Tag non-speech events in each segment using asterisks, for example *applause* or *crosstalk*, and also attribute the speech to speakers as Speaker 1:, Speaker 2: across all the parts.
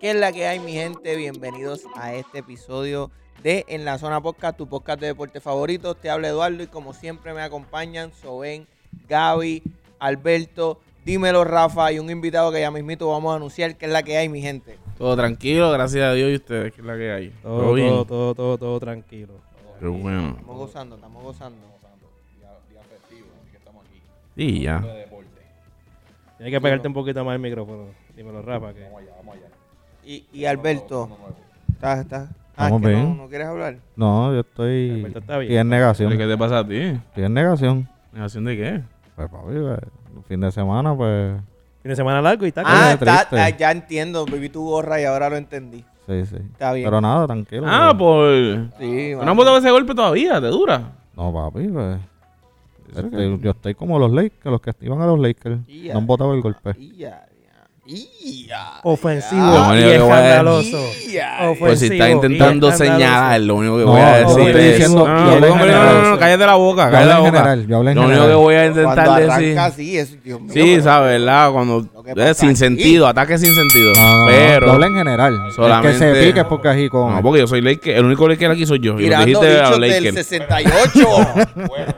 Speaker 1: ¿Qué es la que hay, mi gente? Bienvenidos a este episodio de En la Zona Podcast, tu podcast de deporte favorito. Te habla Eduardo y como siempre me acompañan Soben, Gaby, Alberto, dímelo Rafa y un invitado que ya mismito vamos a anunciar. ¿Qué es la que hay, mi gente?
Speaker 2: Todo tranquilo, gracias a Dios y ustedes, que es la que hay.
Speaker 3: Todo, todo, todo, todo, todo, tranquilo.
Speaker 2: Qué bueno.
Speaker 1: Estamos gozando, estamos gozando.
Speaker 2: Y ya.
Speaker 3: Tienes que pegarte un poquito más el micrófono. Dímelo, Rafa. Que...
Speaker 1: Y, y Alberto, ¿estás? estás? Ah, es
Speaker 4: Vamos
Speaker 1: que
Speaker 4: bien. Eh,
Speaker 1: no, no quieres hablar.
Speaker 4: No, yo estoy.
Speaker 3: Alberto está bien.
Speaker 4: Estoy en negación.
Speaker 2: ¿Pero ¿Qué te pasa a ti?
Speaker 4: Estoy en negación.
Speaker 2: ¿Negación de qué?
Speaker 4: Pues, papi, pues, el fin de semana, pues.
Speaker 3: Fin de semana largo y está.
Speaker 1: Ah,
Speaker 4: bien
Speaker 1: está-
Speaker 4: triste.
Speaker 1: ah, ya entiendo, viví tu gorra y ahora lo entendí.
Speaker 4: Sí, sí.
Speaker 1: Está bien.
Speaker 4: Pero nada, tranquilo.
Speaker 2: Ah,
Speaker 4: pues.
Speaker 2: por...
Speaker 1: Sí,
Speaker 2: No
Speaker 1: vamos.
Speaker 2: han botado ese golpe todavía, te dura.
Speaker 4: No, papi, pues. Estoy- yo estoy como los Lakers, los que iban a los Lakers.
Speaker 1: Y ya.
Speaker 4: No han botado el golpe.
Speaker 1: Y ya, ya. Y ya. Pues
Speaker 3: Ofensivo
Speaker 2: Ah, bueno,
Speaker 3: y
Speaker 2: yo le voy a-
Speaker 3: escandaloso.
Speaker 1: Ya.
Speaker 2: Pues
Speaker 3: Ofensivo y escandaloso.
Speaker 2: lo único que
Speaker 4: No, no,
Speaker 3: decir
Speaker 4: estoy
Speaker 3: es-
Speaker 4: diciendo.
Speaker 2: No,
Speaker 4: yo
Speaker 2: no, no,
Speaker 4: hablé en
Speaker 2: hombre, no,
Speaker 4: general.
Speaker 2: no, no, cállate la boca,
Speaker 4: Yo hablé
Speaker 2: cállate la
Speaker 4: en
Speaker 2: boca.
Speaker 4: general, yo hablé en
Speaker 2: Lo único
Speaker 4: general.
Speaker 2: que voy a
Speaker 1: Cuando
Speaker 2: intentar decir...
Speaker 1: arranca así, eso, Dios mío.
Speaker 2: Sí,
Speaker 1: pero-
Speaker 2: ¿sabes? ¿Verdad? Cuando...
Speaker 1: Lo que
Speaker 2: eh,
Speaker 1: pasa
Speaker 2: sin
Speaker 1: aquí.
Speaker 2: sentido, ataque sin sentido.
Speaker 4: No, no, no,
Speaker 2: Pero...
Speaker 4: yo hablé en general.
Speaker 2: solamente-
Speaker 4: El que se pique es porque aquí con.
Speaker 2: No, porque yo soy Laker. El único Laker aquí soy yo. Y lo
Speaker 1: Tirando
Speaker 2: dijiste a los
Speaker 1: bichos del
Speaker 2: Lakers.
Speaker 1: 68.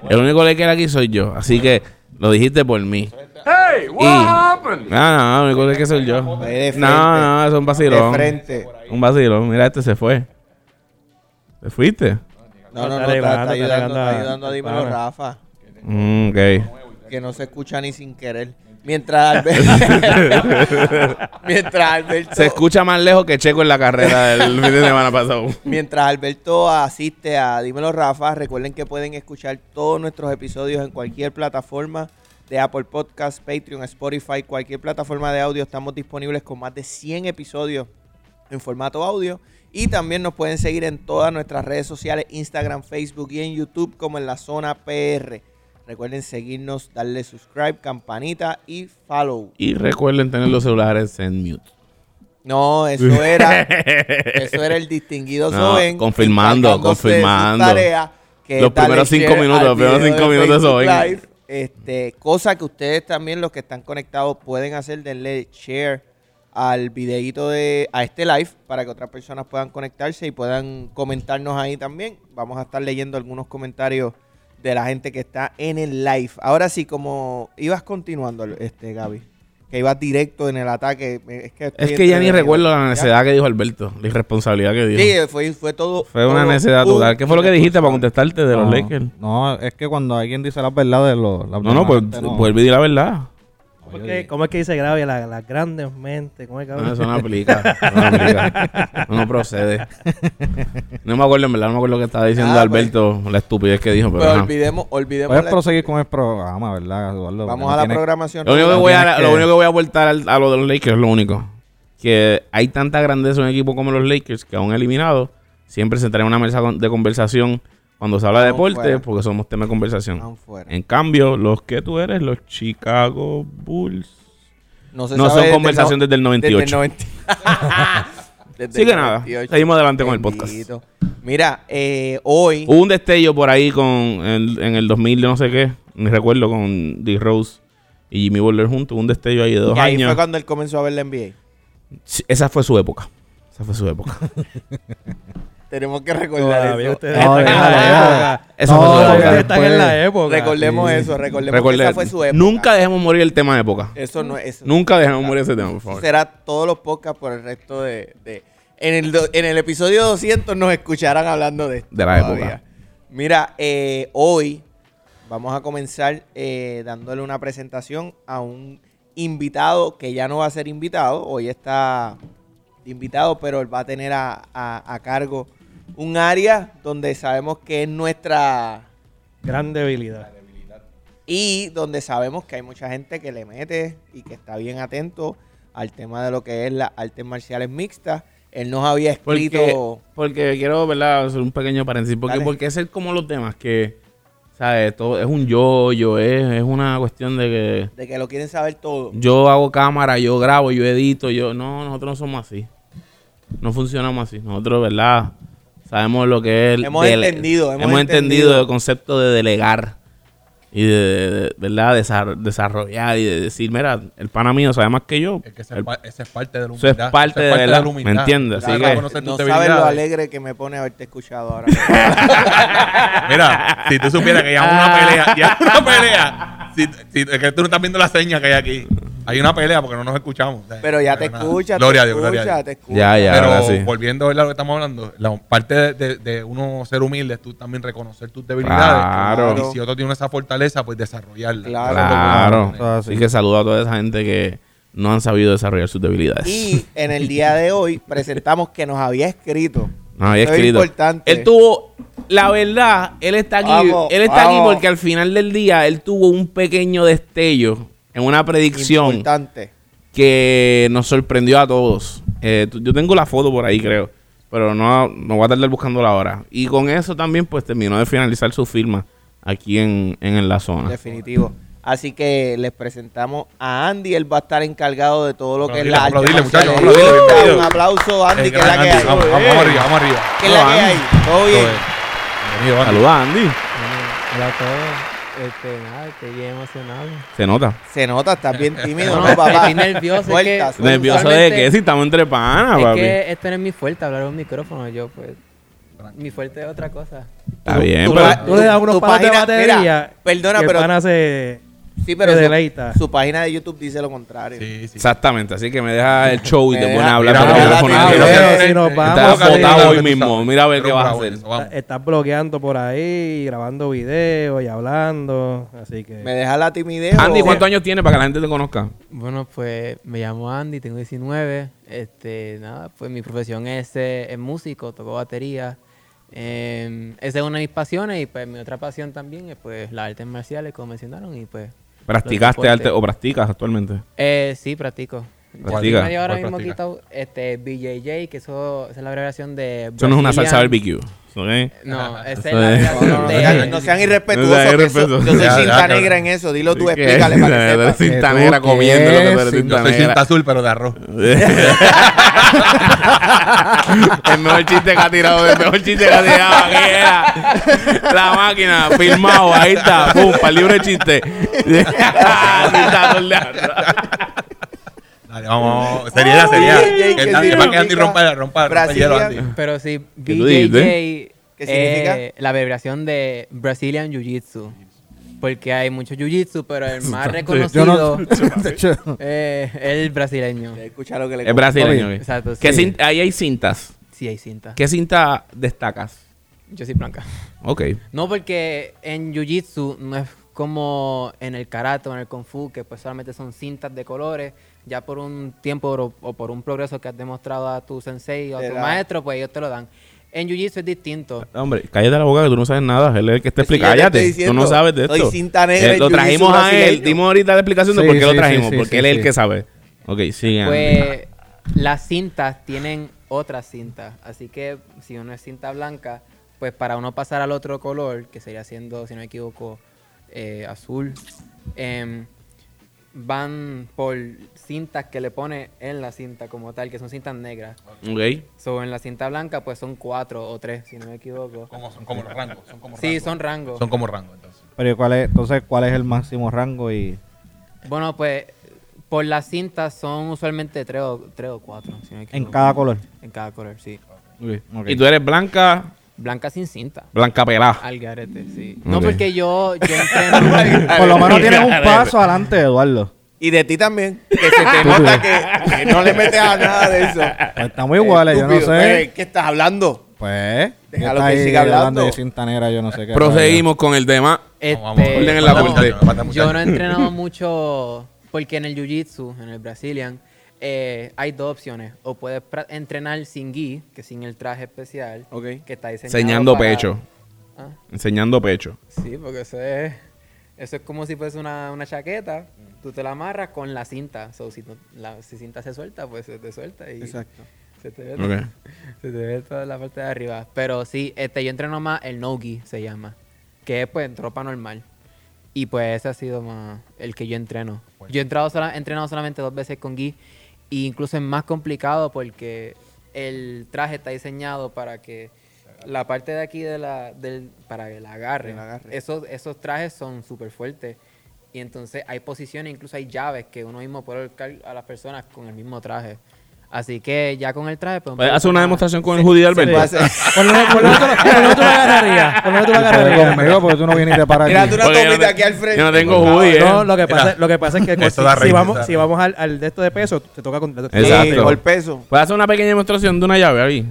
Speaker 2: El único Laker aquí soy yo. Así que lo dijiste por mí. ¡Hey! ¿What happened? No, no, el único Laker soy yo. No,
Speaker 1: Fue de frente.
Speaker 2: no, eso es un
Speaker 1: de
Speaker 2: vacilón.
Speaker 1: frente.
Speaker 2: Un vacilón. Mira, este se fue. ¿Te fuiste?
Speaker 1: No, no, no, está, está
Speaker 3: Está levando, está
Speaker 1: ayudando, está
Speaker 3: levando
Speaker 1: ayudando a
Speaker 3: a-
Speaker 1: Dímelo
Speaker 3: pana.
Speaker 1: Rafa,
Speaker 2: Mm, ok.
Speaker 1: que no se escucha ni sin querer. Mientras Alberto... *laughs* mientras Alberto...
Speaker 2: Se escucha más lejos que Checo en la carrera
Speaker 1: *laughs*
Speaker 2: del fin de semana pasado.
Speaker 1: Mientras Alberto asiste a Dímelo Rafa, recuerden que pueden escuchar todos nuestros episodios en cualquier plataforma de Apple Podcast, Patreon, Spotify, cualquier plataforma de audio. Estamos disponibles con más de 100 episodios en formato audio. Y también nos pueden seguir en todas nuestras redes sociales, Instagram, Facebook y en YouTube como en la zona PR. Recuerden seguirnos, darle subscribe, campanita y follow.
Speaker 2: Y recuerden tener los celulares en
Speaker 1: *laughs*
Speaker 2: mute.
Speaker 1: No, eso era... Eso era el distinguido
Speaker 2: No,
Speaker 1: Soben.
Speaker 2: confirmando,
Speaker 1: encargándose de su
Speaker 2: confirmando.
Speaker 1: tarea, que
Speaker 2: Los
Speaker 1: es darle
Speaker 2: primeros cinco
Speaker 1: share
Speaker 2: minutos,
Speaker 1: al
Speaker 2: los primeros
Speaker 1: video
Speaker 2: cinco
Speaker 1: de
Speaker 2: minutos de
Speaker 1: Facebook
Speaker 2: Soben.
Speaker 1: Live. Este, cosa que ustedes también, los que están conectados, pueden hacer, denle share al videíto de a este live para que otras personas puedan conectarse y puedan comentarnos ahí también. Vamos a estar leyendo algunos comentarios de la gente que está en el live. Ahora sí, como ibas continuando, este Gaby, que ibas directo en el ataque. Es que, estoy
Speaker 2: Es que ya ni
Speaker 1: entretenido.
Speaker 2: recuerdo la
Speaker 1: Ya.
Speaker 2: necesidad que dijo Alberto, la irresponsabilidad que dijo.
Speaker 1: Sí, fue, fue todo.
Speaker 2: Fue una
Speaker 1: todo
Speaker 2: necesidad
Speaker 1: un-
Speaker 2: total. ¿Qué fue lo que dijiste para contestarte de los Lakers?
Speaker 4: No, es que cuando alguien dice las verdades, lo, las
Speaker 2: No, no, pues
Speaker 4: demás gente no.
Speaker 2: vuelve y di la verdad.
Speaker 3: ¿Cómo es que- ¿Cómo es que dice Grave? La- Las grandes mentes. ¿Cómo es que
Speaker 2: No,
Speaker 3: habla?
Speaker 2: eso no aplica. Eso no aplica. No, no procede. No me acuerdo, en verdad, no me acuerdo que estaba diciendo
Speaker 1: Ah, Pues,
Speaker 2: Alberto, la estupidez que dijo, pero
Speaker 1: Pero
Speaker 2: ajá.
Speaker 1: olvidemos, olvidemos.
Speaker 4: Puedes
Speaker 1: la-
Speaker 4: proseguir con el programa, ¿verdad, Eduardo?
Speaker 1: Vamos
Speaker 4: Porque
Speaker 1: a la
Speaker 4: no tienes-
Speaker 1: programación.
Speaker 2: Lo único que
Speaker 1: regular.
Speaker 2: voy a,
Speaker 4: tienes
Speaker 2: lo
Speaker 4: que-
Speaker 2: único que voy a aportar al- a lo de los Lakers, lo único. Que hay tanta grandeza en un equipo como los Lakers que aún eliminados siempre se trae una mesa con- de conversación cuando se habla de
Speaker 1: Vamos
Speaker 2: deporte
Speaker 1: fuera.
Speaker 2: porque somos tema de conversación.
Speaker 1: Vamos fuera.
Speaker 2: En cambio, los que tú eres, los Chicago Bulls,
Speaker 1: No, se sabe
Speaker 2: no son
Speaker 1: desde el
Speaker 2: conversación
Speaker 1: no-
Speaker 2: desde el 98.
Speaker 1: Desde el 90.
Speaker 2: *laughs*
Speaker 1: Desde
Speaker 2: Así
Speaker 1: el
Speaker 2: que nada,
Speaker 1: 98.
Speaker 2: seguimos adelante con el podcast. Uh,
Speaker 1: Bendito. Mira, eh, hoy.
Speaker 2: Hubo un destello por ahí con en, en el 2000, no sé qué, ni recuerdo, con D. Rose y Jimmy Butler juntos. Hubo un destello ahí de dos
Speaker 1: que ahí fue
Speaker 2: años.
Speaker 1: cuando él comenzó a ver la NBA.
Speaker 2: Sí, Esa fue su época. Esa fue
Speaker 1: *laughs*
Speaker 2: su época.
Speaker 1: Tenemos que recordar
Speaker 3: Todavía
Speaker 1: eso.
Speaker 3: ustedes
Speaker 4: No,
Speaker 3: están en
Speaker 4: déjalo,
Speaker 3: la
Speaker 4: déjalo.
Speaker 3: época.
Speaker 2: Esa fue su
Speaker 3: Todavía
Speaker 2: época.
Speaker 3: ustedes están en la
Speaker 4: Después-
Speaker 3: época.
Speaker 1: Recordemos eso, recordemos
Speaker 2: Recuerde-
Speaker 1: que esa fue su época.
Speaker 2: Nunca dejemos morir el tema de época.
Speaker 1: Eso no es. Eso
Speaker 2: Nunca dejemos morir ese tema, por favor.
Speaker 1: será todos los podcasts por el resto de... de- en, el do- en el episodio 200 nos escucharán hablando de esto.
Speaker 2: De la época.
Speaker 1: Mira, eh, hoy vamos a comenzar eh, dándole una presentación a un invitado que ya no va a ser invitado. Hoy está invitado, pero él va a tener a, a- a cargo un área donde sabemos que es nuestra...
Speaker 3: Gran debilidad.
Speaker 1: Y donde sabemos que hay mucha gente que le mete y que está bien atento al tema de lo que es las artes marciales mixtas. Él nos había
Speaker 2: Porque,
Speaker 1: escrito.
Speaker 2: porque quiero, ¿verdad? Hacer un pequeño paréntesis. Porque,
Speaker 1: Dale.
Speaker 2: porque es el- como los demás que, ¿sabes? Todo, es un yo-yo, es, es una cuestión de que
Speaker 1: De que lo quieren saber todo.
Speaker 2: yo hago cámara, yo grabo, yo edito, yo... No, nosotros no somos así. No funcionamos así. Nosotros, ¿verdad? Sabemos lo que es... el
Speaker 1: Hemos entendido, hemos
Speaker 2: hemos entendido
Speaker 1: entendido.
Speaker 2: el concepto de delegar. y de, de- de- ¿verdad? Desar- desarrollar y de decir, mira, el pana mío sabe más que yo.
Speaker 5: Es que esa
Speaker 2: El-
Speaker 5: es pa- Ah, esa es parte de la
Speaker 2: Eso es
Speaker 5: humildad.
Speaker 2: parte
Speaker 5: esa
Speaker 2: de la- ¿me
Speaker 5: humildad.
Speaker 2: entiendes?
Speaker 5: Claro,
Speaker 2: Así
Speaker 5: para
Speaker 2: que-
Speaker 5: conocer
Speaker 1: no
Speaker 5: tus
Speaker 1: sabes lo
Speaker 5: debilidades.
Speaker 1: alegre que me pone haberte escuchado ahora.
Speaker 5: *laughs* Mira, si tú supieras que ya hubo una pelea, ya hubo una pelea. Si, si- es que tú no estás viendo la seña que hay aquí. Hay una pelea porque no nos escuchamos. ¿sabes?
Speaker 1: Pero ya te
Speaker 5: nada.
Speaker 1: escucha,
Speaker 5: Gloria a
Speaker 1: te
Speaker 5: Dios, gloria a
Speaker 1: escucha,
Speaker 5: Dios.
Speaker 1: te escucha.
Speaker 2: Ya, ya,
Speaker 5: Pero
Speaker 2: ahora sí.
Speaker 5: volviendo a lo que estamos hablando, la parte de, de- de uno ser humilde es tú también reconocer tus debilidades.
Speaker 2: Claro.
Speaker 5: Y si otro tiene esa fortaleza, pues desarrollarla.
Speaker 1: Claro.
Speaker 2: Claro.
Speaker 4: Eso es así.
Speaker 2: Así que saludo a toda esa gente que no han sabido desarrollar sus debilidades.
Speaker 1: Y en el día de hoy presentamos que nos había escrito.
Speaker 2: No había
Speaker 1: Eso es
Speaker 2: escrito.
Speaker 1: importante.
Speaker 2: Él tuvo, la verdad, él está aquí,
Speaker 1: Vamos,
Speaker 2: él está
Speaker 1: vamos.
Speaker 2: aquí porque al final del día él tuvo un pequeño destello en una predicción
Speaker 1: Importante.
Speaker 2: que nos sorprendió a todos. Eh, tú- yo tengo la foto por ahí, creo, pero no, no voy a tardar buscándola ahora. Y con eso también, pues terminó de finalizar su firma aquí en, en, en la zona.
Speaker 1: Definitivo. Así que les presentamos a Andy. Él va a estar encargado de todo lo que es la
Speaker 5: Aplaudirle,
Speaker 1: arte marcial.
Speaker 5: muchachos, aplaudirle,
Speaker 1: Uh,
Speaker 5: bienvenido.
Speaker 1: Un aplauso, Andy,
Speaker 5: El
Speaker 1: que es la
Speaker 5: gran
Speaker 1: que
Speaker 5: Andy.
Speaker 1: hay.
Speaker 5: Vamos, vamos
Speaker 1: Eh,
Speaker 5: arriba, vamos arriba.
Speaker 1: Que es la que hay. Todo bien.
Speaker 5: Bienvenido, Andy.
Speaker 2: Saluda, Andy.
Speaker 3: Hola a todos. Este, nada, estoy bien emocionado.
Speaker 2: Se nota.
Speaker 1: Se nota, estás
Speaker 5: *laughs*
Speaker 1: bien tímido, ¿no,
Speaker 6: No,
Speaker 1: papá?
Speaker 6: estoy nervioso, es que-
Speaker 1: Sueltas,
Speaker 6: Pues,
Speaker 2: Nervioso de
Speaker 6: usualmente-
Speaker 2: que si estamos entre panas,
Speaker 6: Es
Speaker 2: papi.
Speaker 6: que esto no es mi fuerte, hablar en un micrófono. Yo, pues, mi fuerte es otra cosa.
Speaker 2: Está bien,
Speaker 1: tú-
Speaker 2: pero
Speaker 1: tú-
Speaker 3: Tú le das unos
Speaker 1: tu
Speaker 3: palos de
Speaker 1: página-
Speaker 3: batería.
Speaker 1: mira, perdona,
Speaker 3: que el
Speaker 1: pero-
Speaker 3: pana se-
Speaker 1: Sí, pero
Speaker 3: Te
Speaker 1: su,
Speaker 3: deleita.
Speaker 1: su página de YouTube dice lo contrario.
Speaker 5: Sí, sí.
Speaker 2: exactamente. Así que me deja el show y
Speaker 1: Me
Speaker 2: te
Speaker 1: deja-
Speaker 2: pone a hablar
Speaker 1: Mira,
Speaker 2: por
Speaker 1: mira,
Speaker 2: teléfono.
Speaker 1: mira,
Speaker 2: Yo no
Speaker 1: mira,
Speaker 2: sé-
Speaker 1: mira,
Speaker 3: si nos vamos,
Speaker 2: Estás
Speaker 3: sí,
Speaker 2: votado
Speaker 3: claro
Speaker 2: hoy mismo. Mira a ver qué vas a
Speaker 5: Bravo,
Speaker 2: hacer.
Speaker 5: eso, vamos.
Speaker 3: está- estás bloqueando por ahí, grabando videos y hablando. Así que.
Speaker 1: ¿Me deja la timidez?
Speaker 2: Andy,
Speaker 1: o-
Speaker 2: ¿cuántos años tienes para que la gente te conozca?
Speaker 6: Bueno, pues, me llamo Andy, tengo 19. Este, nada, pues, mi profesión es, eh, es músico, toco batería. Eh, esa es una de mis pasiones y, pues, mi otra pasión también es, pues, las artes marciales, como mencionaron. Y, pues,
Speaker 2: ¿Practicaste
Speaker 6: Los
Speaker 2: arte
Speaker 6: deportes.
Speaker 2: o practicas actualmente?
Speaker 6: eh, sí, practico. Yo estoy
Speaker 2: Practica.
Speaker 6: medio ahora
Speaker 5: ¿Cuál
Speaker 6: mismo
Speaker 5: practica?
Speaker 6: quitado este, BJJ, que eso, esa es la abreviación de...
Speaker 2: Eso no es una salsa
Speaker 6: Brazilian-
Speaker 2: barbecue. ¿ok?
Speaker 6: No, esa es
Speaker 2: Eso es-
Speaker 6: la abreviación
Speaker 1: No, no,
Speaker 6: de-
Speaker 1: sean- no sean irrespetuosos.
Speaker 2: No sean
Speaker 1: que eso-
Speaker 2: irrespetuosos.
Speaker 1: yo soy
Speaker 5: Ya,
Speaker 1: cinta
Speaker 5: ya, ya.
Speaker 1: negra en eso. Dilo tú,
Speaker 2: Sí, que-
Speaker 1: explícale
Speaker 5: *laughs*
Speaker 1: para que
Speaker 2: Tú
Speaker 1: sepa.
Speaker 2: *laughs* eres cinta
Speaker 4: Que tú
Speaker 2: negra
Speaker 4: qué,
Speaker 2: comiendo lo que tú eres
Speaker 4: sí,
Speaker 2: cinta
Speaker 5: Yo soy cinta
Speaker 2: negra.
Speaker 5: azul, pero de arroz.
Speaker 2: *laughs* el mejor chiste que ha tirado, el mejor chiste que ha tirado aquí era la máquina, filmado, ahí está, pum, para el libre chiste. Cinta azul de arroz.
Speaker 5: Dale, vamos. Sería, sería.
Speaker 1: Jay,
Speaker 5: Que
Speaker 1: que
Speaker 5: Andy-
Speaker 1: sí,
Speaker 5: para que Andy
Speaker 1: significa
Speaker 5: rompa, rompa, rompa el hielo, Andy.
Speaker 1: Brazilian.
Speaker 6: Pero sí,
Speaker 2: tú dijiste?
Speaker 6: BJJ
Speaker 1: ¿Qué
Speaker 6: es
Speaker 1: significa?
Speaker 6: eh, la abreviación de Brazilian Jiu-Jitsu. Porque hay mucho Jiu-Jitsu, pero
Speaker 4: *laughs*
Speaker 6: el más
Speaker 4: Yo no.
Speaker 6: reconocido
Speaker 4: *laughs* Yo-
Speaker 6: *laughs* eh, es el brasileño.
Speaker 1: Escucha lo que le
Speaker 2: Es brasileño.
Speaker 6: Oye,
Speaker 2: ok.
Speaker 6: exacto,
Speaker 2: ¿Qué
Speaker 6: sí.
Speaker 2: cin- ahí hay cintas.
Speaker 6: Sí, hay cinta.
Speaker 2: ¿Qué cinta destacas?
Speaker 6: Yo soy blanca.
Speaker 2: Ok.
Speaker 6: No, porque en Jiu-Jitsu no es como en el Karate o en el Kung Fu, que pues solamente son cintas de colores. Ya por un tiempo o, o por un progreso que has demostrado a tu sensei o a
Speaker 1: Te
Speaker 6: tu
Speaker 1: da.
Speaker 6: maestro, pues ellos te lo dan. En Jiu-Jitsu es distinto.
Speaker 2: Hombre, cállate la boca que tú no sabes nada. Él es el que te
Speaker 1: Pues sí,
Speaker 2: explica.
Speaker 1: yo te
Speaker 2: cállate.
Speaker 1: estoy
Speaker 2: Tú no
Speaker 1: diciendo,
Speaker 2: sabes de esto.
Speaker 1: soy cinta negra
Speaker 2: Eh,
Speaker 1: en
Speaker 2: lo
Speaker 1: jiu-jitsu
Speaker 2: trajimos a él.
Speaker 1: brasileño.
Speaker 2: Dimos ahorita la explicación de
Speaker 4: Sí,
Speaker 2: por qué lo
Speaker 4: sí, sí,
Speaker 2: trajimos.
Speaker 4: sí,
Speaker 2: porque
Speaker 4: sí,
Speaker 2: él es el
Speaker 4: sí.
Speaker 2: que sabe. Ok, sigan.
Speaker 6: Pues las cintas tienen otras cintas, así que si uno es cinta blanca, pues para uno pasar al otro color, que sería siendo, si no me equivoco, eh, azul, em, van por cintas que le pone en la cinta como tal, que son cintas negras.
Speaker 2: ok.
Speaker 6: So, en la cinta blanca, pues son cuatro o tres, si no me equivoco.
Speaker 5: Como- Son como los rangos. Son como
Speaker 6: Sí,
Speaker 5: rangos.
Speaker 6: son rangos.
Speaker 5: Son como rangos, entonces.
Speaker 4: Pero ¿cuál es, entonces, ¿cuál es el máximo rango? y
Speaker 6: Bueno, pues por las cintas son usualmente tres o, tres o cuatro, si no
Speaker 4: En
Speaker 6: me equivoco.
Speaker 4: cada color.
Speaker 6: En cada color, sí.
Speaker 4: Ok.
Speaker 2: Y tú eres blanca,
Speaker 6: Blanca sin cinta.
Speaker 2: blanca pelada.
Speaker 6: Al garete, sí. No,
Speaker 2: Ok.
Speaker 6: porque yo, *laughs* yo entreno.
Speaker 4: Por lo menos tienes un paso adelante, Eduardo.
Speaker 1: Y de ti también. Que se
Speaker 5: *laughs*
Speaker 1: te nota que, que no le metes a nada de eso.
Speaker 4: Pues estamos iguales, yo no
Speaker 1: Estúpido.
Speaker 4: sé.
Speaker 1: Eh, ¿Qué estás hablando?
Speaker 4: Pues,
Speaker 1: Déjalo
Speaker 4: está
Speaker 1: que
Speaker 4: ahí
Speaker 1: siga hablando.
Speaker 4: de cinta negra, yo no sé qué.
Speaker 2: Proseguimos con el tema.
Speaker 6: este,
Speaker 5: Vamos, vamos.
Speaker 2: Orden en la
Speaker 5: Mata,
Speaker 2: corte.
Speaker 5: muchacho, mata, muchacho.
Speaker 6: yo no
Speaker 2: *laughs*
Speaker 6: he entrenado mucho porque en el jiu-jitsu, en el Brazilian, eh, hay dos opciones. O puedes pra- entrenar sin gi, que sin el traje especial,
Speaker 1: Ok.
Speaker 6: que está diseñado
Speaker 2: Enseñando
Speaker 6: para-
Speaker 2: pecho.
Speaker 6: Ah,
Speaker 2: Enseñando pecho.
Speaker 6: sí, porque eso es, eso es como si fuese una, una chaqueta. Tú te la amarras con la cinta. So, si, no- la, si cinta se suelta, pues se te suelta y se te ve
Speaker 2: Ok.
Speaker 6: Se te ve toda la parte de arriba. Pero sí, este, yo entreno más el no-gi, se llama. Que es pues ropa normal. Y pues ese ha sido más el que yo entreno. Yo he entrado sola- he entrenado solamente dos veces con gi. Y incluso es más complicado porque el traje está diseñado para que la parte de aquí de la, del, para el agarre,
Speaker 1: Del agarre.
Speaker 6: Esos, esos trajes son súper fuertes. Y entonces hay posiciones, incluso hay llaves que uno mismo puede ahorcar a las personas con el mismo traje. Así que ya con el traje... pues, un
Speaker 2: Pues,
Speaker 6: poco
Speaker 2: Hace una
Speaker 6: más-
Speaker 2: demostración con el Judy Alberto.
Speaker 1: Puede ser-
Speaker 3: ¿Por dónde por dónde tú lo- por dónde tú lo agarrarías? ¿Por dónde tú lo
Speaker 4: Puedes
Speaker 3: agarrarías?
Speaker 4: conmigo porque tú no vienes y te paras
Speaker 1: Mira,
Speaker 4: aquí.
Speaker 1: tú no-
Speaker 2: Porque yo
Speaker 1: tomita
Speaker 2: te-
Speaker 1: aquí al frente,
Speaker 2: Yo no tengo
Speaker 1: por favor.
Speaker 2: Hoodie, eh.
Speaker 3: No, lo que, pasa,
Speaker 5: Mira.
Speaker 3: lo que pasa es que
Speaker 5: Esto
Speaker 3: si-
Speaker 5: da
Speaker 3: si,
Speaker 5: rating,
Speaker 3: vamos,
Speaker 5: ¿sabes?
Speaker 3: si vamos al, al de esto de peso, te toca con. te-
Speaker 2: Exacto.
Speaker 1: Sí, por
Speaker 2: *laughs*
Speaker 1: peso.
Speaker 2: Puedes hacer una pequeña demostración de una llave, ahí.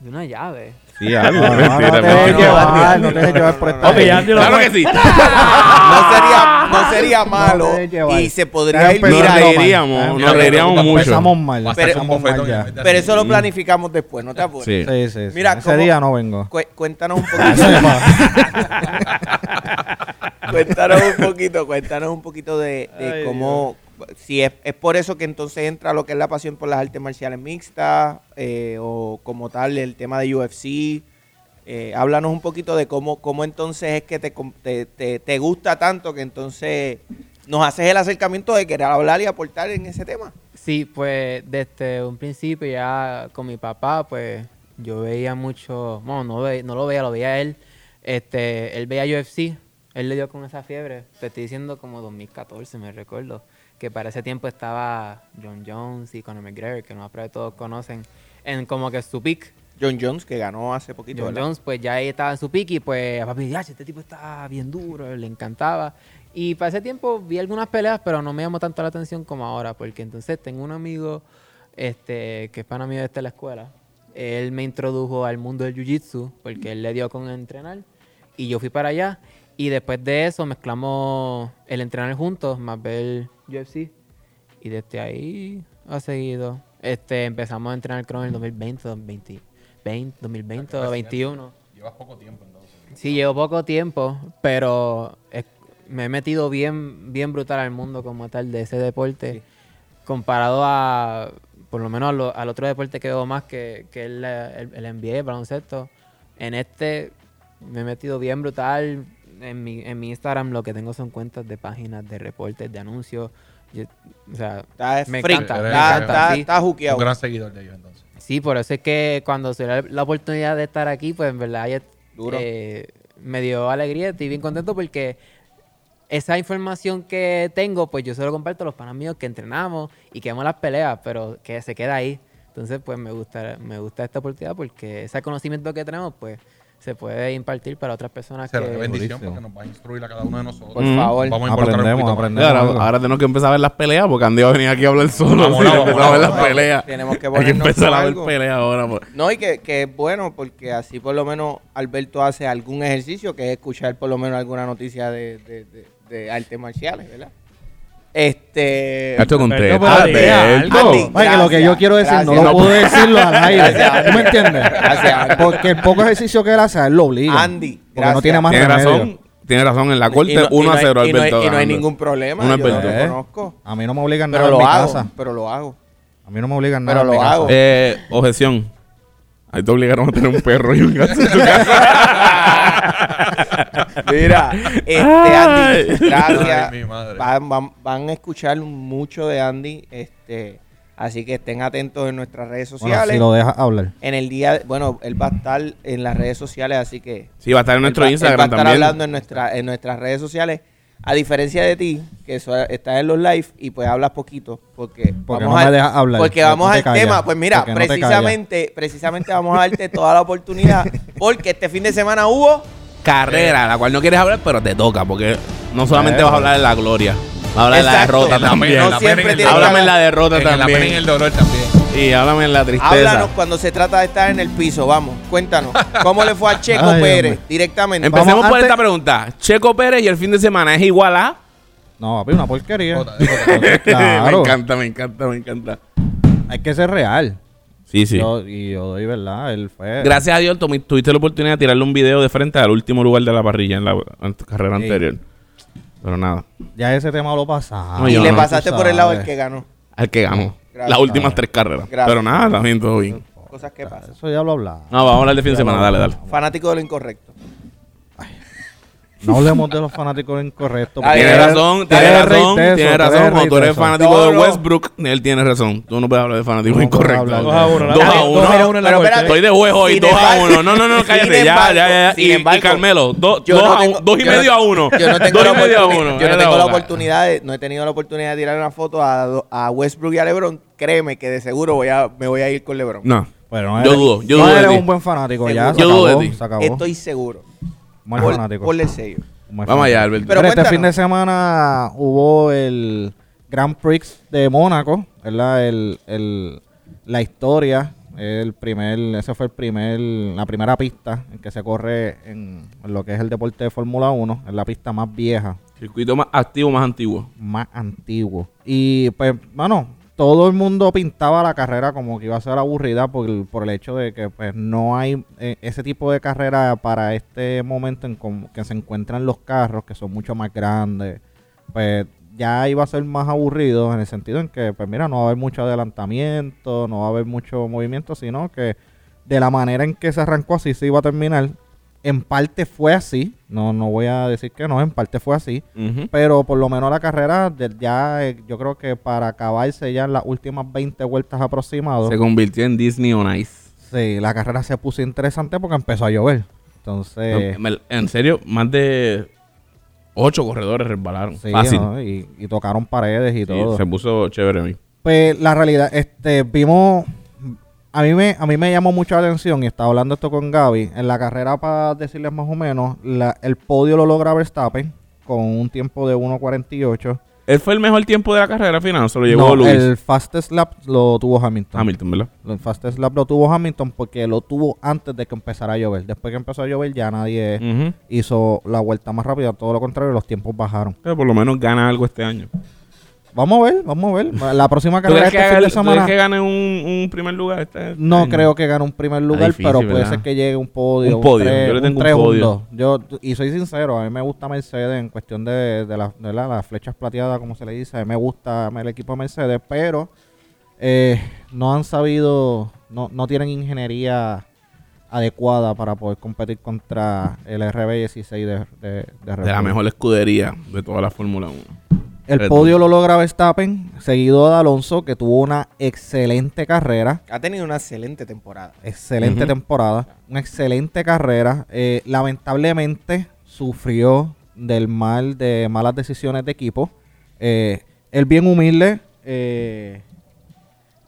Speaker 6: De una llave.
Speaker 2: Sí,
Speaker 4: No, no, no te dejes llevar, no te dejes llevar por esta.
Speaker 1: Ok, ya. pues.
Speaker 2: Claro que sí.
Speaker 1: No sería, no sería malo
Speaker 4: debe llevar.
Speaker 1: y se podría
Speaker 4: Debe
Speaker 1: ir
Speaker 4: empezar
Speaker 2: Nos
Speaker 4: Mira,
Speaker 1: mirando.
Speaker 2: reiríamos,
Speaker 4: Omar.
Speaker 2: nos reiríamos mucho.
Speaker 4: Empezamos mal,
Speaker 5: Vas a
Speaker 1: Pero-
Speaker 5: sacar un
Speaker 4: empezamos mal
Speaker 5: bofetón y
Speaker 4: ya.
Speaker 5: en vez de
Speaker 1: Pero eso
Speaker 5: hacer-
Speaker 1: lo planificamos después, no te apures. *laughs*
Speaker 2: Sí.
Speaker 4: Sí, sí, sí.
Speaker 1: Mira,
Speaker 4: Ese
Speaker 1: ¿cómo-
Speaker 4: día
Speaker 1: *laughs*
Speaker 4: no vengo. *laughs*
Speaker 1: Cué- cuéntanos un poquito. cuéntanos un poquito, cuéntanos un poquito de, de
Speaker 3: Ay,
Speaker 1: cómo, si es, es por eso que entonces entra lo que es la pasión por las artes marciales mixtas eh, o como tal el tema de UFC. Eh, háblanos un poquito de cómo, cómo entonces es que te, com- te, te- te gusta tanto que entonces nos haces el acercamiento de querer hablar y aportar en ese tema.
Speaker 6: Sí, pues desde un principio ya con mi papá, pues yo veía mucho, bueno, no, ve- no lo veía, lo veía él. Este, él veía UFC, él le dio con esa fiebre. Te estoy diciendo como 2014, me recuerdo, que para ese tiempo estaba John Jones y Conor McGregor, que no de todos conocen, en como que su pick.
Speaker 1: John Jones, que ganó hace poquito,
Speaker 6: John
Speaker 1: ¿verdad?
Speaker 6: Jones, pues ya ahí estaba en su pique y pues a papi, "Ah, este tipo está bien duro, le encantaba. Y para ese tiempo vi algunas peleas, pero no me llamó tanto la atención como ahora, porque entonces tengo un amigo este, que es pana mío desde la escuela. Él me introdujo al mundo del jiu-jitsu, porque él le dio con entrenar, y yo fui para allá. Y después de eso mezclamos el entrenar juntos, más ver UFC. Y desde ahí ha seguido. Este, empezamos a entrenar creo en el 2020, 2020, 2020 o 21.
Speaker 5: Llevas poco tiempo entonces.
Speaker 6: Sí, llevo poco tiempo, pero es- me he metido bien, bien brutal al mundo como tal de ese deporte. Comparado a, por lo menos a lo- al otro deporte que veo más, que, que es la- el, el NBA, el baloncesto. En este me he metido bien brutal. En mi, en mi Instagram lo que tengo son cuentas de páginas, de reportes, de anuncios. Yo- o sea,
Speaker 1: Está
Speaker 6: Me
Speaker 1: freak,
Speaker 6: encanta,
Speaker 5: me
Speaker 1: está,
Speaker 5: encanta,
Speaker 1: está-
Speaker 6: sí.
Speaker 1: está juqueado.
Speaker 2: *laughs*
Speaker 5: Un gran seguidor de ellos entonces.
Speaker 6: Sí, por eso es que cuando se dio la oportunidad de estar aquí, pues en verdad ya,
Speaker 1: Duro.
Speaker 6: eh, me dio alegría, estoy bien contento porque esa información que tengo, pues yo se lo comparto a los panas míos que entrenamos y que vemos las peleas, pero que se queda ahí. Entonces, pues me gusta, me gusta esta oportunidad porque ese conocimiento que tenemos, pues se puede impartir para otras personas
Speaker 5: Será
Speaker 6: que...
Speaker 5: de bendición
Speaker 4: Durísimo.
Speaker 5: porque nos va a instruir a cada uno de nosotros.
Speaker 1: Por
Speaker 2: Mm.
Speaker 1: favor.
Speaker 5: Vamos a involucrar un
Speaker 4: Aprendemos,
Speaker 5: poquito más.
Speaker 4: aprendemos.
Speaker 2: Ahora,
Speaker 4: algo.
Speaker 2: ahora tenemos que empezar a ver las peleas porque Andy va a venir aquí a hablar solo.
Speaker 5: Vamos,
Speaker 2: si
Speaker 5: vamos,
Speaker 2: empezamos a ver
Speaker 5: vamos,
Speaker 2: las peleas.
Speaker 1: Tenemos que
Speaker 2: Hay que
Speaker 1: ponernos
Speaker 2: empezar a ver
Speaker 1: algo.
Speaker 2: peleas ahora. pues.
Speaker 1: No, y que, que es bueno porque así por lo menos Alberto hace algún ejercicio que es escuchar por lo menos alguna noticia de, de, de- de artes marciales, ¿verdad? Este...
Speaker 2: Esto con tres.
Speaker 3: Alberto, pero-
Speaker 2: Alberto.
Speaker 4: Mike, lo que yo quiero decir no lo
Speaker 1: gracias.
Speaker 4: puedo decirlo al aire.
Speaker 1: Gracias, Andy.
Speaker 4: ¿Tú me entiendes?
Speaker 1: Gracias, Andy.
Speaker 4: Porque el poco ejercicio que él hace, él lo obliga.
Speaker 1: Andy,
Speaker 4: Porque
Speaker 1: gracias.
Speaker 4: no tiene más
Speaker 2: Tiene
Speaker 4: remedio.
Speaker 2: razón. Tiene razón. En la
Speaker 1: Y
Speaker 2: corte
Speaker 1: no- y
Speaker 2: 1 a
Speaker 1: no hay-
Speaker 2: 0
Speaker 1: y no hay-
Speaker 2: Alberto.
Speaker 1: Y no hay
Speaker 2: ganando.
Speaker 1: ningún problema,
Speaker 2: Un
Speaker 1: yo lo
Speaker 2: Alberto.
Speaker 1: reconozco.
Speaker 4: A mí no me obligan
Speaker 1: Pero
Speaker 4: nada en
Speaker 1: lo
Speaker 4: mi
Speaker 1: hago,
Speaker 4: casa.
Speaker 1: pero lo hago. *laughs*
Speaker 4: A mí no me obligan nada
Speaker 1: Pero
Speaker 4: en mi
Speaker 1: lo
Speaker 4: casa.
Speaker 1: hago.
Speaker 2: Eh, objeción. Ahí te obligaron a tener un perro y
Speaker 1: *laughs*
Speaker 2: un gato en tu casa.
Speaker 1: Mira, este Andy,
Speaker 2: Ay.
Speaker 1: gracias.
Speaker 5: Ay, mi madre.
Speaker 1: Van, van- van a escuchar mucho de Andy, este, así que estén atentos en nuestras redes
Speaker 4: Bueno,
Speaker 1: sociales.
Speaker 4: si lo dejas hablar.
Speaker 1: en el día, bueno, él va a estar en las redes sociales, así que
Speaker 2: Sí, va a estar en nuestro
Speaker 1: él va- él va a
Speaker 2: Instagram
Speaker 1: estar
Speaker 2: también.
Speaker 1: hablando en, nuestra, en nuestras redes sociales. A diferencia de ti, que eso- estás en los live y pues hablas poquito, porque,
Speaker 4: Porque no me dejas hablar,
Speaker 1: porque
Speaker 4: porque
Speaker 1: vamos
Speaker 4: no te
Speaker 1: al
Speaker 4: callas,
Speaker 1: tema. Pues mira,
Speaker 4: porque no te
Speaker 1: precisamente, precisamente vamos a darte toda la oportunidad,
Speaker 4: *laughs*
Speaker 1: porque este fin de semana hubo
Speaker 2: Carrera, la cual no quieres hablar, pero te toca, porque no solamente
Speaker 4: Claro.
Speaker 2: vas a hablar de la gloria, vas a hablar de la
Speaker 1: Exacto.
Speaker 2: derrota
Speaker 1: En la
Speaker 2: también.
Speaker 1: pena, en la pena y en la-
Speaker 2: háblame en la derrota
Speaker 5: En la
Speaker 2: también.
Speaker 5: pena y en el dolor también.
Speaker 2: Y háblame en la tristeza.
Speaker 1: Háblanos cuando se trata de estar en el piso, vamos, cuéntanos. ¿Cómo le fue a Checo
Speaker 4: *laughs* Ay,
Speaker 1: Pérez
Speaker 4: hombre.
Speaker 1: directamente?
Speaker 2: Empecemos
Speaker 4: Vamos
Speaker 2: por
Speaker 4: antes-
Speaker 2: esta pregunta. Checo Pérez y el fin de semana es igual a.
Speaker 4: No, papi, una porquería.
Speaker 5: Jota,
Speaker 4: *laughs*
Speaker 2: *laughs*
Speaker 5: jota.
Speaker 2: me
Speaker 4: claro.
Speaker 2: encanta, me encanta, me encanta.
Speaker 4: Hay que ser real.
Speaker 2: Sí, sí.
Speaker 4: Yo- y yo doy verdad. Él fue.
Speaker 2: Gracias a Dios tomi- tuviste la oportunidad de tirarle un video de frente al último lugar de la parrilla en la en tu carrera
Speaker 4: Sí.
Speaker 2: anterior. Pero nada,
Speaker 4: Ya ese tema lo pasamos.
Speaker 2: No,
Speaker 1: y
Speaker 2: yo
Speaker 1: le
Speaker 2: no,
Speaker 1: pasaste
Speaker 4: tú
Speaker 1: por el lado del
Speaker 4: sabes.
Speaker 1: que ganó.
Speaker 2: al que ganó.
Speaker 1: Gracias.
Speaker 2: Las últimas tres carreras.
Speaker 1: Gracias.
Speaker 2: Pero nada, también todo bien.
Speaker 1: Cosas que pasan.
Speaker 4: Eso ya lo hablaba.
Speaker 2: No, vamos a hablar de fin de semana, dale, dale.
Speaker 1: Fanático de lo incorrecto.
Speaker 4: No hablemos de los fanáticos incorrectos.
Speaker 1: Ay,
Speaker 2: Tiene
Speaker 1: eh,
Speaker 2: razón,
Speaker 4: tú
Speaker 2: tiene
Speaker 4: eres rey
Speaker 2: razón,
Speaker 4: de eso,
Speaker 2: tiene
Speaker 4: tú eres
Speaker 2: razón. Cuando
Speaker 4: rey
Speaker 2: tú
Speaker 4: de
Speaker 2: eres
Speaker 4: eso.
Speaker 2: fanático
Speaker 1: No,
Speaker 2: de
Speaker 1: no.
Speaker 2: Westbrook, él tiene razón. Tú no puedes hablar de fanático
Speaker 4: No, no
Speaker 2: incorrecto.
Speaker 4: puedo
Speaker 3: Dos a uno, la
Speaker 2: Dos a
Speaker 3: corte.
Speaker 2: uno.
Speaker 3: Dos a uno en la
Speaker 1: Pero
Speaker 3: corte.
Speaker 1: espérate.
Speaker 2: Estoy de juego hoy,
Speaker 1: Sin
Speaker 2: 2 a
Speaker 1: embargo-
Speaker 2: 1. No, no, no, cállate.
Speaker 1: Sin
Speaker 2: Ya,
Speaker 1: embargo-
Speaker 2: ya, ya.
Speaker 1: sin
Speaker 2: Y, y
Speaker 1: embargo-
Speaker 2: Carmelo, 2
Speaker 1: Yo no
Speaker 2: a
Speaker 1: tengo-
Speaker 2: 1. 2 y
Speaker 1: yo no-
Speaker 2: medio a 1.
Speaker 1: Yo no tengo, la,
Speaker 2: y medio a
Speaker 1: oportuni-
Speaker 2: uno.
Speaker 1: yo no
Speaker 2: Era
Speaker 1: tengo la
Speaker 2: bola.
Speaker 1: oportunidad, de- no he tenido la oportunidad de tirar una foto a, do- a Westbrook y a LeBron. Créeme que de seguro voy a, me voy a ir con LeBron.
Speaker 2: No.
Speaker 4: Pero no
Speaker 2: Yo
Speaker 4: eres-
Speaker 2: dudo, yo
Speaker 4: no
Speaker 2: dudo de
Speaker 4: eres
Speaker 2: ti.
Speaker 4: un buen fanático ya.
Speaker 2: Yo
Speaker 4: se
Speaker 2: dudo de
Speaker 4: acabó,
Speaker 2: ti.
Speaker 4: Se acabó.
Speaker 1: Estoy seguro.
Speaker 4: Mal
Speaker 1: Por-
Speaker 4: fanático.
Speaker 1: Ponle el sello.
Speaker 4: Mal
Speaker 2: Vamos allá,
Speaker 4: fanático.
Speaker 2: Alberto.
Speaker 1: Pero
Speaker 4: Pero este fin
Speaker 1: cuéntanos.
Speaker 4: de semana hubo el Grand Prix de Mónaco, ¿verdad? El, el- la historia, el primer, ese fue el primer, la primera pista en que se corre en lo que es el deporte de Fórmula 1, es la pista más vieja,
Speaker 2: Circuito más activo, más antiguo.
Speaker 4: más antiguo. Y pues, mano, todo el mundo pintaba la carrera como que iba a ser aburrida por el, por el hecho de que pues no hay eh, ese tipo de carrera para este momento en como que se encuentran los carros que son mucho más grandes. Pues ya iba a ser más aburrido en el sentido en que, pues mira, no va a haber mucho adelantamiento, no va a haber mucho movimiento, sino que de la manera en que se arrancó así se iba a terminar. En parte fue así, no, no voy a decir que no, en parte fue así pero por lo menos la carrera de- ya eh, yo creo que para acabarse ya en las últimas 20 vueltas aproximadas,
Speaker 2: Se convirtió en Disney on Ice.
Speaker 4: sí, la carrera se puso interesante porque empezó a llover. Entonces,
Speaker 2: Me- En serio, más de 8 corredores resbalaron.
Speaker 4: sí,
Speaker 2: Fácil.
Speaker 4: ¿no? y, y tocaron paredes y
Speaker 2: Sí,
Speaker 4: todo.
Speaker 2: Se puso chévere a mí.
Speaker 4: Pues la realidad, este, vimos, a mí me, a mí me llamó mucho la atención y estaba hablando esto con Gaby, en la carrera para decirles más o menos, la- el podio lo logra Verstappen con un tiempo de 1.48.
Speaker 2: Él fue el mejor tiempo de la carrera final, se lo llevó
Speaker 4: No,
Speaker 2: Luis
Speaker 4: el fastest lap lo tuvo Hamilton.
Speaker 2: Hamilton, ¿verdad?
Speaker 4: El fastest lap lo tuvo Hamilton porque lo tuvo antes de que empezara a llover. Después que empezó a llover ya nadie
Speaker 2: Ujú.
Speaker 4: hizo la vuelta más rápida. Todo lo contrario, los tiempos bajaron.
Speaker 2: Pero por lo menos gana algo este año.
Speaker 4: Vamos a ver, vamos a ver. La próxima
Speaker 2: ¿Tú
Speaker 4: carrera
Speaker 2: crees
Speaker 4: este
Speaker 2: que,
Speaker 4: fin de
Speaker 2: haga- tú crees
Speaker 4: semana.
Speaker 2: que gane un, un primer lugar? este
Speaker 4: No
Speaker 2: año?
Speaker 4: creo que gane un primer lugar,
Speaker 2: difícil,
Speaker 4: pero puede
Speaker 2: ¿verdad?
Speaker 4: ser que llegue un podio.
Speaker 2: Un podio, yo le tengo un
Speaker 4: tres,
Speaker 2: podio.
Speaker 4: dos. Yo, y soy sincero, a mí me gusta Mercedes en cuestión de, de la- de la- las flechas plateadas, como se le dice. A mí me gusta el equipo de Mercedes, pero eh, no han sabido, no, no tienen ingeniería adecuada para poder competir contra el RB16 de, de, de Red
Speaker 2: De la
Speaker 4: Bull.
Speaker 2: mejor escudería de toda la Fórmula 1.
Speaker 4: El
Speaker 2: Red
Speaker 4: podio lo logra Verstappen, seguido de Alonso, que tuvo una excelente carrera.
Speaker 1: Ha tenido una excelente temporada.
Speaker 4: Excelente
Speaker 2: Ujú.
Speaker 4: temporada, una excelente carrera. Eh, lamentablemente sufrió del mal de malas decisiones de equipo. Eh, él bien humilde, eh,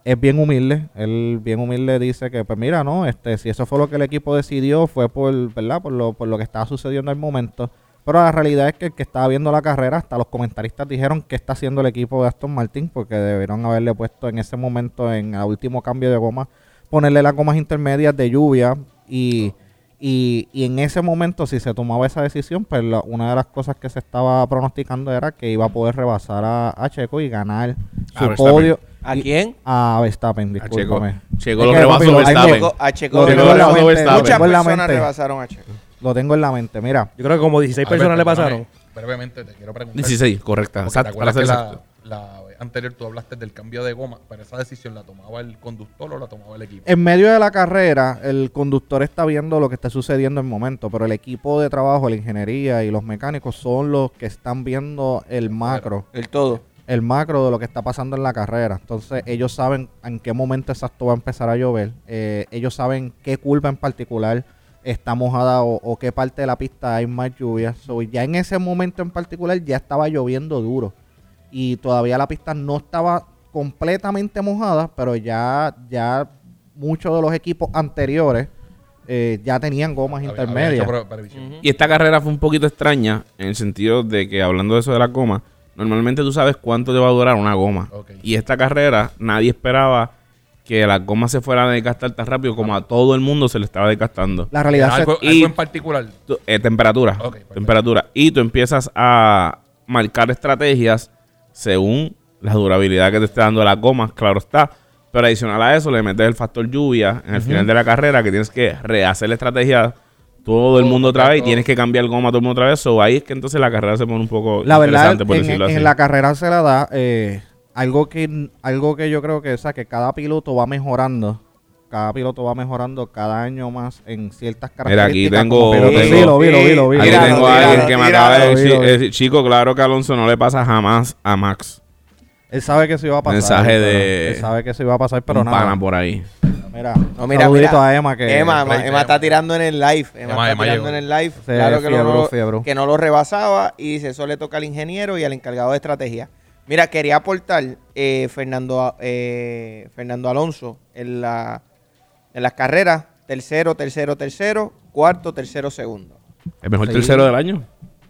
Speaker 4: es bien humilde. Él bien humilde dice que, pues mira, no, este, si eso fue lo que el equipo decidió, fue por, ¿verdad? Por lo, por lo que estaba sucediendo al momento. Pero la realidad es que el que estaba viendo la carrera, hasta los comentaristas dijeron que está haciendo el equipo de Aston Martin, porque debieron haberle puesto en ese momento, en el último cambio de goma, ponerle las gomas intermedias de lluvia y, y, y en ese momento si se tomaba esa decisión, pues la- una de las cosas que se estaba pronosticando era que iba a poder rebasar a, a Checo y ganar
Speaker 2: A
Speaker 4: su
Speaker 2: Verstappen.
Speaker 4: podio
Speaker 1: ¿A
Speaker 4: y-
Speaker 1: quién?
Speaker 4: a Verstappen,
Speaker 2: A Checo.
Speaker 4: discúlpame.
Speaker 2: Checo Ah,
Speaker 4: Es
Speaker 2: lo
Speaker 4: que, papi,
Speaker 2: rebasó
Speaker 4: lo- hay
Speaker 2: Verstappen.
Speaker 1: Checo- A Checo.
Speaker 4: Lo
Speaker 2: Checo
Speaker 4: tengo en la
Speaker 2: rebasó
Speaker 4: mente,
Speaker 2: Verstappen.
Speaker 4: lo
Speaker 1: Muchas
Speaker 4: tengo en la
Speaker 1: personas
Speaker 4: mente,
Speaker 1: rebasaron a Checo.
Speaker 4: Lo tengo en la mente, mira.
Speaker 3: Yo creo que como 16 personas le pasaron.
Speaker 5: Brevemente te quiero preguntar.
Speaker 2: 16, correcta.
Speaker 5: Porque
Speaker 2: Exacto,
Speaker 5: te
Speaker 2: para
Speaker 5: acuerdas
Speaker 2: ser
Speaker 5: que
Speaker 2: exacto.
Speaker 5: la, la vez anterior tú hablaste del cambio de goma, pero esa decisión la tomaba el conductor o la tomaba el equipo.
Speaker 4: En medio de la carrera, el conductor está viendo lo que está sucediendo en el momento, pero el equipo de trabajo, la ingeniería y los mecánicos son los que están viendo el macro.
Speaker 1: El todo.
Speaker 4: el macro de lo que está pasando en la carrera. Entonces, ellos saben en qué momento exacto va a empezar a llover. Eh, ellos saben qué curva en particular está mojada o, o qué parte de la pista hay más lluvia. So, ya en ese momento en particular ya estaba lloviendo duro. Y todavía la pista no estaba completamente mojada, pero ya, ya muchos de los equipos anteriores eh, ya tenían gomas
Speaker 5: Había- había
Speaker 4: intermedias.
Speaker 5: hecho pre- previsión.
Speaker 2: Y esta carrera fue un poquito extraña en el sentido de que hablando de eso de la goma, normalmente tú sabes cuánto te va a durar una goma.
Speaker 5: Ok.
Speaker 2: Y esta carrera nadie esperaba que la goma se fuera a desgastar tan rápido como a todo el mundo se le estaba desgastando.
Speaker 4: La realidad se-
Speaker 5: Algo,
Speaker 2: y-
Speaker 5: algo en particular.
Speaker 2: Tú- eh, temperatura.
Speaker 5: Ok, perfecto.
Speaker 2: temperatura. Y tú empiezas a marcar estrategias según la durabilidad que te esté dando las gomas, claro está. Pero adicional a eso, le metes el factor lluvia en el final de la carrera, que tienes que rehacer la estrategia todo el
Speaker 5: Todo,
Speaker 2: mundo otra
Speaker 5: todo.
Speaker 2: vez y tienes que cambiar goma todo el mundo otra vez. O ahí es que entonces la carrera se pone un poco
Speaker 4: la verdad,
Speaker 2: Pues, interesante, por
Speaker 4: en,
Speaker 2: decirlo
Speaker 4: en
Speaker 2: así.
Speaker 4: la carrera se la da eh, algo que algo que yo creo que, o sea, que cada piloto va mejorando cada piloto va mejorando cada año más en ciertas
Speaker 2: Mira,
Speaker 4: características.
Speaker 2: aquí
Speaker 4: como
Speaker 2: tengo-
Speaker 4: piloto.
Speaker 2: tengo-
Speaker 4: Sí, lo vi, lo vi, lo vi.
Speaker 2: Aquí
Speaker 4: Lo vi.
Speaker 2: tengo a alguien que me acaba de
Speaker 4: tíralo,
Speaker 2: decir,
Speaker 4: tíralo.
Speaker 2: eh, sí, chico, claro que Alonso no le pasa jamás a Max.
Speaker 4: Él sabe que eso iba a pasar.
Speaker 2: Mensaje
Speaker 4: pero-
Speaker 2: de-
Speaker 4: Él sabe que eso iba a pasar, pero
Speaker 2: un pana
Speaker 4: nada.
Speaker 2: por ahí.
Speaker 4: Mira,
Speaker 1: No, mira,
Speaker 4: saludito
Speaker 1: mira.
Speaker 4: a Emma que...
Speaker 1: Emma, Emma,
Speaker 5: Emma,
Speaker 1: Emma está tirando en el live. Emma,
Speaker 5: Emma,
Speaker 1: está
Speaker 5: Emma
Speaker 1: tirando
Speaker 5: llegó.
Speaker 1: en el live.
Speaker 4: Sí,
Speaker 1: claro que, no
Speaker 4: fiebre,
Speaker 1: lo,
Speaker 4: fiebre.
Speaker 1: que no lo rebasaba y dice, eso le toca al ingeniero y al encargado de estrategia. Mira, quería aportar eh, Fernando, eh, Fernando Alonso en, la, en las carreras. Tercero, tercero, tercero. Cuarto, tercero, segundo.
Speaker 2: El mejor
Speaker 4: Sí.
Speaker 2: tercero del año.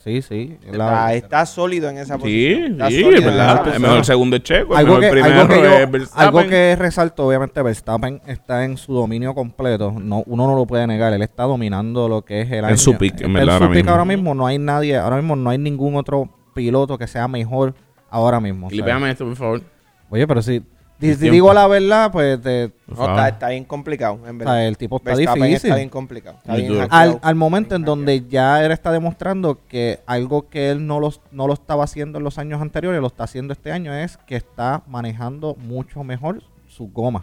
Speaker 4: Sí, sí.
Speaker 1: Está,
Speaker 4: la-
Speaker 1: está sólido en esa
Speaker 2: Sí,
Speaker 1: posición. Está
Speaker 2: sí,
Speaker 1: sólido en
Speaker 2: es
Speaker 1: esa
Speaker 2: verdad. El
Speaker 1: posición.
Speaker 2: mejor segundo es Checo, Pues el
Speaker 4: algo
Speaker 2: mejor
Speaker 4: que,
Speaker 2: primero
Speaker 4: algo, que yo-
Speaker 2: es Verstappen.
Speaker 4: algo que resalto, obviamente, Verstappen está en su dominio completo. No, uno no lo puede negar. Él está dominando lo que es el año.
Speaker 2: su pick, en
Speaker 4: Está
Speaker 2: verdad, ahora
Speaker 4: su pick
Speaker 2: mismo.
Speaker 4: ahora mismo. No hay nadie, ahora mismo no hay ningún otro piloto que sea mejor ahora mismo. o sea.
Speaker 2: Clipéame esto, por favor.
Speaker 4: oye, pero si, si
Speaker 2: tiempo.
Speaker 4: digo la verdad, pues te-
Speaker 2: Por
Speaker 1: No,
Speaker 2: favor.
Speaker 1: está, está bien complicado, en
Speaker 4: o
Speaker 1: verdad.
Speaker 4: sea, el tipo está
Speaker 1: Verstappen
Speaker 4: difícil.
Speaker 1: Está bien complicado. Está
Speaker 2: Muy
Speaker 1: bien
Speaker 2: duro.
Speaker 4: al,
Speaker 1: hackeado.
Speaker 4: al momento en donde ya él está demostrando que algo que él no lo, no lo estaba haciendo en los años anteriores, lo está haciendo este año, es que está manejando mucho mejor su goma.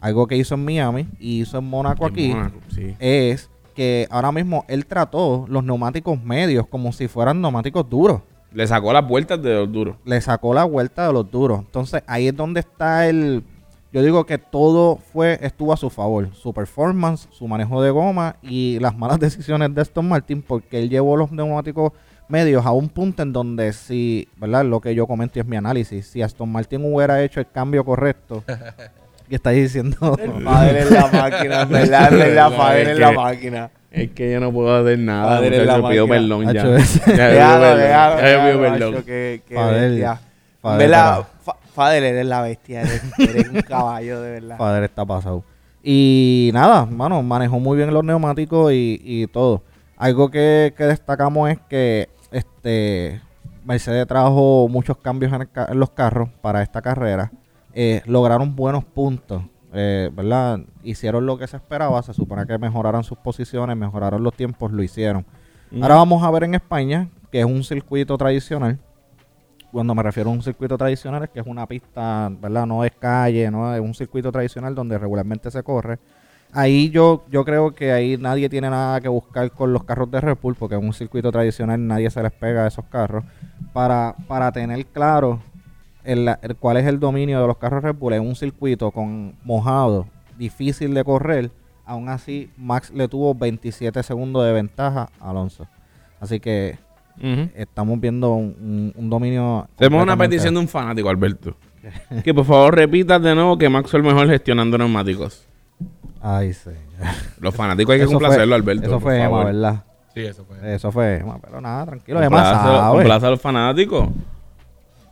Speaker 4: Algo que hizo en Miami y hizo en Mónaco aquí
Speaker 2: Sí.
Speaker 4: es que ahora mismo él trató los neumáticos medios como si fueran neumáticos duros.
Speaker 2: Le sacó las vueltas de los duros.
Speaker 4: Le sacó la vuelta de los duros. Entonces ahí es donde está el... Yo digo que todo fue estuvo a su favor. Su performance, su manejo de goma y las malas *laughs* decisiones de Aston Martin porque él llevó los neumáticos medios a un punto en donde si, ¿verdad? Lo que yo comento y es mi análisis. Si Aston Martin hubiera hecho el cambio correcto, que estáis diciendo...
Speaker 1: Padre en la máquina, en verdad, en verdad,
Speaker 2: Es
Speaker 1: padre en la
Speaker 2: que-
Speaker 1: máquina.
Speaker 2: Es que yo no puedo hacer nada.
Speaker 1: Padre,
Speaker 2: muchacho,
Speaker 1: la
Speaker 2: pido
Speaker 1: máquina.
Speaker 2: perdón ya.
Speaker 4: Hacho, es-
Speaker 2: Ya,
Speaker 1: Déjalo, déjalo,
Speaker 2: pido perdón. Ya, pido
Speaker 1: déjalo,
Speaker 2: perdón.
Speaker 1: macho, que- que
Speaker 4: Fadel,
Speaker 1: bestia.
Speaker 4: Fadel,
Speaker 1: ¿Verdad?
Speaker 4: pero-
Speaker 1: Fa- Fadel, eres la bestia, eres, eres un caballo, de verdad.
Speaker 4: Padre está pasado. Y nada, mano, manejó muy bien los neumáticos y, y todo. Algo que, que destacamos es que este Mercedes trajo muchos cambios en, el ca- en los carros para esta carrera. Eh, lograron buenos puntos, eh, ¿verdad? Hicieron lo que se esperaba, se supone que mejoraron sus posiciones, mejoraron los tiempos, lo hicieron. Ahora vamos a ver en España, que es un circuito tradicional. Cuando me refiero a un circuito tradicional es que es una pista, ¿verdad? No es calle, no es un circuito tradicional donde regularmente se corre. Ahí yo, yo creo que ahí nadie tiene nada que buscar con los carros de Red Bull, porque en un circuito tradicional nadie se les pega a esos carros. Para, para tener claro el, el- cuál es el dominio de los carros Red Bull en un circuito con mojado, difícil de correr, aún así Max le tuvo 27 segundos de ventaja a Alonso. Así que
Speaker 2: Ujú.
Speaker 4: estamos viendo un, un- un dominio.
Speaker 2: Tenemos una
Speaker 4: completamente-
Speaker 2: petición de un fanático, Alberto. *laughs* que por favor repitas de nuevo que Max fue el mejor gestionando neumáticos.
Speaker 4: Ay, sí.
Speaker 2: Los fanáticos hay que
Speaker 4: Eso fue-
Speaker 2: complacerlo, Alberto.
Speaker 4: Eso
Speaker 2: por
Speaker 4: fue Emma,
Speaker 2: favor.
Speaker 4: ¿verdad?
Speaker 5: Sí, eso fue.
Speaker 4: Eso fue Emma, pero nada, tranquilo, Emma
Speaker 2: Complaza,
Speaker 4: sabe.
Speaker 2: complaza a los fanáticos.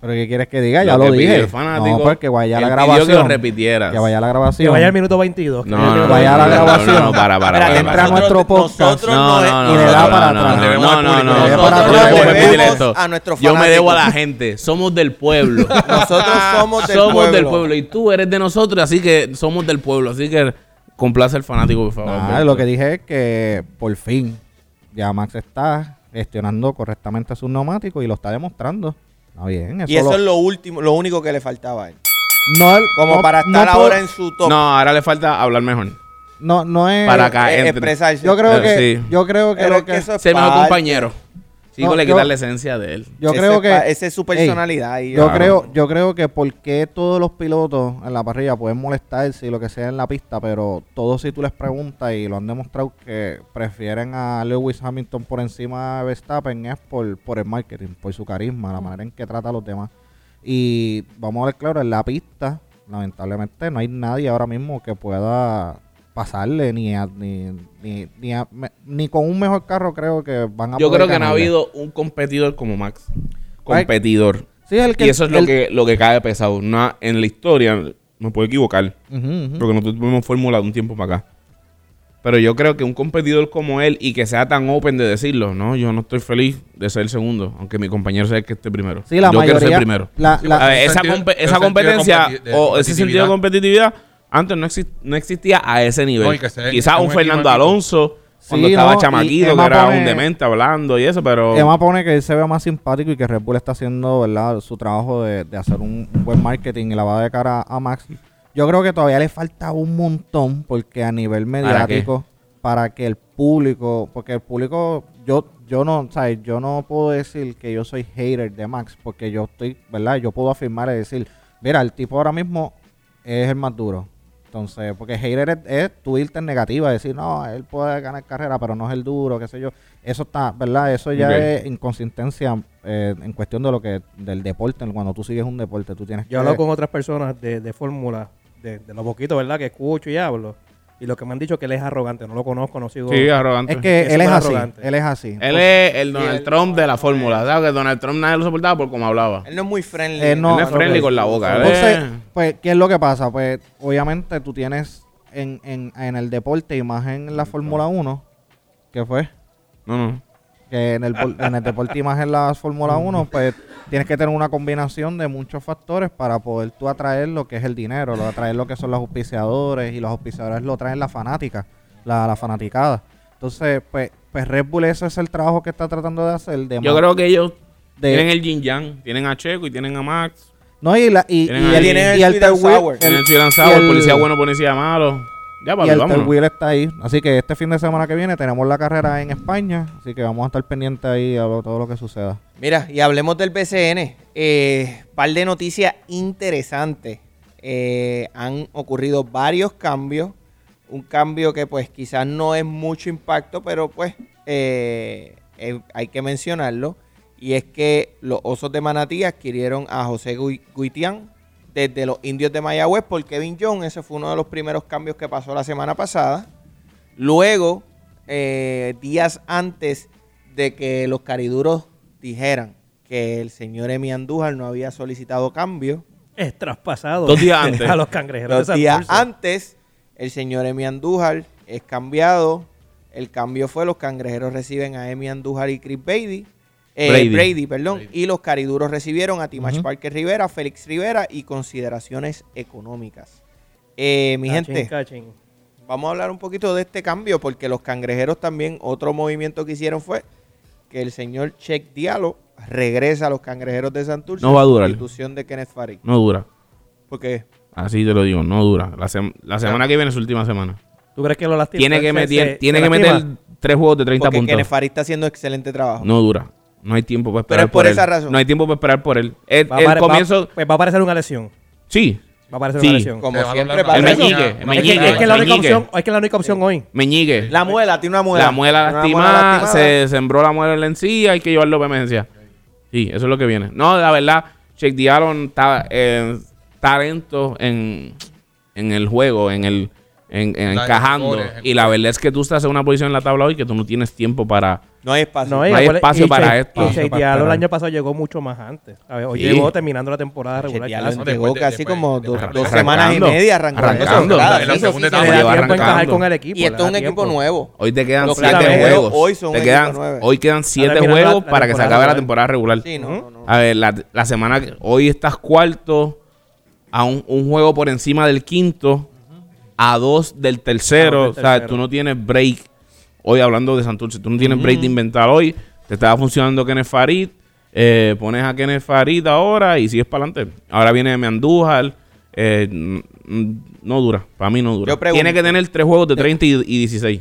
Speaker 4: Pero ¿qué quieres que diga? Ya
Speaker 2: Lo
Speaker 4: lo,
Speaker 2: que pidió
Speaker 4: dije.
Speaker 2: el fanático,
Speaker 4: no, porque vaya la
Speaker 2: él pidió que lo
Speaker 4: grabación.
Speaker 2: repitieras.
Speaker 4: Que vaya la
Speaker 3: Que
Speaker 4: grabación.
Speaker 3: vaya al minuto 22. que
Speaker 2: No,
Speaker 3: ya
Speaker 2: no,
Speaker 3: tiene-
Speaker 2: no,
Speaker 4: Vaya a la
Speaker 2: no, no,
Speaker 4: grabación.
Speaker 2: No, no, para, para,
Speaker 4: Espérate,
Speaker 2: para,
Speaker 4: entra
Speaker 2: para.
Speaker 4: a nuestro podcast.
Speaker 2: No, no, no,
Speaker 4: y le da
Speaker 2: no,
Speaker 4: para
Speaker 2: no,
Speaker 4: atrás.
Speaker 2: no,
Speaker 5: Debemos
Speaker 2: no,
Speaker 5: al
Speaker 2: no,
Speaker 5: público.
Speaker 2: no, no, yo
Speaker 4: Nosotros
Speaker 2: no puedo
Speaker 4: debemos
Speaker 2: permitir esto.
Speaker 1: a nuestro
Speaker 2: Yo me debo a la
Speaker 1: fanático.
Speaker 2: gente. Somos del
Speaker 4: *laughs*
Speaker 2: pueblo.
Speaker 1: Nosotros somos del
Speaker 2: somos
Speaker 1: pueblo.
Speaker 2: del pueblo. Y tú eres de nosotros, así que somos del pueblo. Así que complace al fanático, por favor.
Speaker 4: Nada,
Speaker 2: Alberto.
Speaker 4: lo que dije Ah, es que por fin ya Max está gestionando correctamente sus neumáticos y lo está demostrando. Está bien, eso,
Speaker 1: Y eso
Speaker 4: lo-
Speaker 1: es lo último, lo único que le faltaba a él.
Speaker 4: no,
Speaker 1: Como
Speaker 4: no-
Speaker 1: para
Speaker 4: no
Speaker 1: estar
Speaker 4: puedo-
Speaker 1: ahora en su top.
Speaker 2: No, ahora le falta hablar mejor.
Speaker 4: No, no es.
Speaker 2: Para acá,
Speaker 1: eh,
Speaker 2: entre.
Speaker 1: expresarse.
Speaker 4: Yo creo
Speaker 2: Pero
Speaker 4: que.
Speaker 2: sí.
Speaker 4: Yo creo que.
Speaker 1: Pero
Speaker 4: lo
Speaker 1: es que
Speaker 4: que-
Speaker 1: eso es
Speaker 2: Ser mejor
Speaker 1: parte.
Speaker 2: compañero. Chico,
Speaker 4: No,
Speaker 2: le
Speaker 4: yo-
Speaker 2: quitas la esencia de él.
Speaker 4: yo
Speaker 1: Ese
Speaker 4: creo
Speaker 1: es
Speaker 4: que.
Speaker 1: pa- Esa es ah. su personalidad. y-
Speaker 4: Yo
Speaker 2: Claro.
Speaker 4: creo, yo creo que por qué todos los pilotos en la parrilla pueden molestarse y lo que sea en la pista, pero todos si tú les preguntas y lo han demostrado que prefieren a Lewis Hamilton por encima de Verstappen es por, por el marketing, por su carisma, la manera en que trata a los demás. Y vamos a ver claro, en la pista, lamentablemente no hay nadie ahora mismo que pueda pasarle ni a- ni, ni, ni, a- me- ni con un mejor carro creo que van a
Speaker 2: Yo
Speaker 4: poder
Speaker 2: creo que no ha
Speaker 4: ganarle.
Speaker 2: habido un competidor como Max. Competidor.
Speaker 4: Sí, el que-
Speaker 2: Y eso es lo
Speaker 4: el-
Speaker 2: que, lo que cae pesado. No, en la historia, me puedo equivocar,
Speaker 4: Ujú, ujú.
Speaker 2: porque nosotros tuvimos fórmula de un tiempo para acá. Pero yo creo que un competidor como él y que sea tan open de decirlo, no, yo no estoy feliz de ser el segundo, aunque mi compañero sea el que esté primero.
Speaker 4: Sí, la
Speaker 2: yo quiero
Speaker 4: mayoría-
Speaker 2: ser primero.
Speaker 4: la- la-
Speaker 2: A ver,
Speaker 5: Un
Speaker 2: esa,
Speaker 5: sentido-
Speaker 2: compe-
Speaker 5: un
Speaker 2: esa
Speaker 5: sentido de
Speaker 2: competencia
Speaker 5: competi- de
Speaker 2: o ese sentido de
Speaker 5: competitividad.
Speaker 2: competitividad antes no, exi- no existía a ese nivel.
Speaker 5: No, y que sea-
Speaker 2: Quizás
Speaker 5: que
Speaker 2: un
Speaker 5: sea un
Speaker 2: Fernando
Speaker 5: equipo equipo.
Speaker 2: Alonso cuando
Speaker 4: Sí,
Speaker 2: estaba
Speaker 4: no, y
Speaker 2: chamaquito, que
Speaker 4: Emma
Speaker 2: era un
Speaker 4: pone-
Speaker 2: demente hablando y eso, pero...
Speaker 4: Emma pone que él se vea más simpático y que Red Bull está haciendo ¿verdad? su trabajo de, de hacer un buen marketing y lavada de cara a Max. Yo creo que todavía le falta un montón porque a nivel mediático para que el público, porque el público yo yo no, ¿sabes? yo no puedo decir que yo soy hater de Max porque yo estoy, ¿verdad? Yo puedo afirmar y decir, mira, el tipo ahora mismo es el más duro. Entonces, porque hater es, es tu irte en negativa, decir, no, él puede ganar carrera, pero no es el duro, qué sé yo. Eso está, ¿verdad? Eso ya
Speaker 2: Ok.
Speaker 4: es inconsistencia eh, en cuestión de lo que del deporte. Cuando tú sigues un deporte, tú tienes
Speaker 3: Yo
Speaker 4: que...
Speaker 3: hablo con otras personas de, de fórmula, de, de los poquitos, ¿verdad? Que escucho y hablo. Y lo que me han dicho es que él es arrogante. No lo conozco, no sigo.
Speaker 2: Sí, arrogante.
Speaker 4: Es que
Speaker 3: Es
Speaker 4: él es
Speaker 3: súper
Speaker 4: así,
Speaker 3: arrogante.
Speaker 4: él es así.
Speaker 2: Él es el Donald
Speaker 6: el-
Speaker 2: Trump de la fórmula. ¿Sabes? Que Donald Trump nadie lo soportaba por cómo hablaba.
Speaker 1: Él no es muy friendly.
Speaker 4: Eh, no,
Speaker 2: Él es friendly con la boca. él
Speaker 4: Entonces,
Speaker 2: es-
Speaker 4: pues, ¿qué es lo que pasa? Pues, obviamente, tú tienes en, en, en el deporte y más en la Fórmula 1, ¿qué fue?
Speaker 2: No, no.
Speaker 4: Que en el, bol- en el deporte y más en la Fórmula 1, pues, tienes que tener una combinación de muchos factores para poder tú atraer lo que es el dinero, lo atraer lo que son los auspiciadores y los auspiciadores lo traen la fanática, la, la fanaticada. Entonces, pues, pues Red Bull, eso es el trabajo que está tratando de hacer. De
Speaker 2: Yo
Speaker 4: ma-
Speaker 2: creo que ellos
Speaker 4: de-
Speaker 2: tienen el Yin Yang. Tienen a Checo y tienen a Max.
Speaker 4: No, y, la, y, y
Speaker 2: Tienen ahí-
Speaker 4: el,
Speaker 1: Tienen el
Speaker 4: y el
Speaker 1: Sweet and
Speaker 4: Terwheel-
Speaker 1: Sour.
Speaker 2: Tienen el Silan
Speaker 4: y
Speaker 2: Sauer,
Speaker 4: el-
Speaker 2: policía bueno, policía malo. Ya,
Speaker 4: y
Speaker 2: papi,
Speaker 4: el
Speaker 2: vámonos.
Speaker 4: Terwheel está ahí. Así que este fin de semana que viene tenemos la carrera en España. Así que vamos a estar pendientes ahí a lo- todo lo que suceda.
Speaker 1: Mira, y hablemos del BCN. Eh, par de noticias interesantes. Eh, han ocurrido varios cambios. Un cambio que pues quizás no es mucho impacto, pero pues eh, eh, hay que mencionarlo. Y es que los Osos de Manatí adquirieron a José Gui- Guitián desde los Indios de Mayagüez por Kevin Jones. Ese fue uno de los primeros cambios que pasó la semana pasada. Luego, eh, días antes de que los cariduros dijeran que el señor Emi Andújar no había solicitado cambio,
Speaker 3: Es traspasado.
Speaker 2: Dos días antes.
Speaker 3: *laughs* A los cangrejeros.
Speaker 1: los
Speaker 3: de
Speaker 1: días
Speaker 3: Santurce.
Speaker 1: antes, el señor Emi Andújar es cambiado. El cambio fue los cangrejeros reciben a Emi Andújar y Chris Brady. eh,
Speaker 2: Brady.
Speaker 1: Brady. perdón. Y los cariduros recibieron a Timash Parker Rivera, Félix Rivera y consideraciones económicas. Eh, mi
Speaker 3: Cachín,
Speaker 1: gente,
Speaker 3: cachín.
Speaker 1: Vamos a hablar un poquito de este cambio, porque los cangrejeros también, otro movimiento que hicieron fue que el señor Check Diallo regresa a los cangrejeros de Santurce.
Speaker 2: No va a durar.
Speaker 1: Institución de Kenneth Farid.
Speaker 2: No dura.
Speaker 1: Porque
Speaker 2: Así te lo digo, no dura. La, sem- la semana que viene es su última semana.
Speaker 3: ¿Tú crees que lo lastima?
Speaker 2: Tiene que
Speaker 3: Se-
Speaker 2: meter,
Speaker 3: se-
Speaker 2: tiene
Speaker 3: se
Speaker 2: que
Speaker 3: lastima?
Speaker 2: meter tres juegos de 30
Speaker 1: porque Kenneth
Speaker 2: puntos.
Speaker 1: Farid está haciendo excelente trabajo.
Speaker 2: No dura. No hay tiempo para
Speaker 1: Pero
Speaker 2: esperar
Speaker 1: es por
Speaker 2: él.
Speaker 1: esa razón.
Speaker 2: No hay tiempo para esperar por él. El,
Speaker 3: Va a
Speaker 2: el
Speaker 3: apare- va-
Speaker 2: comienzo,
Speaker 3: pues va a aparecer una lesión.
Speaker 2: sí.
Speaker 3: Va a aparecer
Speaker 2: Sí.
Speaker 3: una lesión.
Speaker 1: Como
Speaker 5: Te va a
Speaker 1: siempre
Speaker 5: doblar
Speaker 1: pasa.
Speaker 2: el
Speaker 5: una-
Speaker 2: meñique,
Speaker 5: una-
Speaker 2: el
Speaker 5: una-
Speaker 3: Es que,
Speaker 2: meñique.
Speaker 3: es que la única
Speaker 2: Meñique.
Speaker 3: opción, es que la única opción hoy.
Speaker 2: Meñique.
Speaker 1: La muela, tiene una muela.
Speaker 2: La muela
Speaker 1: Una
Speaker 2: lastimada,
Speaker 1: lastimada.
Speaker 2: se sembró la muela en la encía, hay que llevarlo a emergencia. Sí, eso es lo que viene. No, la verdad, Check Dialon está eh, talento en, en el juego, en el en, en
Speaker 5: La-
Speaker 2: encajando.
Speaker 5: el core, el
Speaker 2: y la verdad es que tú estás en una posición en la tabla hoy que tú no tienes tiempo para...
Speaker 1: No hay espacio.
Speaker 3: No,
Speaker 2: hay
Speaker 3: y acuérdate-
Speaker 2: espacio
Speaker 3: y
Speaker 2: para
Speaker 3: Che-
Speaker 2: esto.
Speaker 3: Y Che
Speaker 4: Espacio para
Speaker 3: Diallo el
Speaker 4: esperar.
Speaker 3: año pasado llegó mucho más antes. ¿sabes? Hoy
Speaker 2: Sí.
Speaker 3: llegó terminando la temporada regular.
Speaker 1: Check
Speaker 3: ya.
Speaker 1: Diallo
Speaker 5: No,
Speaker 1: llegó
Speaker 5: después de-
Speaker 1: casi
Speaker 5: después-
Speaker 1: como
Speaker 5: después
Speaker 1: dos,
Speaker 5: arrancando.
Speaker 1: dos semanas y
Speaker 2: Arrancando.
Speaker 1: media arrancando.
Speaker 2: Arrancando.
Speaker 1: Eso, claro,
Speaker 5: En la
Speaker 1: sí,
Speaker 5: segunda
Speaker 1: sí,
Speaker 5: etapa
Speaker 1: sí, le da
Speaker 3: le da
Speaker 2: lleva
Speaker 3: tiempo a encajar
Speaker 2: arrancando.
Speaker 3: con el equipo.
Speaker 1: Y
Speaker 3: le
Speaker 1: esto
Speaker 3: da
Speaker 1: es un equipo
Speaker 3: tiempo.
Speaker 1: nuevo.
Speaker 2: Hoy te quedan
Speaker 1: Los
Speaker 2: siete
Speaker 1: cangrejeros
Speaker 2: juegos.
Speaker 1: hoy son
Speaker 2: te
Speaker 1: un
Speaker 2: quedan,
Speaker 1: equipo nueve.
Speaker 2: hoy quedan siete
Speaker 3: terminando la-
Speaker 2: juegos
Speaker 3: la
Speaker 2: para que se
Speaker 3: temporada
Speaker 2: acabe la temporada
Speaker 3: regular.
Speaker 2: regular.
Speaker 1: Sí, no, no, no.
Speaker 2: A ver, la, la semana que hoy estás cuarto, a un, un juego por encima del quinto, a dos del tercero.
Speaker 3: A dos del
Speaker 2: O sea,
Speaker 3: tercero.
Speaker 2: tú no tienes break. Hoy hablando de Santurce, tú no tienes break de inventar hoy. Te estaba funcionando Kenneth Farid. eh, pones a Kenneth Farid ahora y sigues para adelante. Ahora viene Meandújar. eh, mm, mm, no dura, para mí no dura.
Speaker 1: Yo pregunto.
Speaker 2: Tiene que tener tres juegos de 30 y, y 16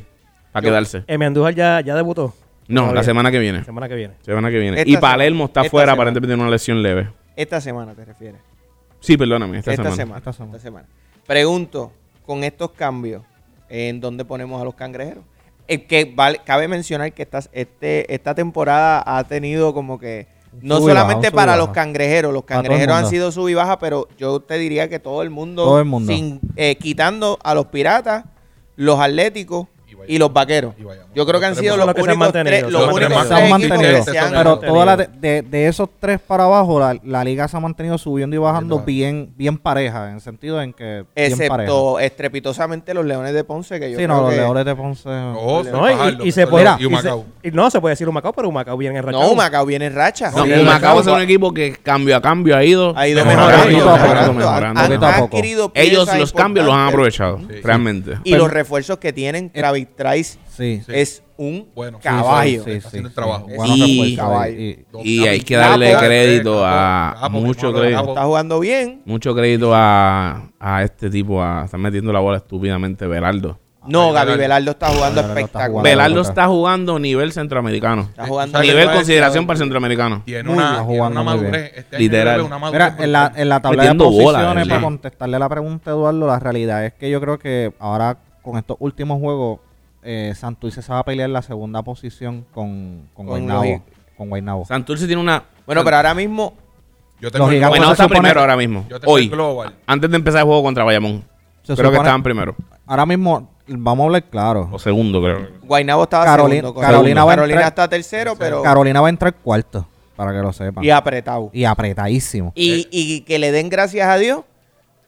Speaker 2: para
Speaker 1: Yo-
Speaker 2: quedarse.
Speaker 3: Emi Andújar Eh, ya, ya debutó.
Speaker 2: No,
Speaker 3: Todavía.
Speaker 2: la semana que viene.
Speaker 3: Semana que viene.
Speaker 2: Semana que viene.
Speaker 1: Esta
Speaker 2: y
Speaker 1: semana.
Speaker 2: Palermo está
Speaker 1: Esta
Speaker 2: fuera,
Speaker 1: semana.
Speaker 2: aparentemente tiene una lesión leve.
Speaker 1: Esta semana te refieres.
Speaker 2: Sí, perdóname, esta,
Speaker 1: esta,
Speaker 2: semana.
Speaker 1: semana,
Speaker 4: Esta semana.
Speaker 1: esta semana. Pregunto, con estos cambios, ¿en dónde ponemos a los cangrejeros? Eh, que vale- cabe mencionar que esta, este, esta temporada ha tenido como que, no
Speaker 4: sub y baja,
Speaker 1: solamente
Speaker 4: un sub y
Speaker 1: para
Speaker 4: baja.
Speaker 1: los cangrejeros, los
Speaker 4: Para todo el
Speaker 1: cangrejeros han
Speaker 4: mundo.
Speaker 1: sido sub y baja, pero yo te diría que todo el mundo,
Speaker 4: Todo el mundo.
Speaker 1: sin- eh, quitando a los piratas, los atléticos
Speaker 5: Y Bayamón.
Speaker 1: y los vaqueros.
Speaker 5: Y Bayamón.
Speaker 1: Yo creo que han
Speaker 5: Los
Speaker 1: sido
Speaker 5: tres
Speaker 1: los,
Speaker 3: más- los que se han
Speaker 1: únicos tres,
Speaker 3: mantenido,
Speaker 1: los
Speaker 5: los tres
Speaker 1: únicos
Speaker 5: más-
Speaker 4: se
Speaker 1: tres
Speaker 4: han
Speaker 1: equipos que
Speaker 4: mantenido.
Speaker 1: se han-
Speaker 4: Pero
Speaker 5: mantenido.
Speaker 4: toda la de, de- de esos tres para abajo, la, la liga se ha mantenido subiendo y bajando
Speaker 5: Claro.
Speaker 4: bien, bien pareja, en el sentido en que bien pareja.
Speaker 1: Excepto estrepitosamente los Leones de Ponce, que yo
Speaker 4: Sí,
Speaker 1: creo
Speaker 4: no, los
Speaker 1: que-
Speaker 4: Leones de Ponce.
Speaker 5: Ojo,
Speaker 3: No, y-
Speaker 5: Fajardo,
Speaker 3: y, y
Speaker 5: que
Speaker 3: se
Speaker 5: son
Speaker 3: puede.
Speaker 5: Oh, los-
Speaker 3: y
Speaker 5: Y
Speaker 3: se-
Speaker 5: Humacao.
Speaker 3: y no, se puede decir Humacao, pero Humacao viene en
Speaker 1: No, Macao viene en racha.
Speaker 2: No,
Speaker 5: Sí,
Speaker 2: Humacao
Speaker 5: Humacao
Speaker 2: es un equipo que cambio a cambio ha ido,
Speaker 1: Ha ido
Speaker 5: mejorando,
Speaker 2: mejorando,
Speaker 1: Han-
Speaker 2: mejorando,
Speaker 5: mejorando,
Speaker 4: poquito
Speaker 2: mejorando.
Speaker 4: a
Speaker 1: han
Speaker 4: poco.
Speaker 1: adquirido
Speaker 2: Ellos
Speaker 1: piezas
Speaker 2: los cambios los han Eh,
Speaker 1: importantes.
Speaker 2: aprovechado,
Speaker 5: Sí.
Speaker 2: realmente.
Speaker 1: Y los refuerzos que tienen, Travis Trice
Speaker 4: Sí.
Speaker 5: Sí.
Speaker 1: es un
Speaker 5: Bueno, sí,
Speaker 1: caballo.
Speaker 5: sí, está haciendo el trabajo.
Speaker 4: Buena
Speaker 2: Y-
Speaker 4: refuerzo ahí,
Speaker 1: Caballo.
Speaker 4: y-
Speaker 2: Y hay que darle
Speaker 1: Capo,
Speaker 2: crédito
Speaker 5: capo,
Speaker 2: a
Speaker 5: capo,
Speaker 2: mucho
Speaker 5: capo,
Speaker 2: crédito.
Speaker 5: capo.
Speaker 1: Está jugando bien.
Speaker 2: Mucho crédito a, a este tipo. A, está metiendo la bola estúpidamente, Velardo.
Speaker 1: No,
Speaker 5: Ay,
Speaker 1: Ah, Gaby
Speaker 5: Velardo.
Speaker 1: Velardo está jugando
Speaker 4: Velardo está
Speaker 1: espectacular.
Speaker 4: jugando.
Speaker 2: Velardo
Speaker 4: loca.
Speaker 2: está jugando nivel centroamericano.
Speaker 1: Está jugando
Speaker 5: Eh, tú sabes
Speaker 2: nivel
Speaker 5: que va a
Speaker 2: consideración
Speaker 5: decir-
Speaker 2: para el centroamericano.
Speaker 5: Tiene
Speaker 4: Muy
Speaker 5: una,
Speaker 4: bien,
Speaker 5: tiene
Speaker 4: jugando
Speaker 5: una
Speaker 4: muy bien.
Speaker 5: madurez. Este año
Speaker 2: Literal.
Speaker 5: debe una madurez
Speaker 4: Mira, en la, en la tabla de
Speaker 2: Metiendo bola,
Speaker 4: posiciones,
Speaker 2: ¿verdad?
Speaker 4: para contestarle la pregunta, Eduardo, la realidad es que yo creo que ahora con estos últimos juegos, eh, Santurce se va a pelear la segunda posición con,
Speaker 1: Con
Speaker 4: con, Guaynabo.
Speaker 1: los-
Speaker 4: Con Guaynabo.
Speaker 2: Santurce tiene una.
Speaker 1: Bueno, pero ahora mismo
Speaker 5: Yo tengo
Speaker 4: Los
Speaker 5: el
Speaker 4: gigantes
Speaker 2: Guaynabo
Speaker 5: global.
Speaker 4: se
Speaker 2: está
Speaker 4: supone-
Speaker 2: primero ahora mismo.
Speaker 5: Yo tengo el
Speaker 2: Hoy.
Speaker 5: global.
Speaker 2: Antes de empezar el juego contra Bayamón.
Speaker 4: Se
Speaker 2: creo que
Speaker 4: supone-
Speaker 2: estaban primero.
Speaker 4: Ahora mismo, vamos a hablar claro.
Speaker 2: O segundo, creo.
Speaker 1: Guainabo estaba
Speaker 4: Carolina-
Speaker 1: segundo, correcto.
Speaker 4: Carolina va a
Speaker 1: Carolina
Speaker 4: entrar-
Speaker 1: está tercero, pero
Speaker 4: Carolina va a entrar cuarto, para que lo sepan.
Speaker 1: y apretado.
Speaker 4: Y apretadísimo.
Speaker 2: Eh.
Speaker 1: Y, y que le den gracias a Dios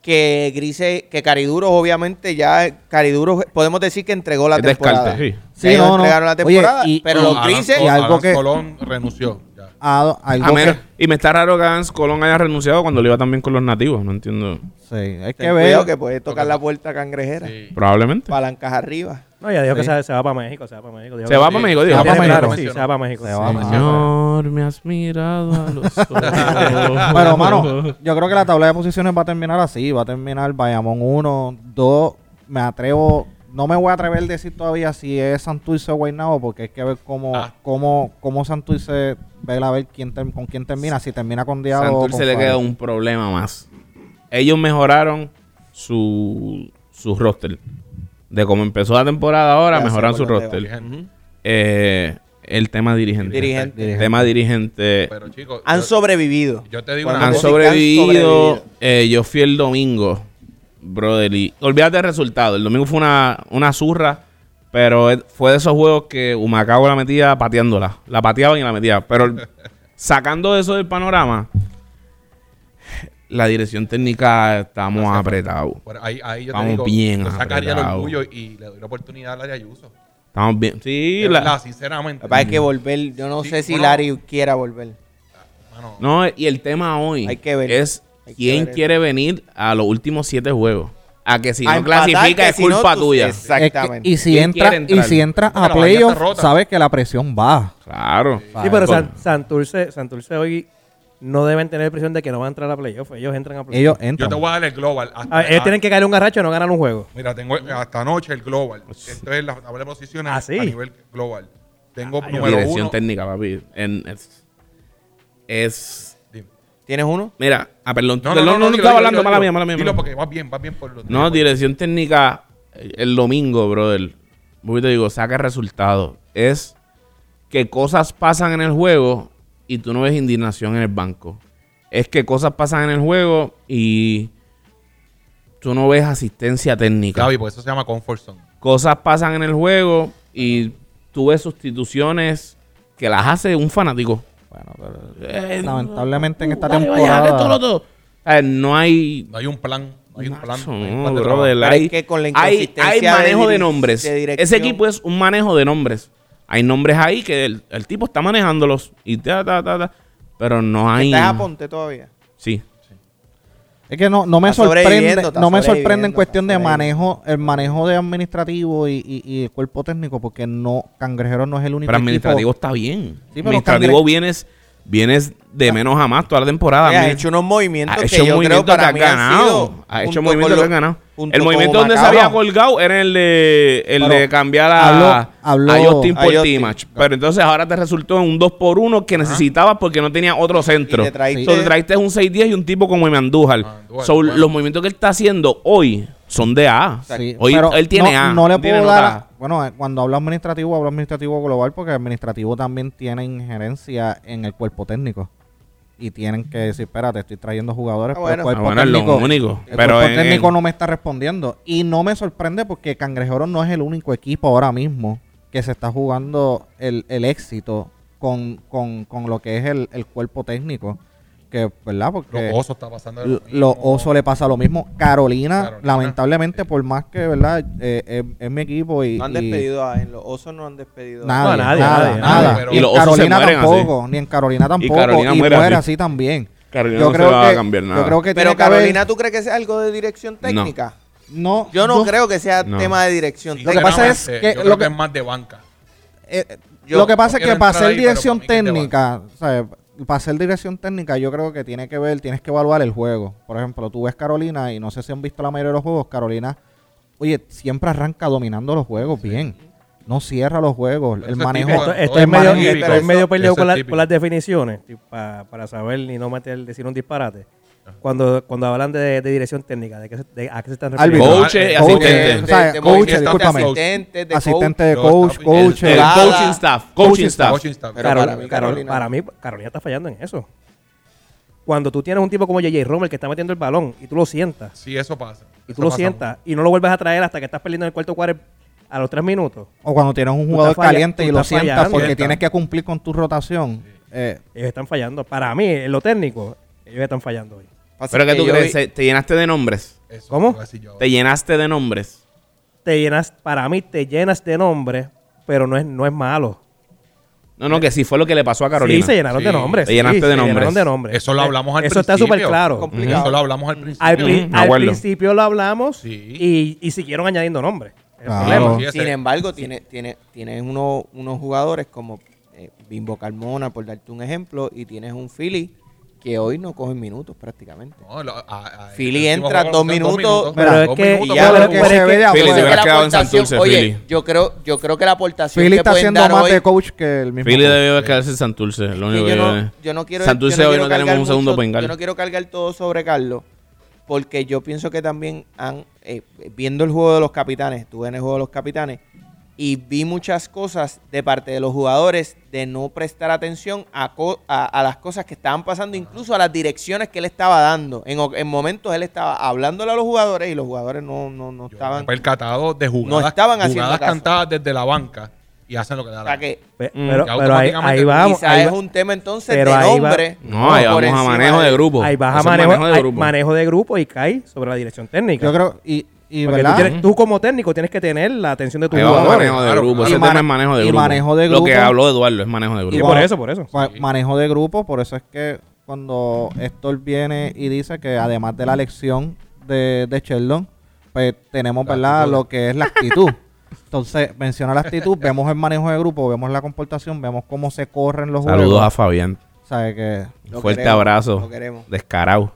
Speaker 1: que Grise, que Cariduros, obviamente, ya Cariduros, podemos decir que entregó la
Speaker 2: Es
Speaker 1: temporada.
Speaker 2: descarte, sí.
Speaker 1: Sí, ellos
Speaker 4: no, no.
Speaker 1: entregaron la
Speaker 4: Oye,
Speaker 1: temporada,
Speaker 4: y-
Speaker 1: pero
Speaker 5: No,
Speaker 1: los
Speaker 5: Alan
Speaker 1: grises,
Speaker 5: Col-
Speaker 4: Y algo
Speaker 5: Alan
Speaker 4: que-
Speaker 5: Colón renunció. ya.
Speaker 4: A- algo
Speaker 2: A menos-
Speaker 4: que-
Speaker 2: Ah, y me está raro que Adams Colón haya renunciado cuando le iba también con los nativos. No entiendo.
Speaker 4: sí, hay
Speaker 1: ten
Speaker 4: que ver.
Speaker 1: cuidado que puede tocar la puerta cangrejera,
Speaker 5: Sí.
Speaker 2: Probablemente.
Speaker 1: palancas arriba.
Speaker 3: No, ya dijo que
Speaker 4: Sí.
Speaker 3: se, se va para México, se va para México. dijo
Speaker 2: Se
Speaker 3: que-
Speaker 2: va
Speaker 5: Sí.
Speaker 2: para México,
Speaker 4: Se
Speaker 2: digo.
Speaker 4: va para
Speaker 3: Tiene claro,
Speaker 4: México.
Speaker 3: sí, se va para México.
Speaker 4: Se va
Speaker 3: Sí.
Speaker 4: para
Speaker 2: Señor, me has mirado a *laughs* los ojos.
Speaker 4: Bueno, mano, yo creo que la tabla de posiciones va a terminar así. Va a terminar Bayamón 1, 2. Me atrevo, no me voy a atrever a decir todavía si es Santurce o Guaynabo, porque hay que ver cómo,
Speaker 5: Ah.
Speaker 4: cómo, cómo Santurce ve a ver quién term- con quién termina, si termina con Diablo. o
Speaker 2: Santurce
Speaker 4: con
Speaker 2: le
Speaker 4: Fajardo.
Speaker 2: queda un problema más. Ellos mejoraron su, su roster. De como empezó la temporada ahora,
Speaker 1: Ya sé
Speaker 2: mejoraron
Speaker 1: por
Speaker 2: su
Speaker 1: dónde
Speaker 2: roster.
Speaker 5: Dirigente.
Speaker 2: Eh, el tema dirigente.
Speaker 1: Dirigente.
Speaker 2: El tema
Speaker 3: Pues
Speaker 2: dirigente.
Speaker 5: Pero chicos,
Speaker 1: Han
Speaker 5: yo,
Speaker 1: sobrevivido.
Speaker 5: yo te digo
Speaker 1: Han
Speaker 5: una
Speaker 2: Han
Speaker 1: Porque
Speaker 5: cosa.
Speaker 1: so- han
Speaker 2: sobrevivido.
Speaker 1: sobrevivido.
Speaker 2: Eh, yo fui el domingo, brother. Y olvídate del resultado. El domingo fue una, una zurra. Pero es- fue de esos juegos que Humacao la metía pateándola. La pateaban y la metía.
Speaker 1: *laughs*
Speaker 2: Pero el- sacando eso del panorama, la dirección técnica estamos apretados.
Speaker 5: Por ahí, ahí yo
Speaker 2: Vamos
Speaker 5: te digo,
Speaker 2: bien
Speaker 5: yo sacaría el
Speaker 2: apretados.
Speaker 5: orgullo y le doy la oportunidad a Larry Ayuso.
Speaker 2: Estamos bien. Sí,
Speaker 5: De
Speaker 2: la-
Speaker 5: verdad, sinceramente.
Speaker 1: Lo que pasa
Speaker 2: Mm.
Speaker 1: es que volver, yo no
Speaker 5: Sí,
Speaker 1: sé si
Speaker 5: bueno.
Speaker 1: Larry quiera volver.
Speaker 5: Mano,
Speaker 2: no, y el tema hoy
Speaker 1: Hay que ver.
Speaker 2: es
Speaker 1: Hay que
Speaker 2: quién
Speaker 1: ver eso.
Speaker 2: quiere venir a los últimos siete juegos. A que si
Speaker 1: A
Speaker 2: no
Speaker 1: empatar,
Speaker 2: clasifica
Speaker 1: que
Speaker 2: es
Speaker 1: si no, pues,
Speaker 2: culpa
Speaker 1: tú-
Speaker 2: tuya.
Speaker 4: Es que-
Speaker 1: Exactamente.
Speaker 4: y si
Speaker 2: ¿Quién
Speaker 4: entra,
Speaker 2: quiere
Speaker 4: y
Speaker 2: entrar?
Speaker 4: si entra
Speaker 5: Porque
Speaker 4: a
Speaker 5: la bahía está
Speaker 4: playoff,
Speaker 5: rota.
Speaker 4: sabes que la presión baja.
Speaker 2: Claro.
Speaker 3: Sí, pero
Speaker 2: Por-
Speaker 3: San- Santurce, Santurce hoy no deben tener presión de que no van a entrar a playoff. Ellos entran a playoff.
Speaker 4: Ellos
Speaker 5: yo
Speaker 4: entran.
Speaker 5: te voy a dar el global.
Speaker 3: Ah, ellos tienen que caer un garracho y no ganar un juego.
Speaker 5: Mira, tengo hasta anoche el global. Esto es la tabla de posiciones
Speaker 3: Ah, ¿sí?
Speaker 5: a nivel global. Tengo
Speaker 2: Ah,
Speaker 5: número
Speaker 2: Dirección
Speaker 5: uno.
Speaker 2: técnica, papi. En- es, es-
Speaker 5: Dime.
Speaker 1: ¿Tienes uno?
Speaker 2: Mira, ah, perdón. No, no, no,
Speaker 5: dilo,
Speaker 2: estaba
Speaker 5: dilo,
Speaker 2: hablando,
Speaker 5: dilo,
Speaker 2: mala
Speaker 5: dilo.
Speaker 2: mía, mala mía.
Speaker 5: Dilo
Speaker 2: mala
Speaker 5: porque vas bien, vas bien por los
Speaker 2: mía. No, dirección técnica eh, el domingo, brother. Voy y te digo, saca resultados. Es que cosas pasan en el juego y tú no ves indignación en el banco. Es que cosas pasan en el juego y tú no ves asistencia técnica.
Speaker 5: Gaby, porque eso se llama comfort zone.
Speaker 2: cosas pasan en el juego y tú ves sustituciones que las hace un fanático.
Speaker 4: Bueno, pero
Speaker 2: Eh,
Speaker 4: lamentablemente en esta
Speaker 2: dale, vaya, dale, todo,
Speaker 4: temporada.
Speaker 2: todo. Eh, no hay.
Speaker 5: No hay un plan. No hay un plan.
Speaker 2: Nacho,
Speaker 5: no hay un
Speaker 2: no,
Speaker 5: plan de
Speaker 2: brother,
Speaker 5: trabajo.
Speaker 1: Pero
Speaker 2: hay,
Speaker 1: es que con la
Speaker 2: hay-
Speaker 1: inconsistencia
Speaker 2: hay manejo
Speaker 1: de
Speaker 2: de,
Speaker 1: diri-
Speaker 2: nombres.
Speaker 1: de dirección.
Speaker 2: Ese equipo es un manejo de nombres. Hay nombres ahí que el, el tipo está manejándolos y ta, ta, ta, ta, pero no hay.
Speaker 1: ¿Estás a Ponte todavía?
Speaker 2: Sí.
Speaker 4: Es que no, no me
Speaker 1: Está
Speaker 4: sorprende,
Speaker 1: sobreviviendo, está
Speaker 4: no me sorprende en
Speaker 1: sobreviviendo,
Speaker 4: cuestión
Speaker 1: está
Speaker 4: de
Speaker 1: sobreviviendo.
Speaker 4: manejo, el manejo de administrativo y, y- y el cuerpo técnico, porque no, Cangrejero no es el único
Speaker 2: Pero administrativo
Speaker 4: equipo.
Speaker 2: está bien.
Speaker 4: pero
Speaker 2: administrativo
Speaker 4: Cangre-
Speaker 2: vienes, vienes de menos Ah, a más toda la temporada.
Speaker 1: Oye, ha
Speaker 2: Mira,
Speaker 1: hecho unos movimientos
Speaker 2: Ha
Speaker 1: que
Speaker 2: hecho
Speaker 1: yo creo
Speaker 2: movimientos que
Speaker 1: para
Speaker 2: ha
Speaker 1: mí han
Speaker 2: ganado.
Speaker 1: sido,
Speaker 2: Ha hecho
Speaker 1: junto
Speaker 2: movimientos
Speaker 1: con
Speaker 2: que
Speaker 1: lo-
Speaker 2: ha ganado.
Speaker 1: junto
Speaker 2: El movimiento
Speaker 1: con
Speaker 2: donde se había
Speaker 1: Macabro.
Speaker 2: colgado era el de, el
Speaker 4: Pero
Speaker 2: de cambiar a,
Speaker 4: habló- habló-
Speaker 2: a Justin
Speaker 1: a
Speaker 2: por
Speaker 1: Justin.
Speaker 2: Timach. Pero entonces ahora te resultó en un 2 por 1 que necesitabas porque no tenía otro centro.
Speaker 1: Y te trajiste-
Speaker 2: So, te trajiste un 6-10 y un tipo como Emandújar.
Speaker 5: Ah, Andújar,
Speaker 2: So,
Speaker 5: bueno.
Speaker 2: Los movimientos que él está haciendo hoy son de A.
Speaker 4: Sí,
Speaker 2: Hoy
Speaker 4: pero
Speaker 2: él tiene
Speaker 4: no,
Speaker 2: A.
Speaker 4: No le
Speaker 2: tiene
Speaker 4: puedo
Speaker 2: nota
Speaker 4: dar.
Speaker 2: A.
Speaker 4: a- bueno, eh, cuando hablo administrativo, hablo administrativo global, porque administrativo también tiene injerencia en el cuerpo técnico. Y tienen que decir, espérate, estoy trayendo jugadores,
Speaker 1: Ah,
Speaker 4: pero
Speaker 1: bueno.
Speaker 4: el
Speaker 2: Ah,
Speaker 4: cuerpo
Speaker 2: bueno, es lo
Speaker 4: técnico.
Speaker 2: único.
Speaker 4: El
Speaker 2: Pero
Speaker 4: cuerpo
Speaker 2: en-
Speaker 4: técnico
Speaker 2: en-
Speaker 4: no me está respondiendo. Y no me sorprende porque Cangrejero no es el único equipo ahora mismo que se está jugando el, el éxito con, con- con lo que es el, el cuerpo técnico. Que, ¿verdad? Porque
Speaker 2: eh,
Speaker 5: Los osos está pasando. de
Speaker 4: L-
Speaker 5: mismo.
Speaker 4: los osos le pasa lo mismo. Carolina,
Speaker 5: Carolina,
Speaker 4: lamentablemente, por más que, ¿verdad? Eh, eh, es mi equipo y.
Speaker 1: No han
Speaker 4: y
Speaker 1: despedido a en los osos no han despedido a-
Speaker 4: nadie,
Speaker 3: No, nadie,
Speaker 4: nada,
Speaker 3: nadie,
Speaker 4: nada.
Speaker 5: nadie, pero-
Speaker 4: Y
Speaker 5: Y
Speaker 4: en
Speaker 2: los osos
Speaker 4: Carolina
Speaker 2: se mueren
Speaker 4: tampoco, ni en Carolina tampoco. Y
Speaker 2: Carolina muere
Speaker 4: muere
Speaker 2: así.
Speaker 4: así, también.
Speaker 2: Carolina
Speaker 4: yo
Speaker 2: no se
Speaker 4: creo
Speaker 2: la va a
Speaker 4: que-
Speaker 2: cambiar nada.
Speaker 4: Yo creo que tiene
Speaker 1: Pero
Speaker 4: que haber-
Speaker 1: Carolina, ¿tú crees que es algo de dirección técnica?
Speaker 4: no,
Speaker 1: Yo no creo que sea
Speaker 2: No.
Speaker 1: tema de dirección.
Speaker 5: Sí,
Speaker 4: Lo que
Speaker 5: yo
Speaker 4: pasa
Speaker 5: creo
Speaker 4: es
Speaker 5: sí,
Speaker 4: que lo
Speaker 5: yo creo
Speaker 4: que-
Speaker 5: que es más de banca.
Speaker 4: eh,
Speaker 1: Yo
Speaker 4: lo que pasa es
Speaker 5: no
Speaker 4: que
Speaker 5: quiero
Speaker 4: para
Speaker 5: entrar
Speaker 4: hacer
Speaker 5: ahí, pero
Speaker 4: dirección
Speaker 5: para mí que te
Speaker 4: técnica, ¿sabes? Para hacer dirección técnica, yo creo que tiene que ver, tienes que evaluar el juego. Por ejemplo, tú ves Carolina y no sé si han visto la mayoría de los juegos. Carolina, oye, siempre arranca dominando los juegos bien. No cierra los juegos.
Speaker 5: Pero
Speaker 4: el
Speaker 5: eso es
Speaker 4: manejo.
Speaker 5: típico.
Speaker 3: Esto-
Speaker 5: Bueno,
Speaker 3: Estoy
Speaker 5: es
Speaker 3: medio,
Speaker 5: magnífico.
Speaker 3: estoy
Speaker 5: Eso-
Speaker 3: medio peleado
Speaker 5: eso
Speaker 3: con,
Speaker 5: es
Speaker 3: la-
Speaker 5: típico.
Speaker 3: con las definiciones tipo, pa- para saber y no meter, decir un disparate. Cuando, cuando hablan de, de dirección técnica, de, qué se- de- a qué se están refiriendo.
Speaker 2: Árbitro.
Speaker 5: Coach,
Speaker 2: Coaches,
Speaker 5: eh,
Speaker 4: Coach,
Speaker 2: asistentes.
Speaker 4: eh, o sea,
Speaker 1: De- de
Speaker 4: coach,
Speaker 1: movimiento,
Speaker 4: discúlpame.
Speaker 1: asistentes, de coach.
Speaker 4: Asistente de
Speaker 5: Yo
Speaker 4: coach,
Speaker 5: estaba-
Speaker 4: coach.
Speaker 5: el-
Speaker 4: eh,
Speaker 2: El
Speaker 1: Nada.
Speaker 2: coaching staff. Coaching staff.
Speaker 5: Coaching staff.
Speaker 1: Pero
Speaker 3: Carol-
Speaker 1: para mí,
Speaker 3: Carol-
Speaker 1: Carolina-
Speaker 3: para mí, Carolina está fallando en eso. Cuando tú tienes un tipo como J.J. Rommel que está metiendo el balón y tú lo sientas,
Speaker 5: Sí, eso pasa.
Speaker 3: y
Speaker 5: Eso
Speaker 3: tú lo
Speaker 5: pasa
Speaker 3: sientas, y no lo vuelves a traer hasta que estás perdiendo en el cuarto cuarto a los tres minutos,
Speaker 4: O cuando tienes un
Speaker 3: Tú
Speaker 4: jugador
Speaker 3: estás falla-
Speaker 4: caliente
Speaker 3: tú
Speaker 4: y lo
Speaker 3: estás
Speaker 4: sientas
Speaker 3: fallando.
Speaker 4: porque
Speaker 5: Sienta.
Speaker 4: tienes que cumplir con tu rotación. Eh,
Speaker 3: ellos están fallando. Para mí, en lo técnico, ellos están fallando hoy.
Speaker 1: Pasa
Speaker 2: Pero que tú
Speaker 1: yo
Speaker 2: crees,
Speaker 1: vi-
Speaker 2: se- te llenaste de nombres.
Speaker 5: mucho. Eso,
Speaker 3: ¿Cómo?
Speaker 5: lo voy a decir yo.
Speaker 2: Te llenaste de nombres.
Speaker 3: Te llenas, para mí, te llenas de nombres, pero no es, no es malo.
Speaker 2: No, no, que sí fue lo que le pasó a
Speaker 3: Sí,
Speaker 2: Carolina.
Speaker 3: se llenaron de
Speaker 5: Sí,
Speaker 3: nombres.
Speaker 2: te llenaste
Speaker 3: sí,
Speaker 2: de
Speaker 3: se
Speaker 2: nombres.
Speaker 3: llenaron de nombres.
Speaker 5: Eso lo hablamos al
Speaker 3: Eso
Speaker 5: principio.
Speaker 3: está súper claro.
Speaker 1: Complicado.
Speaker 5: Eso lo hablamos al principio.
Speaker 3: Al, pri-
Speaker 2: Ujú, Mm, me
Speaker 3: al
Speaker 2: acuerdo.
Speaker 3: principio lo hablamos
Speaker 5: Sí.
Speaker 3: y, y siguieron añadiendo nombres. El
Speaker 4: Claro.
Speaker 3: problema.
Speaker 5: Sí, ese-
Speaker 1: Sin embargo, tiene, tiene, tienes uno- unos jugadores como eh, Bimbo Carmona, por darte un ejemplo, y tienes un Philly que hoy no cogen minutos prácticamente.
Speaker 5: No, lo- a- a-
Speaker 1: Philly
Speaker 5: el último
Speaker 1: entra
Speaker 5: juego
Speaker 1: dos
Speaker 5: nos quedan
Speaker 1: minutos,
Speaker 3: Pero
Speaker 5: Dos
Speaker 3: es que-
Speaker 5: minutos,
Speaker 1: y ya
Speaker 5: pero
Speaker 1: lo
Speaker 5: un
Speaker 1: que
Speaker 5: juego.
Speaker 4: se ve de
Speaker 2: Philly, te
Speaker 4: afuera.
Speaker 2: hubieras
Speaker 1: la
Speaker 2: quedado en
Speaker 1: aportación-
Speaker 2: Santurce,
Speaker 1: oye,
Speaker 2: Philly.
Speaker 1: yo creo, yo creo que la aportación
Speaker 4: Philly
Speaker 1: que
Speaker 4: está
Speaker 1: pueden
Speaker 4: haciendo
Speaker 1: dar
Speaker 4: más
Speaker 1: hoy,
Speaker 4: de coach que el mismo.
Speaker 2: Philly
Speaker 4: coach.
Speaker 2: debió quedarse en Santurce. Lo
Speaker 1: que
Speaker 2: único
Speaker 1: yo,
Speaker 2: que
Speaker 1: no, yo no quiero.
Speaker 2: Santurce
Speaker 1: yo
Speaker 2: hoy
Speaker 1: quiero
Speaker 2: no tenemos
Speaker 1: cargar
Speaker 2: un segundo
Speaker 1: mucho-
Speaker 2: pengal.
Speaker 1: Yo no quiero cargar todo sobre Carlos, porque yo pienso que también han. eh, viendo el juego de los capitanes, estuve en el juego de los capitanes, y vi muchas cosas de parte de los jugadores de no prestar atención a, co- a- a las cosas que estaban pasando, incluso a las direcciones que él estaba dando. En, o- en momentos él estaba hablándole a los jugadores y los jugadores no, no, no
Speaker 5: Yo
Speaker 1: estaban.
Speaker 5: me he percatado de jugadas,
Speaker 1: No estaban haciendo
Speaker 5: jugadas
Speaker 1: caso.
Speaker 5: cantadas desde la banca y hacen lo que le da
Speaker 1: O
Speaker 5: la
Speaker 1: sea
Speaker 5: gana.
Speaker 1: que
Speaker 3: Pe-
Speaker 2: Mm.
Speaker 3: Pero,
Speaker 5: Que
Speaker 3: pero ahí,
Speaker 5: automáticamente
Speaker 3: ahí vamos.
Speaker 1: quizás
Speaker 3: ahí
Speaker 1: es
Speaker 3: va-
Speaker 1: un tema entonces
Speaker 3: pero
Speaker 1: de
Speaker 3: ahí va-
Speaker 1: nombre.
Speaker 2: No, ahí
Speaker 1: por
Speaker 2: vamos a
Speaker 1: encima
Speaker 2: manejo de grupo.
Speaker 3: ahí baja
Speaker 2: Eso es
Speaker 3: manejo,
Speaker 2: manejo de
Speaker 3: hay
Speaker 2: grupo.
Speaker 3: manejo de grupo y cae sobre la dirección técnica.
Speaker 4: Yo creo, y, y
Speaker 3: Porque
Speaker 4: ¿verdad?
Speaker 3: tú, tienes- tú como técnico tienes que tener la atención de tu
Speaker 2: Ahí vamos,
Speaker 3: jugador.
Speaker 2: manejo de
Speaker 5: Claro,
Speaker 2: grupo.
Speaker 5: claro.
Speaker 2: Ese
Speaker 4: Y
Speaker 2: tema
Speaker 4: mane-
Speaker 2: es manejo de
Speaker 4: y
Speaker 2: grupo.
Speaker 4: manejo de
Speaker 2: Lo que
Speaker 4: grupo.
Speaker 2: habló Eduardo es manejo de
Speaker 3: Y
Speaker 2: grupo.
Speaker 3: por eso, por eso.
Speaker 4: Pues, Manejo de grupo, por eso es que cuando Héctor viene y dice que además de la lección de, de Sheldon, pues tenemos,
Speaker 5: La
Speaker 4: ¿verdad?
Speaker 5: actitud.
Speaker 4: Lo que es la actitud. Entonces, menciona la actitud, vemos el manejo de grupo, vemos la comportación, vemos cómo se corren los
Speaker 2: Saludos a
Speaker 4: juegos.
Speaker 2: Fabián.
Speaker 4: ¿Sabe que
Speaker 1: Lo
Speaker 2: Fuerte
Speaker 1: queremos,
Speaker 2: abrazo.
Speaker 1: lo queremos.
Speaker 2: Descarado.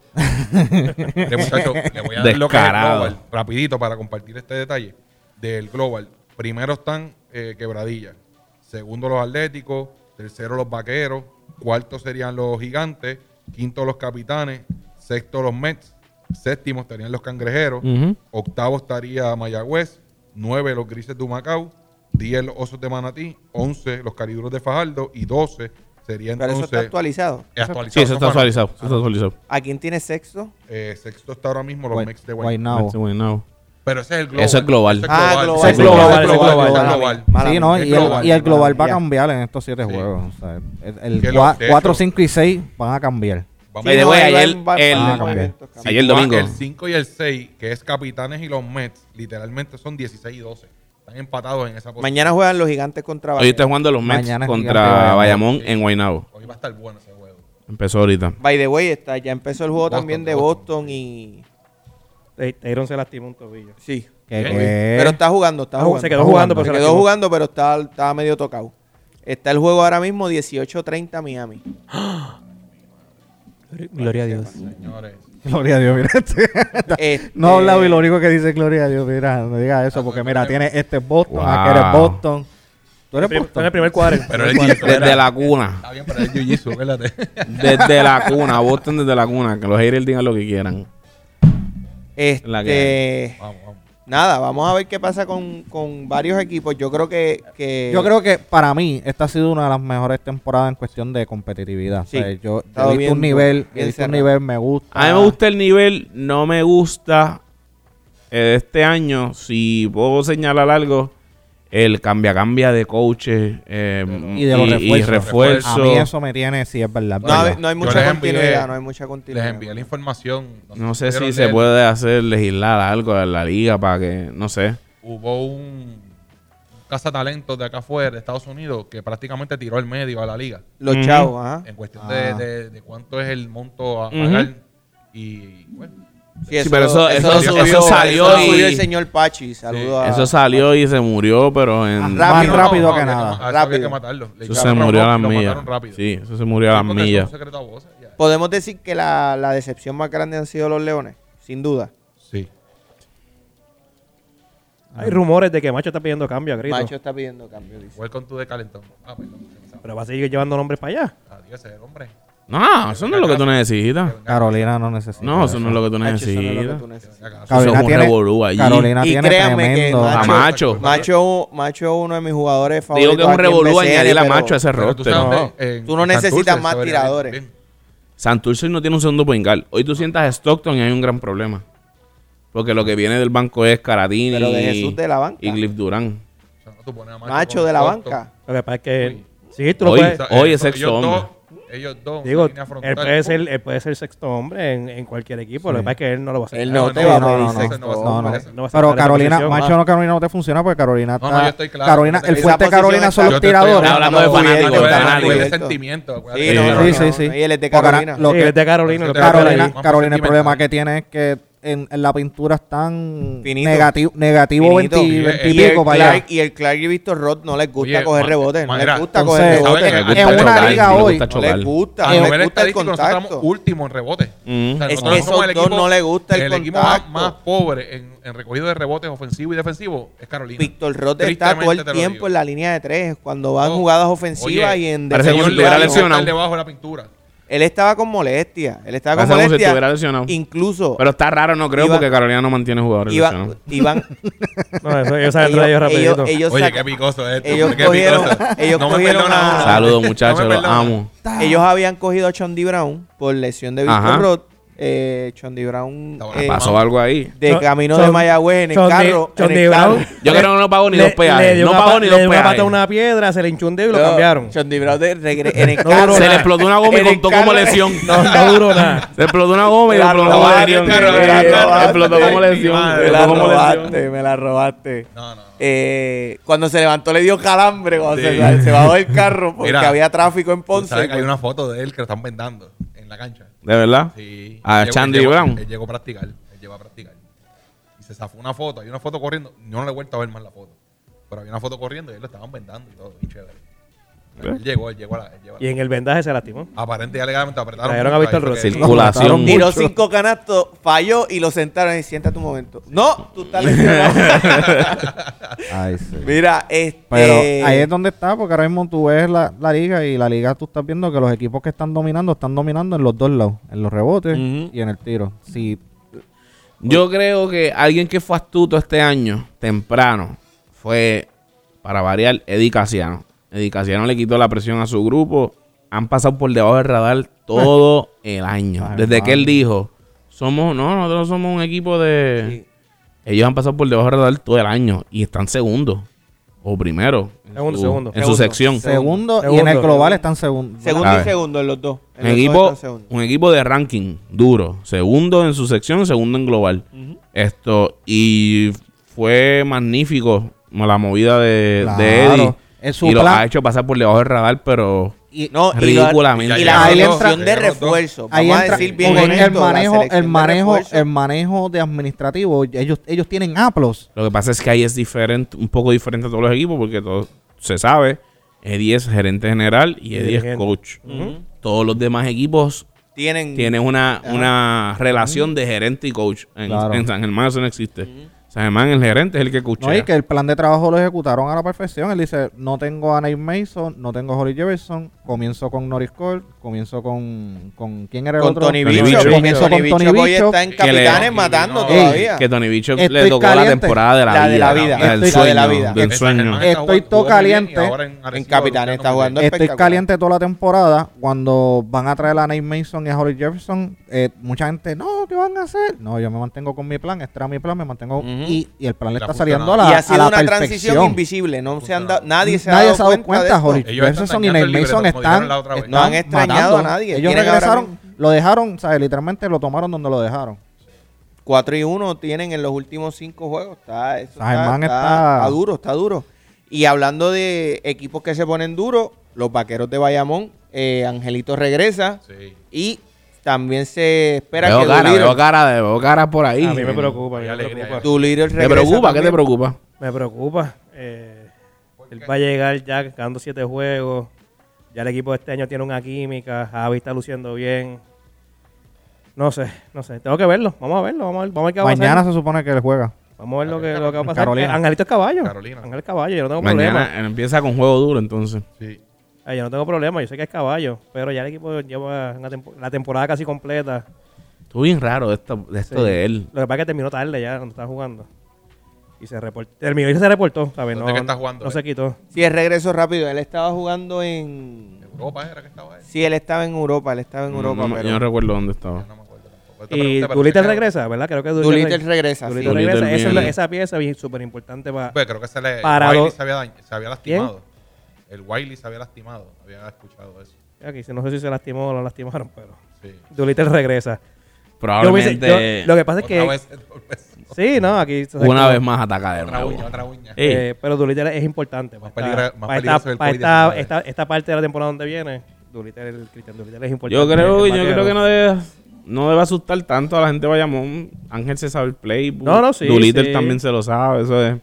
Speaker 1: *laughs*
Speaker 5: Este muchacho, le voy a dar lo que es el
Speaker 2: Descarado.
Speaker 5: Global, rapidito para compartir este detalle del Global. Primero están eh, Quebradilla, segundo los Atléticos, tercero los Vaqueros, cuarto serían los Gigantes, quinto los Capitanes, sexto los Mets, séptimo estarían los Cangrejeros,
Speaker 2: Ujú.
Speaker 5: octavo estaría Mayagüez, nueve los Grises de Humacao, diez los Osos de Manatí, once los Cariduros de Fajardo y doce sería
Speaker 1: Pero eso
Speaker 5: entonces...
Speaker 1: está actualizado.
Speaker 5: actualizado,
Speaker 2: Sí, eso está
Speaker 5: no, bueno,
Speaker 2: actualizado. Eso está actualizado.
Speaker 1: ¿A quién tiene sexto?
Speaker 5: eh, sexto está ahora mismo los
Speaker 4: Guay-
Speaker 5: Mets de Guaynabo.
Speaker 4: Guaynabo.
Speaker 2: Ese güey, no.
Speaker 5: Pero ese es el global.
Speaker 2: Eso es global.
Speaker 1: Ah, global.
Speaker 5: Ese es global.
Speaker 4: Ese es global,
Speaker 5: ese es
Speaker 1: mala
Speaker 5: global.
Speaker 1: mía, mala
Speaker 4: Sí,
Speaker 1: mía.
Speaker 4: ¿no?
Speaker 5: es
Speaker 4: Y, el,
Speaker 5: global,
Speaker 4: y el global va a
Speaker 1: Ya.
Speaker 4: cambiar en estos siete
Speaker 5: Sí.
Speaker 4: juegos. o sea, el
Speaker 5: Que lo- de
Speaker 4: 4,
Speaker 5: hecho-
Speaker 4: 5 y 6 van a cambiar.
Speaker 5: Vamos
Speaker 2: By the way,
Speaker 1: no, ahí va-
Speaker 2: ayer-
Speaker 1: va-
Speaker 2: el-
Speaker 1: va-
Speaker 4: Ah, cambié.
Speaker 5: Si
Speaker 2: Ayer
Speaker 5: tú
Speaker 2: el
Speaker 5: vas,
Speaker 2: domingo.
Speaker 5: El 5 y el 6, que es Capitanes y los Mets, literalmente son 16 y 12. Están empatados en esa posición.
Speaker 1: Mañana juegan los gigantes contra
Speaker 2: Hoy está
Speaker 1: Bayamón.
Speaker 2: jugando los Mets
Speaker 4: Mañana es
Speaker 2: contra
Speaker 4: Gigante
Speaker 2: Bayamón
Speaker 5: Sí.
Speaker 2: en Guaynabo.
Speaker 5: Hoy va a estar bueno ese juego.
Speaker 2: Empezó ahorita.
Speaker 1: By the way, está, ya empezó el juego
Speaker 5: Boston,
Speaker 1: también de
Speaker 5: de Boston.
Speaker 1: Boston y...
Speaker 3: Te- Tyrone se lastimó un tobillo.
Speaker 1: Sí.
Speaker 4: ¿Qué,
Speaker 5: Bien.
Speaker 4: qué?
Speaker 1: Pero está jugando, está
Speaker 3: Ah,
Speaker 1: jugando.
Speaker 3: se quedó
Speaker 4: jugando.
Speaker 3: jugando, pero
Speaker 1: Se
Speaker 3: se
Speaker 1: quedó
Speaker 3: lastimó.
Speaker 1: jugando, pero está, está medio tocado. Está el juego ahora mismo 18-30 Miami.
Speaker 6: Gloria a Dios.
Speaker 5: Señores.
Speaker 4: Gloria a Dios, mira este.
Speaker 1: Este,
Speaker 4: No habla y lo único que dice Gloria a Dios, mira, no diga eso, porque mira, tiene este es Boston,
Speaker 2: Wow.
Speaker 4: aquel es Boston. Tú eres
Speaker 3: Prim- Fue en
Speaker 4: Boston.
Speaker 3: el primer cuadro.
Speaker 5: Pero el
Speaker 2: Desde la cuna.
Speaker 5: Está bien, pero es Jiu-Jitsu, acuérdate.
Speaker 2: Desde la cuna. Boston desde la cuna. Que los haters digan lo que quieran.
Speaker 1: este,
Speaker 2: La que
Speaker 5: *laughs* Vamos, vamos.
Speaker 1: nada, vamos a ver qué pasa con, con varios equipos. Yo creo que, que-
Speaker 4: Yo creo que para mí esta ha sido una de las mejores temporadas en cuestión de competitividad.
Speaker 1: Sí.
Speaker 4: O sea, yo
Speaker 1: Estado
Speaker 4: yo he
Speaker 1: bien-
Speaker 4: visto un nivel, he
Speaker 1: bien
Speaker 4: visto
Speaker 1: cerrado.
Speaker 4: un nivel, me gusta.
Speaker 2: A mí me gusta el nivel, no me gusta eh, de este año. Si puedo señalar algo, el cambia-cambia de coaches eh,
Speaker 4: Y de los refuerzos.
Speaker 2: refuerzos.
Speaker 4: A mí eso me tiene, sí, es verdad.
Speaker 1: no, hay-
Speaker 4: verdad.
Speaker 1: no hay
Speaker 5: Yo
Speaker 1: mucha
Speaker 5: les envié-
Speaker 1: continuidad, no hay mucha
Speaker 5: Les
Speaker 1: continuidad.
Speaker 5: envié la información.
Speaker 2: No sé si
Speaker 5: supieron
Speaker 2: se
Speaker 5: leer.
Speaker 2: puede hacer legislar algo en la liga para que, no sé.
Speaker 5: Hubo un cazatalentos de acá afuera, de Estados Unidos, que prácticamente tiró al medio a la liga.
Speaker 1: Los
Speaker 2: Ujú.
Speaker 1: chavos, ajá.
Speaker 5: en cuestión
Speaker 4: Ah.
Speaker 5: de, de- de cuánto es el monto a
Speaker 2: Ujú.
Speaker 5: pagar. Y bueno,
Speaker 2: Sí, pero eso-
Speaker 5: eso
Speaker 1: lo
Speaker 5: salió-
Speaker 2: salió
Speaker 1: eso lo subió
Speaker 2: y-
Speaker 1: el señor Pachi. Saludo a...
Speaker 2: Eso salió y se murió, pero en...
Speaker 4: Ah. Rápido, Más rápido
Speaker 5: no,
Speaker 4: que
Speaker 5: había
Speaker 4: nada.
Speaker 5: ma- había
Speaker 1: Rápido.
Speaker 5: que matarlo. Le
Speaker 2: Eso se
Speaker 5: echaron
Speaker 2: murió a
Speaker 5: rock
Speaker 2: las
Speaker 5: y lo
Speaker 2: millas.
Speaker 5: mataron rápido.
Speaker 2: Sí, eso se murió a las
Speaker 5: Porque eso es
Speaker 2: millas.
Speaker 5: un secreto a voces, ya.
Speaker 1: Podemos decir que la, la decepción más grande han sido los leones, sin duda.
Speaker 5: Sí.
Speaker 3: Hay rumores de que Macho está pidiendo cambio a grito.
Speaker 1: Macho está pidiendo cambio, dice.
Speaker 5: Welcome to the calentón. Ah, perdón. se me salió.
Speaker 3: Pero va a seguir llevando nombres para allá.
Speaker 5: Adiós, ese hombre.
Speaker 2: No, eso no es lo que tú necesitas.
Speaker 4: Carolina no necesita.
Speaker 2: No, eso no es lo que tú
Speaker 1: Macho, eso no es lo que
Speaker 2: necesitas.
Speaker 1: tú necesitas.
Speaker 5: Acá,
Speaker 2: Cabrón.
Speaker 4: Carolina
Speaker 2: Eso es un
Speaker 4: tiene,
Speaker 2: revolú allí.
Speaker 4: Carolina
Speaker 1: Y
Speaker 4: tiene
Speaker 1: créanme que
Speaker 4: tremendo.
Speaker 2: A
Speaker 1: Macho-
Speaker 2: Macho.
Speaker 1: Macho, macho es uno de mis jugadores favoritos.
Speaker 2: Digo que es un
Speaker 1: aquí en
Speaker 2: revolú
Speaker 1: BCN,
Speaker 2: añadir a
Speaker 1: pero-
Speaker 2: Macho a ese
Speaker 5: Pero tú
Speaker 2: roster.
Speaker 5: sabes,
Speaker 1: No.
Speaker 5: en
Speaker 1: Tú no necesitas
Speaker 5: Santurce
Speaker 1: más
Speaker 5: se vería
Speaker 1: tiradores.
Speaker 5: bien.
Speaker 2: Santurce no tiene un segundo point guard. Hoy tú sientas a Stockton y hay un gran problema. Porque lo que viene del banco es Caradini
Speaker 1: Pero de Jesús de la banca.
Speaker 2: y Cliff Durán.
Speaker 5: O sea, no tú pones a
Speaker 1: Macho
Speaker 5: con
Speaker 1: de la
Speaker 5: Stockton.
Speaker 1: banca.
Speaker 3: Lo que pasa es que. Sí, tú lo
Speaker 2: Oye,
Speaker 5: O
Speaker 3: puedes.
Speaker 5: sea,
Speaker 2: Hoy es
Speaker 5: ellos-
Speaker 2: sexto
Speaker 5: ellos dos-
Speaker 2: hombre.
Speaker 5: Ellos dos.
Speaker 3: Digo,
Speaker 5: línea frontal.
Speaker 3: él puede, ser, él puede ser sexto hombre en, en cualquier equipo. Lo que pasa es que él no lo va a hacer.
Speaker 1: Él
Speaker 5: No,
Speaker 1: no
Speaker 5: no,
Speaker 1: te va a
Speaker 5: no,
Speaker 1: pedir
Speaker 5: no, no,
Speaker 1: sexto.
Speaker 5: no,
Speaker 4: No, no.
Speaker 5: No
Speaker 3: va a estar
Speaker 4: Pero
Speaker 3: en la
Speaker 4: Carolina,
Speaker 3: posición.
Speaker 4: Macho no, Carolina no te funciona porque Carolina
Speaker 5: No,
Speaker 4: está.
Speaker 5: no, yo estoy claro.
Speaker 4: Carolina,
Speaker 5: Yo te
Speaker 4: el
Speaker 5: digo,
Speaker 4: fuerte
Speaker 1: esa
Speaker 4: de
Speaker 1: posición
Speaker 4: Carolina
Speaker 1: está-
Speaker 4: son los
Speaker 5: Yo te estoy
Speaker 4: tiradores.
Speaker 2: hablando de fanáticos,
Speaker 5: Porque
Speaker 2: de
Speaker 5: él es
Speaker 2: fanáticos.
Speaker 5: de sentimiento. acuérdate.
Speaker 1: Sí,
Speaker 2: Sí,
Speaker 1: no, no,
Speaker 4: sí,
Speaker 1: no,
Speaker 4: sí,
Speaker 1: no,
Speaker 4: sí.
Speaker 1: Y él es de
Speaker 4: Porque ahora-
Speaker 1: Carolina.
Speaker 4: lo
Speaker 3: Sí,
Speaker 4: que-
Speaker 3: es de Carolina. Lo que
Speaker 5: Carolina-
Speaker 3: pasa es que-
Speaker 5: Vamos a
Speaker 4: Carolina, el
Speaker 5: sentimental.
Speaker 4: problema que tiene es que en, en la pintura están
Speaker 1: Finito.
Speaker 4: negativo, negativo 20,
Speaker 1: Finito.
Speaker 5: Sí,
Speaker 4: 20 y
Speaker 1: Y el,
Speaker 4: pico para allá.
Speaker 1: Clark, y el Clark y Víctor Roth no les gusta
Speaker 5: Oye,
Speaker 1: coger
Speaker 5: ma-
Speaker 1: rebote. No
Speaker 5: mira,
Speaker 1: les gusta coger
Speaker 4: Entonces,
Speaker 1: rebote.
Speaker 5: Entonces,
Speaker 1: No
Speaker 5: Le
Speaker 4: en
Speaker 5: gusta
Speaker 4: una
Speaker 2: chocar,
Speaker 4: liga
Speaker 2: le
Speaker 4: hoy,
Speaker 2: gusta chocar.
Speaker 1: les gusta.
Speaker 5: A
Speaker 1: No
Speaker 5: nivel
Speaker 1: les Eh, gusta el
Speaker 5: estadístico, nosotros estamos
Speaker 1: contacto.
Speaker 5: últimos en rebotes.
Speaker 2: Mm.
Speaker 1: Es
Speaker 5: nosotros
Speaker 1: que
Speaker 5: somos
Speaker 1: esos
Speaker 5: el
Speaker 1: dos no les gusta el
Speaker 5: equipo más,
Speaker 1: contacto.
Speaker 5: más pobre en, en recogido de rebotes ofensivo y defensivo es Carolina.
Speaker 1: Víctor Roth está todo el
Speaker 5: Tristemente te lo
Speaker 1: tiempo
Speaker 5: digo.
Speaker 1: en la línea de tres, cuando van
Speaker 5: No.
Speaker 1: jugadas ofensivas
Speaker 5: Oh, Oye,
Speaker 1: y en
Speaker 2: parece como
Speaker 1: defensiva,
Speaker 2: si
Speaker 5: Señor,
Speaker 2: estuviera
Speaker 1: no.
Speaker 5: Leal,
Speaker 2: lesionado.
Speaker 5: está debajo de la pintura.
Speaker 1: Él estaba con molestia. Él estaba con
Speaker 2: Parece como si
Speaker 1: molestia.
Speaker 2: estuviera lesionado.
Speaker 1: Incluso
Speaker 2: Pero está raro, no creo,
Speaker 1: Iba-
Speaker 2: porque Carolina no mantiene jugadores.
Speaker 1: iban,
Speaker 2: lesionados. *laughs*
Speaker 1: iban,
Speaker 3: No, eso, ellos saben
Speaker 1: ellos,
Speaker 3: de ellos
Speaker 1: ellos,
Speaker 3: rapidito.
Speaker 1: ellos
Speaker 5: Oye,
Speaker 1: saca-
Speaker 5: qué picoso es esto.
Speaker 1: ellos
Speaker 5: qué
Speaker 1: cogieron-
Speaker 5: picoso.
Speaker 1: ellos
Speaker 5: no me
Speaker 1: cogieron
Speaker 5: perdona
Speaker 1: a-
Speaker 5: uno.
Speaker 2: Saludos,
Speaker 5: *laughs* No me
Speaker 2: muchachos, los
Speaker 5: perdona.
Speaker 2: amo.
Speaker 1: ellos habban cogido a Chondi Brown por lesión de
Speaker 2: Ajá.
Speaker 1: Víctor Roth. Eh, Chondi Brown
Speaker 5: Está bueno,
Speaker 1: eh,
Speaker 2: Pasó algo ahí.
Speaker 1: de
Speaker 3: Chon-
Speaker 1: camino de
Speaker 3: Chon-
Speaker 1: Mayagüez en el
Speaker 3: Chon Di-
Speaker 1: carro.
Speaker 3: Chon
Speaker 1: en
Speaker 3: Di
Speaker 1: el carro.
Speaker 3: Brown
Speaker 2: Yo creo que no pagó ni
Speaker 3: le-
Speaker 2: dos peajes.
Speaker 3: le dio
Speaker 2: No
Speaker 3: una
Speaker 2: pagó
Speaker 3: pa-
Speaker 2: ni
Speaker 3: le
Speaker 2: dos
Speaker 3: dio una
Speaker 2: peajes.
Speaker 3: pata a una piedra, se le hinchó un dedo y lo
Speaker 1: No,
Speaker 3: cambiaron.
Speaker 1: Chondi Brown de regre- en el
Speaker 3: No
Speaker 1: carro.
Speaker 3: duró
Speaker 2: Se le
Speaker 3: nada.
Speaker 2: explotó una
Speaker 3: *laughs*
Speaker 2: goma y
Speaker 1: En el
Speaker 2: contó como
Speaker 1: carro-
Speaker 2: lesión.
Speaker 3: No, no duró nada.
Speaker 2: Se explotó una goma y
Speaker 1: La
Speaker 2: explotó como
Speaker 1: robaste,
Speaker 2: lesión.
Speaker 1: la
Speaker 2: Eh,
Speaker 1: robaste.
Speaker 2: Explotó como lesión.
Speaker 1: *laughs*
Speaker 5: Madre,
Speaker 1: Me
Speaker 2: explotó
Speaker 1: la
Speaker 2: como lesión.
Speaker 1: robaste, me la robaste.
Speaker 5: No, no.
Speaker 1: Eh, cuando se levantó le dio calambre cuando
Speaker 5: Sí.
Speaker 1: se, se bajó del
Speaker 5: *laughs*
Speaker 1: carro porque
Speaker 5: Mira,
Speaker 1: había tráfico en
Speaker 5: Tú
Speaker 1: Ponce.
Speaker 5: sabes que hay una foto de él que lo están vendando en la cancha.
Speaker 2: ¿De verdad?
Speaker 5: Sí.
Speaker 2: A
Speaker 5: Él llegó-
Speaker 2: Chandy
Speaker 5: él llegó-
Speaker 2: Brown.
Speaker 5: Él llegó a practicar. Él llegó a practicar. Y se zafó una foto. Hay una foto corriendo. Yo no le he vuelto a ver más la foto. Pero había una foto corriendo y él lo estaban vendando y todo. bien chévere. Pero Él llegó, él llegó a la. Él llegó a
Speaker 3: Y
Speaker 5: la
Speaker 3: en el vendaje se lastimó.
Speaker 5: Aparente y alegadamente apretaron.
Speaker 3: Trajeron a
Speaker 5: mucho,
Speaker 3: Víctor
Speaker 5: ahí fue
Speaker 3: Rossi.
Speaker 5: que-
Speaker 4: Lo mataron
Speaker 2: Circulación.
Speaker 4: mucho.
Speaker 1: Tiró cinco canastos, falló y lo sentaron. Y siéntate un momento. No, tú
Speaker 5: *laughs*
Speaker 1: estás lesionado.
Speaker 4: Ay, sí.
Speaker 1: Mira, este.
Speaker 4: Pero ahí es donde está, porque ahora mismo tú ves la, la liga y la liga tú estás viendo que los equipos que están dominando están dominando en los dos lados, en los rebotes
Speaker 2: Ujú.
Speaker 4: y en el tiro. Si
Speaker 2: Yo creo que alguien que fue astuto este año, temprano, fue, para variar, Eddie Casiano. Eddie Casiano le quitó la presión a su grupo. Han pasado por debajo del radar
Speaker 4: *laughs*
Speaker 2: todo el año.
Speaker 4: Ay,
Speaker 2: Desde que él
Speaker 4: mano.
Speaker 2: dijo, somos, no, nosotros somos un equipo de...
Speaker 1: Sí.
Speaker 2: Ellos han pasado por debajo del radar todo el año y están segundos. O primero. en
Speaker 3: Segundo,
Speaker 2: su-
Speaker 3: segundo.
Speaker 2: En su
Speaker 1: Segundo.
Speaker 2: sección.
Speaker 4: segundo, y en
Speaker 3: Segundo.
Speaker 4: el global están segundos.
Speaker 1: segundo
Speaker 2: Sabe.
Speaker 1: y segundo en los dos. En
Speaker 2: Un
Speaker 1: los dos
Speaker 2: equipo,
Speaker 1: están segundos.
Speaker 2: un equipo de ranking duro. Segundo en su sección, segundo en global. Esto, y fue magnífico la movida de,
Speaker 4: Claro.
Speaker 2: de Eddie.
Speaker 4: Es su
Speaker 2: Y lo
Speaker 4: plan.
Speaker 2: ha hecho pasar por debajo del radar, pero
Speaker 1: Y, no, y la-
Speaker 2: ridículamente.
Speaker 1: Y
Speaker 5: Ya
Speaker 1: la
Speaker 4: llegaron dos,
Speaker 1: selección de
Speaker 5: ya llegaron dos.
Speaker 1: refuerzo.
Speaker 4: Ahí
Speaker 1: Vamos a
Speaker 4: entra
Speaker 1: decir bien
Speaker 4: porque
Speaker 1: honesto,
Speaker 4: el
Speaker 1: la
Speaker 4: manejo,
Speaker 1: selección
Speaker 4: el
Speaker 1: de
Speaker 4: manejo,
Speaker 1: refuerzo.
Speaker 4: el manejo de administrativo, ellos, ellos tienen aplos.
Speaker 2: Lo que pasa es que ahí es diferente, un poco diferente a todos los equipos, porque todo se sabe. Eddie es gerente general y Eddie es
Speaker 3: Dirigente.
Speaker 2: coach. Todos los demás equipos
Speaker 1: Tienen.
Speaker 2: tienen una, una relación de gerente y coach. En,
Speaker 4: Claro.
Speaker 2: en San Germán eso no existe. San Germán el gerente es el que coachea.
Speaker 4: No, y que el plan de trabajo lo ejecutaron a la perfección. Él dice, no tengo a Nate Mason, no tengo a Holly Jefferson, comienzo con Norris Cole, comienzo con, con ¿quién era el
Speaker 1: con
Speaker 4: otro?
Speaker 1: Tony
Speaker 2: Tony
Speaker 1: Bicho.
Speaker 2: Bicho.
Speaker 4: Comienzo con Tony
Speaker 1: que hoy
Speaker 4: Bicho.
Speaker 1: está en
Speaker 5: Que
Speaker 2: le-
Speaker 1: Capitanes
Speaker 5: no,
Speaker 1: matando
Speaker 5: no.
Speaker 1: todavía.
Speaker 2: Que Tony Bicho le
Speaker 4: Estoy
Speaker 2: tocó la
Speaker 4: caliente.
Speaker 2: temporada de la,
Speaker 1: La de
Speaker 2: vida.
Speaker 1: la vida.
Speaker 2: del
Speaker 4: Estoy-
Speaker 1: La de la
Speaker 2: sueño,
Speaker 1: vida.
Speaker 2: Del
Speaker 5: Esa
Speaker 2: sueño.
Speaker 5: Germán está
Speaker 4: Estoy
Speaker 5: jugando-
Speaker 4: todo
Speaker 5: jugó muy bien y
Speaker 4: caliente.
Speaker 5: ahora en Arecibo
Speaker 1: Capitanes está
Speaker 5: luchando muy bien.
Speaker 1: jugando.
Speaker 4: Estoy
Speaker 1: espectacular.
Speaker 4: caliente toda la temporada. Cuando van a traer a Nate Mason y a Holly Jefferson, eh, mucha gente, no, ¿qué van a hacer? No, yo me mantengo con mi plan, este era mi plan, me mantengo. y, y el plan le
Speaker 5: La
Speaker 4: está
Speaker 5: funciona.
Speaker 4: saliendo a
Speaker 1: y
Speaker 4: la,
Speaker 1: ha
Speaker 4: a
Speaker 1: sido
Speaker 4: la
Speaker 1: una transición
Speaker 4: perfección.
Speaker 1: invisible. No se han dado- nadie se ha
Speaker 4: Nadie
Speaker 1: dado,
Speaker 4: se ha dado cuenta,
Speaker 1: de
Speaker 4: Holly
Speaker 1: esto.
Speaker 5: Ellos están
Speaker 4: Jefferson y
Speaker 5: dañando
Speaker 4: Nate
Speaker 5: el
Speaker 4: Mason
Speaker 5: libreto, como
Speaker 4: están,
Speaker 5: dijeron la otra vez.
Speaker 1: No han
Speaker 4: están
Speaker 1: extrañado a
Speaker 4: matando.
Speaker 1: nadie.
Speaker 4: Ellos
Speaker 1: Tienen ahora
Speaker 4: regresaron,
Speaker 1: mismo-
Speaker 4: lo dejaron, o sea, literalmente lo tomaron donde lo dejaron.
Speaker 1: 4 y 1 tienen en los últimos 5 juegos. Está, eso
Speaker 4: San Germán
Speaker 1: está,
Speaker 4: Ah, está-
Speaker 1: está duro, está duro. Y hablando de equipos que se ponen duros, los vaqueros de Bayamón, eh, Angelito regresa
Speaker 5: Sí.
Speaker 1: y También se espera
Speaker 2: Veo
Speaker 1: que
Speaker 2: cara,
Speaker 1: Doolittle-
Speaker 2: veo cara, de- veo cara por ahí. Eh,
Speaker 3: A mí me preocupa,
Speaker 5: Hay
Speaker 3: me
Speaker 5: alegría,
Speaker 3: preocupa.
Speaker 1: Doolittle
Speaker 2: ¿Te
Speaker 1: regresa
Speaker 2: preocupa? ¿Qué te
Speaker 1: también.
Speaker 2: preocupa?
Speaker 3: Me preocupa. eh, él va a llegar ya ganando siete juegos. Ya el equipo de este año tiene una química. Javi está luciendo bien. No sé, no sé. Tengo que verlo. Vamos a verlo. Vamos a ver, vamos a ver qué va a pasar.
Speaker 4: Mañana se supone que él juega.
Speaker 3: Vamos a ver lo que, lo que va a pasar.
Speaker 4: Carolina.
Speaker 3: Eh, Angelito es caballo.
Speaker 5: Carolina.
Speaker 3: Ángel es caballo. Yo no tengo problema.
Speaker 2: Mañana empieza con juego duro, entonces.
Speaker 5: Sí.
Speaker 3: Eh, yo no tengo problema. Yo sé que es caballo. Pero ya el equipo lleva una tempo- la temporada casi completa.
Speaker 2: Estuvo bien raro de esto, de, esto
Speaker 3: Sí.
Speaker 2: de él.
Speaker 3: Lo que pasa es que terminó tarde ya cuando estaba jugando. Y se reportó. Terminó y se reportó. ¿sabes?
Speaker 5: ¿Dónde
Speaker 3: No,
Speaker 5: que está jugando,
Speaker 3: no
Speaker 5: eh?
Speaker 3: se quitó.
Speaker 1: Si es regreso rápido, él estaba jugando en...
Speaker 5: Europa era que estaba él.
Speaker 1: Sí, él estaba en Europa, él estaba en
Speaker 2: No,
Speaker 1: Europa,
Speaker 2: no me-
Speaker 1: pero...
Speaker 2: Mm, Yo no recuerdo dónde estaba.
Speaker 5: No me acuerdo tampoco. Esta
Speaker 3: Y
Speaker 5: pregunta parece
Speaker 3: Doolittle
Speaker 5: que-
Speaker 3: regresa, ¿verdad? Creo que
Speaker 1: Doolittle regresa, sí.
Speaker 3: Doolittle
Speaker 2: Doolittle
Speaker 3: regresa. Esa, es la-
Speaker 2: viene.
Speaker 3: esa pieza es súper importante para...
Speaker 5: Pues, creo que se le.
Speaker 3: Para
Speaker 5: Wiley
Speaker 3: dos-
Speaker 5: se había, dañ- se había lastimado. El Wiley se había lastimado. Había escuchado eso.
Speaker 3: Aquí, no sé si se lastimó o lo lastimaron, pero...
Speaker 5: Sí.
Speaker 3: Doolittle regresa. Yo hubiese-
Speaker 2: Probablemente
Speaker 3: yo- lo que pasa es
Speaker 5: Otra
Speaker 3: que...
Speaker 5: vez, *laughs* otra vez,
Speaker 3: Sí, no, aquí... se
Speaker 2: una
Speaker 3: sacó-
Speaker 2: vez más ataca de
Speaker 5: otra
Speaker 2: nuevo.
Speaker 5: uña, otra uña.
Speaker 2: Ey,
Speaker 3: Eh, pero Doolittle es importante.
Speaker 5: Más
Speaker 3: para
Speaker 5: peligra-
Speaker 3: esta-
Speaker 5: más
Speaker 3: para
Speaker 5: peligroso
Speaker 3: esta,
Speaker 5: el
Speaker 3: para
Speaker 5: COVID-19.
Speaker 3: esta, esta, esta parte de la temporada donde viene, Doolittle, el Cristian Doolittle es importante.
Speaker 2: yo creo,
Speaker 3: el
Speaker 2: yo creo
Speaker 3: batero.
Speaker 2: que no debe, no debe asustar tanto a la gente de Bayamón. Ángel se sabe el playbook.
Speaker 3: No, no, sí,
Speaker 2: Doolittle
Speaker 3: sí.
Speaker 2: también se lo sabe. Eso es.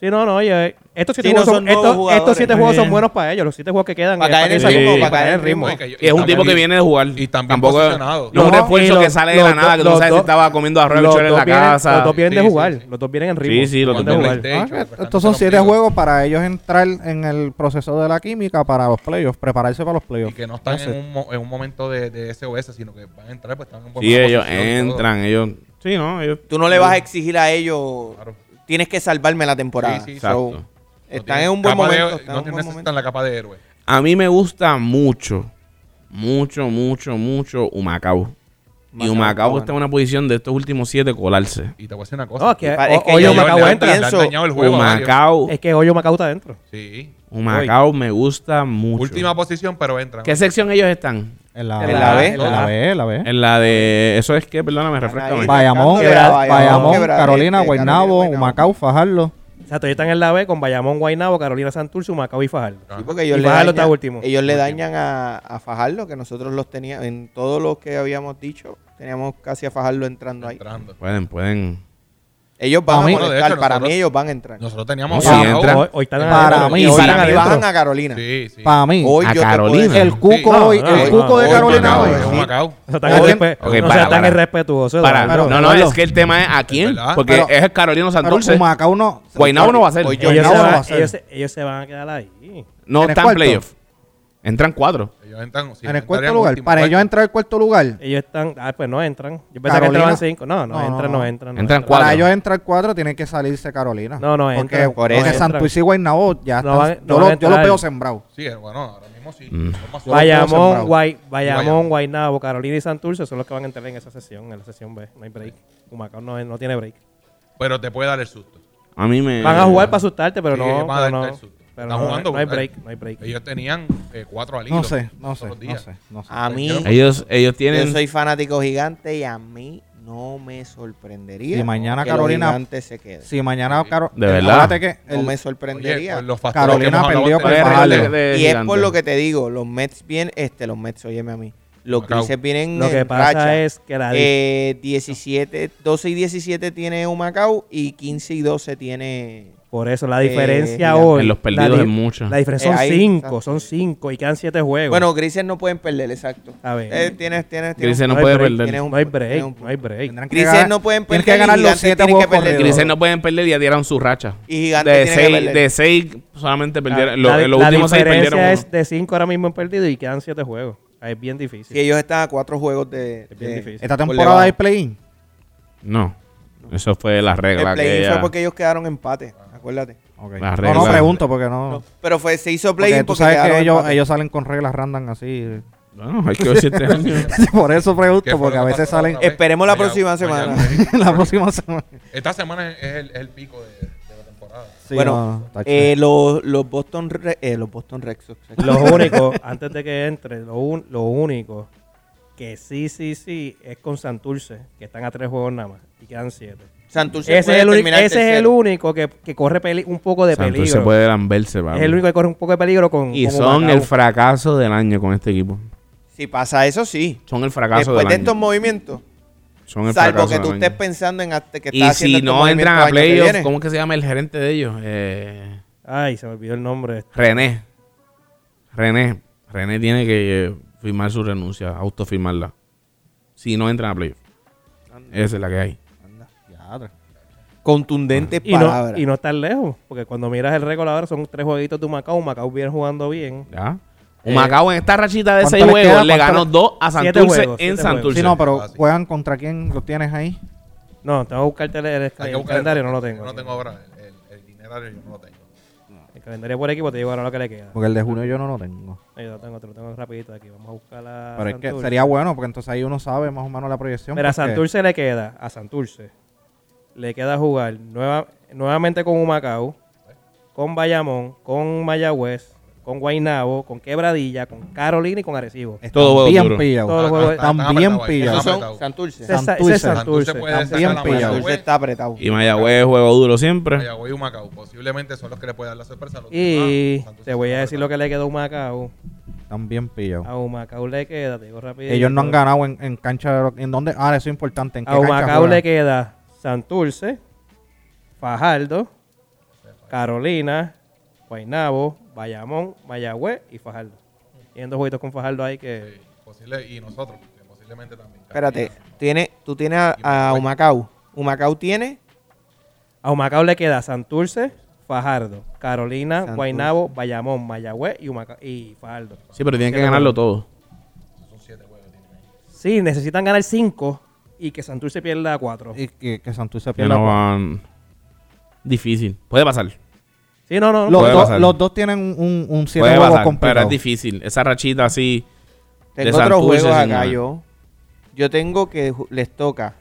Speaker 3: Sí, no, no, oye, estos siete,
Speaker 1: Sí, no
Speaker 3: juegos,
Speaker 1: son
Speaker 3: son,
Speaker 1: nuevos
Speaker 3: estos-
Speaker 1: jugadores.
Speaker 3: estos siete
Speaker 1: Muy
Speaker 3: juegos son
Speaker 1: bien.
Speaker 3: buenos para ellos. Los siete juegos que quedan
Speaker 1: Para
Speaker 3: es
Speaker 1: caer en
Speaker 3: que
Speaker 2: ritmo,
Speaker 3: se-
Speaker 2: para
Speaker 1: caer en ritmo.
Speaker 5: Oye, que yo-
Speaker 2: Y es un
Speaker 5: también-
Speaker 2: tipo que viene de jugar.
Speaker 5: Y también
Speaker 2: Tampoco
Speaker 5: posicionado.
Speaker 2: No es un
Speaker 3: No,
Speaker 2: refuerzo
Speaker 3: y
Speaker 2: que
Speaker 3: los-
Speaker 2: sale de la
Speaker 3: los
Speaker 2: nada, que no
Speaker 3: dos-
Speaker 2: sabes si
Speaker 3: los
Speaker 2: estaba comiendo a
Speaker 3: Los
Speaker 2: en
Speaker 3: dos
Speaker 2: la
Speaker 3: vienen-
Speaker 2: casa.
Speaker 3: Los dos vienen
Speaker 5: Sí,
Speaker 3: de
Speaker 5: sí,
Speaker 3: jugar.
Speaker 5: sí.
Speaker 3: Los dos vienen en ritmo.
Speaker 2: Sí, sí, los dos
Speaker 3: Los dos
Speaker 2: vienen.
Speaker 3: jugar.
Speaker 5: De hecho,
Speaker 4: Ah,
Speaker 5: Fernando
Speaker 4: estos son
Speaker 5: Romero.
Speaker 4: siete juegos para ellos entrar en el proceso de la química para los playoffs, prepararse para los
Speaker 5: Y
Speaker 4: playoffs.
Speaker 5: que no están
Speaker 4: Entonces,
Speaker 5: en, un, mo- en un momento de, de SOS, sino que van a entrar, pues están en un buen
Speaker 2: Sí, ellos entran, ellos. Sí, no, ellos.
Speaker 1: Tú no le vas a exigir a ellos,
Speaker 5: Claro.
Speaker 1: tienes que salvarme la temporada.
Speaker 5: Sí, sí,
Speaker 1: So,
Speaker 2: exacto.
Speaker 1: están en un buen momento. están en
Speaker 5: no
Speaker 1: un buen
Speaker 5: necesitan
Speaker 1: momento.
Speaker 5: la capa de héroe.
Speaker 2: A mí me gusta mucho, mucho, mucho, mucho Humacao. Y
Speaker 1: Humacao,
Speaker 2: Humacao
Speaker 1: bueno.
Speaker 2: está en una posición de estos últimos siete colarse.
Speaker 5: Y te voy a decir una cosa.
Speaker 3: No, es que,
Speaker 1: Pa- es
Speaker 3: o-
Speaker 1: que
Speaker 3: hoyo
Speaker 1: yo-
Speaker 3: Macao
Speaker 1: yo
Speaker 3: entra.
Speaker 1: pienso-
Speaker 5: Le han dañado el juego a varios.
Speaker 2: Humacao,
Speaker 3: Es que hoyo Macao está adentro.
Speaker 5: Sí.
Speaker 2: Humacao me gusta mucho.
Speaker 5: Última posición, pero entran.
Speaker 2: ¿Qué sección ellos están?
Speaker 4: en la,
Speaker 1: en la B.
Speaker 4: en la B, en la
Speaker 3: ¿Eh?
Speaker 4: B.
Speaker 2: En la de... Eso es que, perdóname, refrescame.
Speaker 1: Ahí.
Speaker 4: Bayamón,
Speaker 1: Quebrada,
Speaker 4: Bayamón,
Speaker 1: Bayamón, Quebrada,
Speaker 4: Carolina,
Speaker 1: este,
Speaker 4: Guaynabo,
Speaker 1: Carolina, Guaynabo.
Speaker 4: Humacao, Fajardo.
Speaker 3: O sea, todavía están en la B con Bayamón, Guaynabo, Carolina Santurce, Macao y Fajardo.
Speaker 5: Ah.
Speaker 1: Sí, porque ellos
Speaker 3: Y
Speaker 1: le
Speaker 3: Fajardo
Speaker 1: dañan,
Speaker 3: está último.
Speaker 1: Ellos le dañan a, a Fajardo, que nosotros los teníamos, en todos los que habíamos dicho, teníamos casi a Fajardo entrando ahí.
Speaker 5: Entrando.
Speaker 2: Pueden, pueden.
Speaker 1: Ellos van
Speaker 4: A
Speaker 1: a,
Speaker 4: mí-
Speaker 1: molestar,
Speaker 5: Bueno, de hecho,
Speaker 1: para
Speaker 5: nosotros-
Speaker 1: mí ellos van a entrar.
Speaker 5: Nosotros teníamos.
Speaker 2: Sí,
Speaker 5: Ah,
Speaker 2: entran.
Speaker 3: Hoy, hoy están
Speaker 4: Para
Speaker 3: adentro.
Speaker 4: mí,
Speaker 1: y
Speaker 4: sí,
Speaker 3: hoy
Speaker 1: para
Speaker 3: están
Speaker 1: mí
Speaker 3: adentro.
Speaker 1: bajan a Carolina.
Speaker 5: Sí, sí.
Speaker 4: Para mí,
Speaker 1: Hoy
Speaker 2: A
Speaker 1: yo te puedo
Speaker 2: Carolina.
Speaker 1: decir-
Speaker 4: el cuco
Speaker 3: No,
Speaker 4: hoy,
Speaker 3: no,
Speaker 4: el
Speaker 3: no,
Speaker 4: cuco de
Speaker 5: Hoy
Speaker 4: Carolina
Speaker 5: Humacao,
Speaker 4: hoy.
Speaker 5: es Humacao.
Speaker 3: O sea, tan
Speaker 1: Hoy-
Speaker 3: irrespe-
Speaker 2: Ok,
Speaker 3: no
Speaker 2: para,
Speaker 3: sea tan
Speaker 2: para.
Speaker 3: irrespetuoso.
Speaker 2: Para,
Speaker 3: Eduardo.
Speaker 2: no, no, es que el tema es a quién.
Speaker 5: verdad.
Speaker 2: Porque
Speaker 4: Pero-
Speaker 2: es Carolino
Speaker 4: Pero
Speaker 2: Santurce.
Speaker 4: Humacao no.
Speaker 2: Guaynabo no va a ser.
Speaker 1: Hoy yo-
Speaker 3: ellos,
Speaker 4: Yo
Speaker 3: se
Speaker 4: no lo
Speaker 3: van,
Speaker 4: voy a hacer.
Speaker 3: ellos se- ellos se van a quedar ahí.
Speaker 2: No
Speaker 4: ¿En el
Speaker 2: está en
Speaker 4: cuarto?
Speaker 2: playoff. Entran cuatro.
Speaker 5: Ellos entran. sí,
Speaker 4: En el cuarto
Speaker 5: entrarían
Speaker 4: lugar.
Speaker 5: último,
Speaker 4: Para ellos
Speaker 5: cuarto.
Speaker 4: entrar al cuarto lugar,
Speaker 3: Ellos están. Ah, pues no entran. Yo pensaba que
Speaker 4: Carolina.
Speaker 3: entraban cinco. No, no,
Speaker 4: No,
Speaker 3: entran,
Speaker 4: no,
Speaker 3: no
Speaker 4: no.
Speaker 3: entran. no
Speaker 2: Entran cuatro.
Speaker 4: para ellos entrar al cuatro tienen que salirse Carolina.
Speaker 3: No, no,
Speaker 4: Porque,
Speaker 3: entran.
Speaker 4: porque
Speaker 1: No entran.
Speaker 4: Santurce y Guaynabo ya
Speaker 3: No
Speaker 4: están-
Speaker 3: van- no
Speaker 4: yo,
Speaker 3: van
Speaker 4: lo,
Speaker 3: a
Speaker 4: yo lo
Speaker 3: entrar.
Speaker 4: veo sembrado.
Speaker 5: Sí, bueno, ahora mismo sí.
Speaker 2: Mm.
Speaker 5: Vamos a-
Speaker 3: Bayamón,
Speaker 4: Bayamón,
Speaker 3: Guay,
Speaker 5: Bayamón.
Speaker 3: Bayamón, Guaynabo, Carolina y Santurce son los que van a entrar en esa sesión, en la sesión B. No hay break. Humacao no, no tiene break.
Speaker 5: Pero te puede dar el susto.
Speaker 2: A mí me.
Speaker 3: Van a jugar para asustarte, pero
Speaker 5: Sí,
Speaker 3: no.
Speaker 5: van a
Speaker 3: Pero
Speaker 5: dar
Speaker 3: no,
Speaker 5: el susto.
Speaker 3: pero
Speaker 5: Están
Speaker 3: no,
Speaker 5: jugando
Speaker 3: no hay
Speaker 5: brutal.
Speaker 3: break, no hay break.
Speaker 5: Ellos tenían eh, cuatro al hilo.
Speaker 4: No sé, no sé,
Speaker 5: todos los
Speaker 4: no
Speaker 5: días.
Speaker 4: sé, no sé.
Speaker 3: Ah,
Speaker 1: A mí,
Speaker 2: Ellos, ellos tienen.
Speaker 1: yo soy fanático gigante y a mí no me sorprendería.
Speaker 4: Si mañana
Speaker 1: que los
Speaker 4: Carolina-
Speaker 1: gigantes se quede.
Speaker 4: Si mañana
Speaker 2: De
Speaker 4: Carolina.
Speaker 2: verdad.
Speaker 4: que
Speaker 1: No
Speaker 4: el-
Speaker 1: me
Speaker 5: Oye,
Speaker 1: sorprendería.
Speaker 5: con pues, los factores
Speaker 4: Carolina
Speaker 5: que hemos hablado
Speaker 4: perdió con
Speaker 5: antes,
Speaker 4: Fajardo.
Speaker 5: de-
Speaker 2: Eh,
Speaker 5: de-
Speaker 1: y es por lo que te digo, los Mets vienen, este, los Mets, óyeme a mí. Los
Speaker 5: Macao.
Speaker 1: Grises vienen
Speaker 3: Lo que
Speaker 1: en
Speaker 3: pasa
Speaker 1: racha.
Speaker 3: es que la
Speaker 1: Eh, 17, 12 y 17 tiene Humacao y 15 y 12 tiene...
Speaker 3: Por eso la
Speaker 1: Eh,
Speaker 3: diferencia
Speaker 1: ya.
Speaker 3: hoy.
Speaker 2: En los
Speaker 3: la
Speaker 2: perdidos
Speaker 3: di-
Speaker 2: es mucha.
Speaker 3: La diferencia
Speaker 1: Eh,
Speaker 3: son
Speaker 1: ahí, exacto.
Speaker 3: cinco, son cinco y quedan siete juegos.
Speaker 1: Bueno, Grises no pueden perder, exacto.
Speaker 3: A ver.
Speaker 1: Eh, tienes, tienes, tienes
Speaker 2: Grises
Speaker 1: un-
Speaker 2: no
Speaker 3: hay
Speaker 2: puede
Speaker 3: break,
Speaker 2: perder.
Speaker 1: tienes un-
Speaker 3: no hay
Speaker 1: tienes
Speaker 3: break,
Speaker 1: un-
Speaker 3: no hay break.
Speaker 4: tendrán que
Speaker 1: Grises
Speaker 4: ganar-
Speaker 1: no pueden
Speaker 4: tienen
Speaker 1: perder
Speaker 4: que ganar
Speaker 1: y
Speaker 4: los
Speaker 1: Gigantes
Speaker 4: siete
Speaker 1: tienen
Speaker 4: juegos
Speaker 1: que perder.
Speaker 4: corridos.
Speaker 2: Grises no pueden perder y dieron su racha.
Speaker 1: Y Gigante
Speaker 2: de,
Speaker 1: tiene que
Speaker 2: seis,
Speaker 1: perder.
Speaker 2: de seis solamente
Speaker 3: la,
Speaker 2: perdieron. lo-
Speaker 3: la-
Speaker 2: en los
Speaker 3: la
Speaker 2: últimos seis perdieron.
Speaker 3: diferencia
Speaker 2: uno.
Speaker 3: es de cinco ahora mismo en perdido y quedan siete juegos. Ahí Es bien difícil.
Speaker 1: Si ellos están a cuatro juegos de...
Speaker 3: Es bien
Speaker 1: de-
Speaker 3: difícil.
Speaker 4: Esta
Speaker 1: por
Speaker 4: temporada hay
Speaker 1: debajo.
Speaker 4: play-in.
Speaker 2: No. Eso fue la regla.
Speaker 1: El
Speaker 2: que
Speaker 1: play
Speaker 2: ella-
Speaker 1: fue porque ellos quedaron empate, acuérdate.
Speaker 4: Ok.
Speaker 2: La
Speaker 4: No, no
Speaker 2: regla.
Speaker 4: pregunto porque no.
Speaker 1: Pero fue, se hizo play
Speaker 4: Porque
Speaker 1: porque,
Speaker 4: tú sabes que
Speaker 1: quedaron
Speaker 4: ellos,
Speaker 1: empate.
Speaker 4: ellos salen con reglas random
Speaker 5: *laughs*
Speaker 4: así.
Speaker 2: Bueno, hay que ver si
Speaker 3: *laughs*
Speaker 2: este año.
Speaker 4: Por eso
Speaker 5: ¿Qué fue
Speaker 4: pregunto,
Speaker 5: lo
Speaker 4: porque
Speaker 5: que
Speaker 4: a veces
Speaker 5: pasó
Speaker 4: salen
Speaker 5: otra vez?
Speaker 1: Esperemos la
Speaker 5: Mañana-
Speaker 1: próxima semana.
Speaker 5: mañana.
Speaker 4: *laughs* la próxima semana.
Speaker 5: Esta semana es es el, es el pico de, de la temporada.
Speaker 4: Sí, no, no,
Speaker 1: bueno,
Speaker 4: está
Speaker 1: eh,
Speaker 4: chévere.
Speaker 1: los, los Boston Re- eh, los Boston Red Sox.
Speaker 3: Lo único, *laughs* antes de que entre, lo, un- lo único que sí, sí, sí es con Santurce, que están a tres juegos nada más y quedan siete.
Speaker 1: Santurce
Speaker 3: Ese,
Speaker 1: puede
Speaker 3: es el, único-
Speaker 1: terminar
Speaker 3: ese es el
Speaker 1: tercero.
Speaker 3: único que, que corre peli- un poco de
Speaker 2: Santos se
Speaker 3: peligro.
Speaker 2: puede lamberse, papi.
Speaker 3: Es el único que corre un poco de peligro con.
Speaker 2: Y
Speaker 3: con
Speaker 2: son
Speaker 3: Humacao.
Speaker 2: el fracaso del año con este equipo.
Speaker 1: Si pasa eso, sí.
Speaker 2: Son el fracaso
Speaker 1: Después de
Speaker 2: del año.
Speaker 1: estos movimientos,
Speaker 2: Son el
Speaker 1: salvo
Speaker 2: fracaso
Speaker 1: que
Speaker 2: del
Speaker 1: tú
Speaker 2: año.
Speaker 1: estés pensando en hasta que
Speaker 2: Y
Speaker 1: estás haciendo
Speaker 2: si
Speaker 1: estos
Speaker 2: no
Speaker 1: movimientos
Speaker 2: entran a
Speaker 1: año que
Speaker 2: playoffs,
Speaker 1: viene.
Speaker 2: ¿cómo es que se llama el gerente de ellos? Eh,
Speaker 3: Ay, se me olvidó el nombre. este
Speaker 2: René. René. René tiene que eh, firmar su renuncia, autofirmarla. Si no entran a playoffs. Esa es la que hay.
Speaker 1: Contundentes
Speaker 3: Y no,
Speaker 1: palabras.
Speaker 3: y no tan lejos, porque cuando miras el récord ahora son tres jueguitos de Macao. Macao viene jugando bien.
Speaker 2: ¿Ya? Humacao en esta rachita de
Speaker 4: ¿cuánto
Speaker 2: seis
Speaker 4: le
Speaker 2: juegos
Speaker 4: queda?
Speaker 2: le
Speaker 4: ¿Cuánto
Speaker 2: ganó
Speaker 4: le-
Speaker 2: dos a
Speaker 3: Siete
Speaker 2: Santurce
Speaker 3: juegos,
Speaker 2: en
Speaker 3: siete juegos.
Speaker 2: Santurce.
Speaker 4: Sí, no, pero
Speaker 5: Ah, sí.
Speaker 4: juegan contra quién lo tienes ahí.
Speaker 3: No, tengo que buscarte el, el-
Speaker 5: Hay que
Speaker 3: el
Speaker 5: buscar el-
Speaker 3: calendario, no lo tengo.
Speaker 5: yo No
Speaker 3: aquí.
Speaker 5: tengo ahora. El, el dinerario yo no lo tengo.
Speaker 3: El calendario por equipo te digo ahora lo que le queda.
Speaker 4: Porque el de junio yo no lo tengo.
Speaker 3: Ahí lo tengo, te lo tengo rapidito aquí. Vamos a buscar a
Speaker 4: Pero es que
Speaker 3: Ah, Santurce.
Speaker 4: sería bueno, porque entonces ahí uno sabe más o menos la proyección.
Speaker 3: Mira, a
Speaker 4: porque-
Speaker 3: Santurce le queda, a Santurce, le queda jugar nueva- nuevamente con Humacao, con Bayamón, con Mayagüez, con Guaynabo, con Quebradilla, con Carolina y con Arecibo.
Speaker 4: Están
Speaker 2: Todo juego
Speaker 4: bien
Speaker 2: duro.
Speaker 4: pillado.
Speaker 3: Todos los juegos-
Speaker 4: Están
Speaker 5: Están
Speaker 4: bien
Speaker 5: apretados ahí.
Speaker 4: pillados.
Speaker 1: Esos
Speaker 5: Está
Speaker 1: son
Speaker 5: apretado.
Speaker 1: Santurce.
Speaker 3: Ese es- ese
Speaker 4: Santurce.
Speaker 3: es Santurce.
Speaker 5: Santurce puede
Speaker 4: Están
Speaker 5: sacar
Speaker 4: bien
Speaker 5: la
Speaker 4: pillados.
Speaker 1: Santurce está apretado.
Speaker 2: Y Mayagüez juego duro siempre.
Speaker 5: Mayagüez y Humacao. Posiblemente son los que le pueden dar la sorpresa. a los
Speaker 3: Y
Speaker 5: demás. Ah, Santurce
Speaker 3: te voy a
Speaker 5: está
Speaker 3: decir lo que le quedó a Humacao.
Speaker 4: Están bien pillados.
Speaker 3: A Humacao le queda, te digo rápido.
Speaker 4: Ellos no han ganado en, en cancha. de lo- ¿En dónde? Ah, eso es importante. ¿En qué
Speaker 3: A
Speaker 4: cancha
Speaker 3: Humacao
Speaker 4: juegan?
Speaker 3: le queda Santurce, Fajardo, Carolina, Guaynabo, Bayamón, Mayagüez y Fajardo. Tienen dos jueguitos con Fajardo ahí que...
Speaker 5: apretado. Sí, posible- y nosotros, que posiblemente también.
Speaker 1: Espérate, tiene, tú tienes a, a Humacao. Humacao tiene
Speaker 3: A Humacao le queda Santurce, Fajardo, Carolina,
Speaker 1: Santurce.
Speaker 3: Guaynabo, Bayamón, Mayagüez y, Humaca- y Fajardo.
Speaker 2: Sí, pero tienen que ganarlo todo.
Speaker 3: Sí, necesitan ganar cinco y que Santurce pierda cuatro.
Speaker 4: Y que, que Santurce
Speaker 2: Que
Speaker 4: pierda.
Speaker 2: no van... Difícil. Puede pasar.
Speaker 3: Sí, no, no. no.
Speaker 4: los,
Speaker 2: Puede
Speaker 4: dos-
Speaker 2: pasar.
Speaker 4: los dos tienen un- un, un siete
Speaker 2: Puede
Speaker 4: juegos
Speaker 2: pasar, pero
Speaker 4: complicado.
Speaker 2: es difícil. Esa rachita así... de
Speaker 1: Tengo otros
Speaker 2: Santurce,
Speaker 1: juegos
Speaker 2: sin
Speaker 1: acá
Speaker 2: ganar.
Speaker 1: yo. Yo tengo que ju- les toca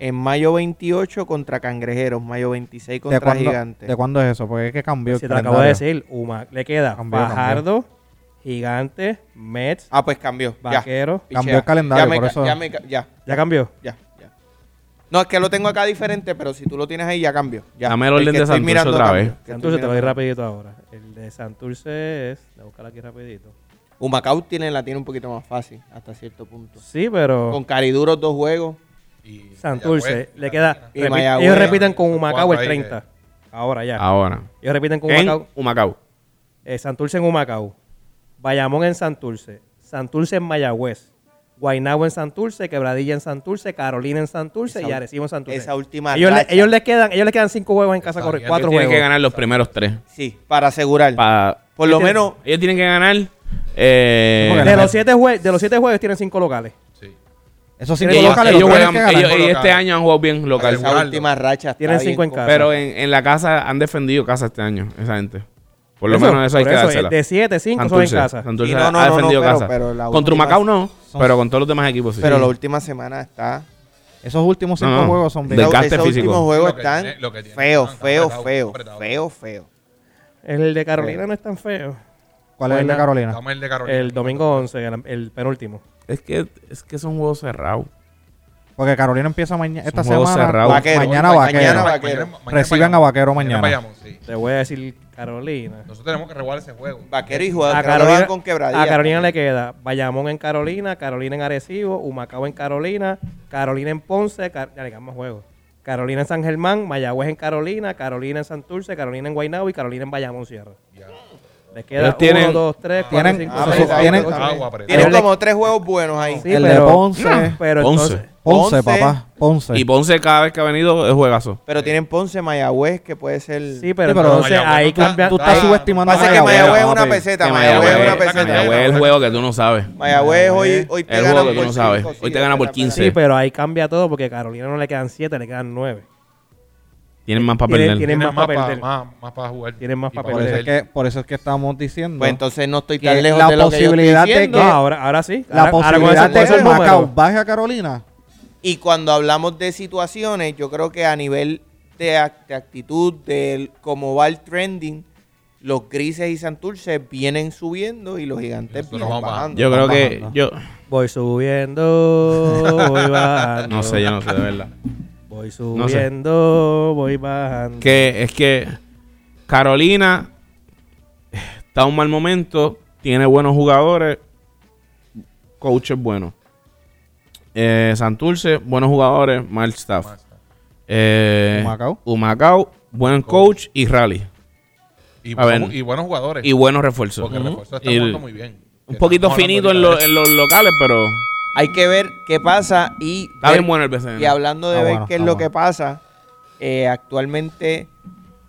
Speaker 1: en mayo 28 contra Cangrejeros, mayo 26
Speaker 4: ¿De
Speaker 1: contra
Speaker 4: cuándo,
Speaker 1: Gigantes.
Speaker 4: ¿De cuándo es eso? Porque es que cambió. el
Speaker 3: Si te lo acabo de
Speaker 4: calendario.
Speaker 3: decir, Huma- le queda
Speaker 4: Cambió, cambió.
Speaker 3: Fajardo, Gigante, Mets,
Speaker 1: Ah, pues cambió. Ya.
Speaker 3: Vaquero.
Speaker 1: Pichea.
Speaker 4: Cambió el calendario,
Speaker 1: Ya me
Speaker 4: por
Speaker 1: ca-
Speaker 4: eso-
Speaker 1: Ya, me ca- ya,
Speaker 3: ¿Ya cambió?
Speaker 1: ya, ya. No, es que lo tengo acá diferente, pero si tú lo tienes ahí ya cambió. Ya.
Speaker 2: Dame el orden
Speaker 1: que
Speaker 2: de
Speaker 1: estoy
Speaker 2: Santurce
Speaker 1: mirando
Speaker 2: otra
Speaker 1: cambió,
Speaker 2: vez.
Speaker 1: que estoy
Speaker 3: Santurce te lo doy
Speaker 1: mirando.
Speaker 3: rapidito ahora. El de Santurce es... Voy a buscar aquí rapidito.
Speaker 1: Humacao tiene, la tiene un poquito más fácil hasta cierto punto.
Speaker 3: Sí, pero...
Speaker 1: Con Cariduros dos juegos.
Speaker 5: Y
Speaker 3: Santurce
Speaker 5: Mayagüez,
Speaker 3: le queda...
Speaker 1: Y
Speaker 3: repi-
Speaker 1: Mayagüez.
Speaker 3: ellos repiten con Humacao
Speaker 5: Cuatro
Speaker 3: el
Speaker 5: ahí
Speaker 3: 30. Ahora ya.
Speaker 2: Ahora.
Speaker 3: Ellos repiten con
Speaker 2: En
Speaker 3: Humacao.
Speaker 2: Humacao.
Speaker 3: eh, Santurce en Humacao, Bayamón en Santurce, Santurce en Mayagüez, Guaynabo en Santurce, Quebradilla en Santurce, Carolina en Santurce
Speaker 1: Esa
Speaker 3: y
Speaker 1: ul-
Speaker 3: Arecibo en Santurce.
Speaker 1: esa última
Speaker 3: ellos, le,
Speaker 1: racha.
Speaker 3: ellos les quedan, ellos les quedan cinco juegos en casa
Speaker 5: Está
Speaker 3: correr,
Speaker 5: bien,
Speaker 3: cuatro
Speaker 2: Ellos tienen
Speaker 3: juegos.
Speaker 2: que ganar los primeros tres.
Speaker 1: Sí, para asegurar.
Speaker 2: Pa-
Speaker 1: Por lo menos
Speaker 2: Ellos tienen que ganar... eh,
Speaker 4: Porque
Speaker 3: De los siete juegos, de los siete juegos tienen cinco locales.
Speaker 5: Sí.
Speaker 4: Esos
Speaker 2: ellos-
Speaker 4: cinco locales
Speaker 2: ellos
Speaker 4: los tienes
Speaker 2: juegan-
Speaker 4: que ganar.
Speaker 2: ellos- ellos
Speaker 5: Local.
Speaker 2: este año han jugado bien local.
Speaker 1: esa
Speaker 5: asegurarlo.
Speaker 1: última racha. está
Speaker 3: Tienen
Speaker 1: bien
Speaker 3: cinco en
Speaker 1: complicada.
Speaker 3: casa.
Speaker 2: Pero en, en la casa han defendido casa este año, esa gente. Por lo
Speaker 3: Eso,
Speaker 2: menos eso hay
Speaker 3: por
Speaker 2: que
Speaker 3: eso,
Speaker 2: dársela.
Speaker 3: De siete, cinco son en
Speaker 2: Santurce,
Speaker 3: casa.
Speaker 2: Santurce
Speaker 1: Sí, no, no,
Speaker 2: ha
Speaker 1: no, no,
Speaker 2: defendido
Speaker 1: pero-
Speaker 2: casa.
Speaker 1: pero la
Speaker 2: Contra
Speaker 1: última-
Speaker 2: Macao no,
Speaker 4: son-
Speaker 2: pero con todos los demás equipos sí.
Speaker 1: Pero
Speaker 2: Sí.
Speaker 1: la última semana está.
Speaker 4: Esos últimos cinco
Speaker 2: No, no.
Speaker 4: juegos son
Speaker 2: De-
Speaker 4: bien.
Speaker 1: Esos-
Speaker 2: Desgaste
Speaker 1: esos
Speaker 2: físico.
Speaker 1: últimos juegos
Speaker 5: Lo que
Speaker 1: están
Speaker 5: tiene- lo que tiene.
Speaker 1: feo,
Speaker 5: Está
Speaker 1: feo,
Speaker 5: apretado,
Speaker 1: feo,
Speaker 5: apretado.
Speaker 1: feo, feo.
Speaker 3: El de Carolina no es tan feo.
Speaker 4: ¿Cuál es el de
Speaker 3: Buena.
Speaker 4: Carolina?
Speaker 5: Dame el de Carolina.
Speaker 3: El domingo 11, el, el penúltimo.
Speaker 2: Es que, es que son juegos cerrados.
Speaker 4: Porque Carolina empieza mañana esta
Speaker 2: Son juegos
Speaker 4: semana.
Speaker 2: cerrados.
Speaker 4: Vaquero. Mañana
Speaker 1: Hoy-
Speaker 4: vaquero.
Speaker 1: mañana
Speaker 5: Mañana-
Speaker 1: Vaquero.
Speaker 5: mañana
Speaker 4: Reciban a
Speaker 5: Bayamón.
Speaker 4: Vaquero
Speaker 5: Mañana
Speaker 4: mañana.
Speaker 5: Bayamón, sí.
Speaker 3: Te voy a decir Carolina.
Speaker 5: Nosotros tenemos que reguar ese juego.
Speaker 1: Vaquero y
Speaker 3: A
Speaker 1: jugador
Speaker 3: Carolina,
Speaker 1: con quebradilla. Ah,
Speaker 3: a Carolina le queda Bayamón en Carolina, Carolina en Arecibo, Humacao en Carolina, Carolina en Ponce, Car- ya le quedan más juegos. Carolina en San Germán, Mayagüez en Carolina, Carolina en Santurce, Carolina en Guaynabo y Carolina en Bayamón Sierra. Les queda
Speaker 2: Ellos
Speaker 3: uno,
Speaker 2: tienen-
Speaker 3: dos, tres,
Speaker 4: tienen-
Speaker 3: cuatro, cinco,
Speaker 4: ah,
Speaker 1: sí,
Speaker 3: seis,
Speaker 1: tienen-
Speaker 3: siete, ocho.
Speaker 5: Agua, apretado.
Speaker 1: Tienen
Speaker 3: Pero-
Speaker 1: como tres juegos buenos ahí.
Speaker 3: Sí,
Speaker 4: El de
Speaker 3: pero-
Speaker 4: Ponce.
Speaker 3: Pero
Speaker 2: Ponce.
Speaker 3: entonces,
Speaker 4: Ponce,
Speaker 1: Ponce.
Speaker 4: papá. Ponce.
Speaker 2: Y Ponce cada vez que ha venido es juegazo.
Speaker 1: Pero tienen Ponce, Mayagüez, que puede ser.
Speaker 3: sí, pero
Speaker 4: pero
Speaker 3: entonces
Speaker 5: Mayagüez
Speaker 3: ahí
Speaker 5: no está-
Speaker 3: cambian.
Speaker 4: Tú estás
Speaker 5: Ah,
Speaker 4: subestimando
Speaker 1: Pasa que
Speaker 4: Mayagüez,
Speaker 1: Mayagüez es una
Speaker 4: papi.
Speaker 1: peseta,
Speaker 2: Que
Speaker 1: Mayagüez es una
Speaker 5: Mayagüez-
Speaker 1: peseta.
Speaker 2: Mayagüez es el juego que tú no sabes.
Speaker 1: Mayagüez hoy, hoy te
Speaker 2: El
Speaker 1: ganan
Speaker 2: juego que
Speaker 1: por
Speaker 2: tú no sabes.
Speaker 1: cinco,
Speaker 2: Hoy
Speaker 1: sí,
Speaker 2: te ganan por
Speaker 1: espera,
Speaker 2: 15.
Speaker 1: espera.
Speaker 3: Sí, pero ahí cambia todo porque a Carolina no le quedan siete, le quedan nueve.
Speaker 2: Tienen más papel
Speaker 3: Tienen,
Speaker 2: perder.
Speaker 3: tienen más para
Speaker 5: más para
Speaker 3: perder.
Speaker 5: más, más para jugar.
Speaker 3: Tienen más
Speaker 5: Y
Speaker 3: pa'
Speaker 5: para
Speaker 4: Por eso, es
Speaker 5: perder.
Speaker 4: que, por eso es que estamos diciendo
Speaker 1: Pues entonces no estoy
Speaker 4: que
Speaker 1: tan lejos
Speaker 4: la
Speaker 1: de lo que yo estoy
Speaker 4: posibilidad de
Speaker 1: diciendo.
Speaker 3: No, ahora, ahora sí.
Speaker 4: la
Speaker 3: Ahora- ahora con
Speaker 4: posibilidad
Speaker 3: esos- con
Speaker 4: de
Speaker 3: esos
Speaker 4: que Macao
Speaker 3: números.
Speaker 4: baje a Carolina.
Speaker 1: Y cuando hablamos de situaciones, yo creo que a nivel de, ac- de actitud, de el- cómo va el trending, los grises y Santurce vienen subiendo y los gigantes
Speaker 5: Nosotros
Speaker 1: vienen
Speaker 5: vamos
Speaker 1: bajando.
Speaker 2: Yo creo que.
Speaker 4: Bajando.
Speaker 2: Yo
Speaker 3: Voy subiendo, voy bajando.
Speaker 2: no sé, yo no sé, de verdad.
Speaker 3: Voy
Speaker 2: sé.
Speaker 3: subiendo, voy bajando.
Speaker 2: Que es que Carolina está en un mal momento, tiene buenos jugadores. coaches buenos. Eh, Santurce, buenos jugadores, mal staff. Eh,
Speaker 4: Humacao.
Speaker 2: Humacao, buen coach y rally.
Speaker 5: Y,
Speaker 2: A ver.
Speaker 5: bu- y buenos jugadores.
Speaker 2: Y buenos refuerzos.
Speaker 5: porque el refuerzo está
Speaker 2: Y-
Speaker 5: jugando muy bien.
Speaker 2: Un poquito
Speaker 5: Estamos hablando
Speaker 2: finito en,
Speaker 5: ahorita
Speaker 2: lo- en los locales, pero
Speaker 1: Hay que ver qué pasa y.
Speaker 2: está
Speaker 1: ver-
Speaker 2: bien bueno el BCN.
Speaker 1: Y hablando de
Speaker 4: Está
Speaker 1: ver
Speaker 4: bueno,
Speaker 1: qué es
Speaker 4: está
Speaker 1: lo
Speaker 4: bueno.
Speaker 1: que pasa, eh, actualmente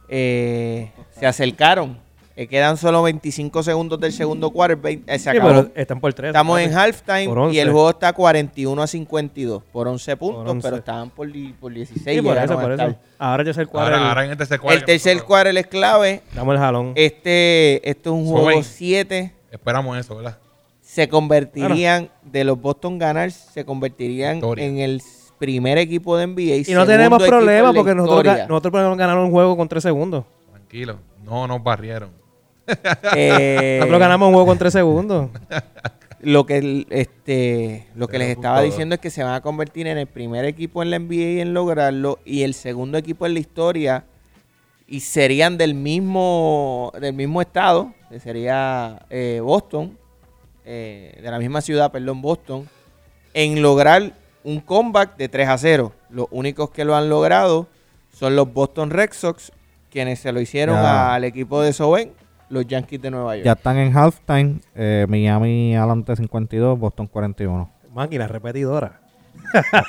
Speaker 1: eh, se acercaron. Eh, quedan solo 25 segundos del segundo quarter. vein- eh, se
Speaker 3: Sí,
Speaker 1: acabó.
Speaker 3: pero están por tres.
Speaker 1: Estamos en
Speaker 3: papi. Por
Speaker 1: halftime y
Speaker 3: 11.
Speaker 1: el juego está 41 a 52 por 11 puntos,
Speaker 3: Por 11.
Speaker 1: pero estaban por, di- por 16.
Speaker 3: Sí, por
Speaker 1: llegaron
Speaker 3: eso, por
Speaker 1: hasta
Speaker 3: eso. Ahora yo sé el cuadro.
Speaker 5: Ahora, ahora en el tercer
Speaker 1: el-
Speaker 5: cuadro.
Speaker 1: El tercer quarter es clave.
Speaker 3: Damos el jalón.
Speaker 1: Este, este es un juego
Speaker 5: Joven.
Speaker 1: 7.
Speaker 5: Esperamos eso, ¿verdad?
Speaker 1: Se convertirían, de los Boston Gunners, se convertirían
Speaker 5: Victoria.
Speaker 1: en el primer equipo de NBA.
Speaker 3: y no tenemos problema
Speaker 1: problemas
Speaker 3: porque nosotros, ga- nosotros podemos ganar un juego con tres segundos.
Speaker 5: Tranquilo. No nos barrieron.
Speaker 1: Eh,
Speaker 3: Nosotros ganamos un juego con tres segundos.
Speaker 1: Lo que, el- este, lo que les estaba
Speaker 5: 0.2.
Speaker 1: diciendo es que se van a convertir en el primer equipo en la NBA en lograrlo y el segundo equipo en la historia y serían del mismo del mismo estado, que sería eh, Boston, eh, de la misma ciudad, perdón, Boston, en lograr un comeback de 3 a 0. Los únicos que lo han logrado son los Boston Red Sox, quienes se lo hicieron
Speaker 4: Ya.
Speaker 1: al equipo de Soben, los Yankees de Nueva York.
Speaker 4: Ya están en halftime. eh, Miami adelante 52, Boston 41.
Speaker 3: Máquina repetidora.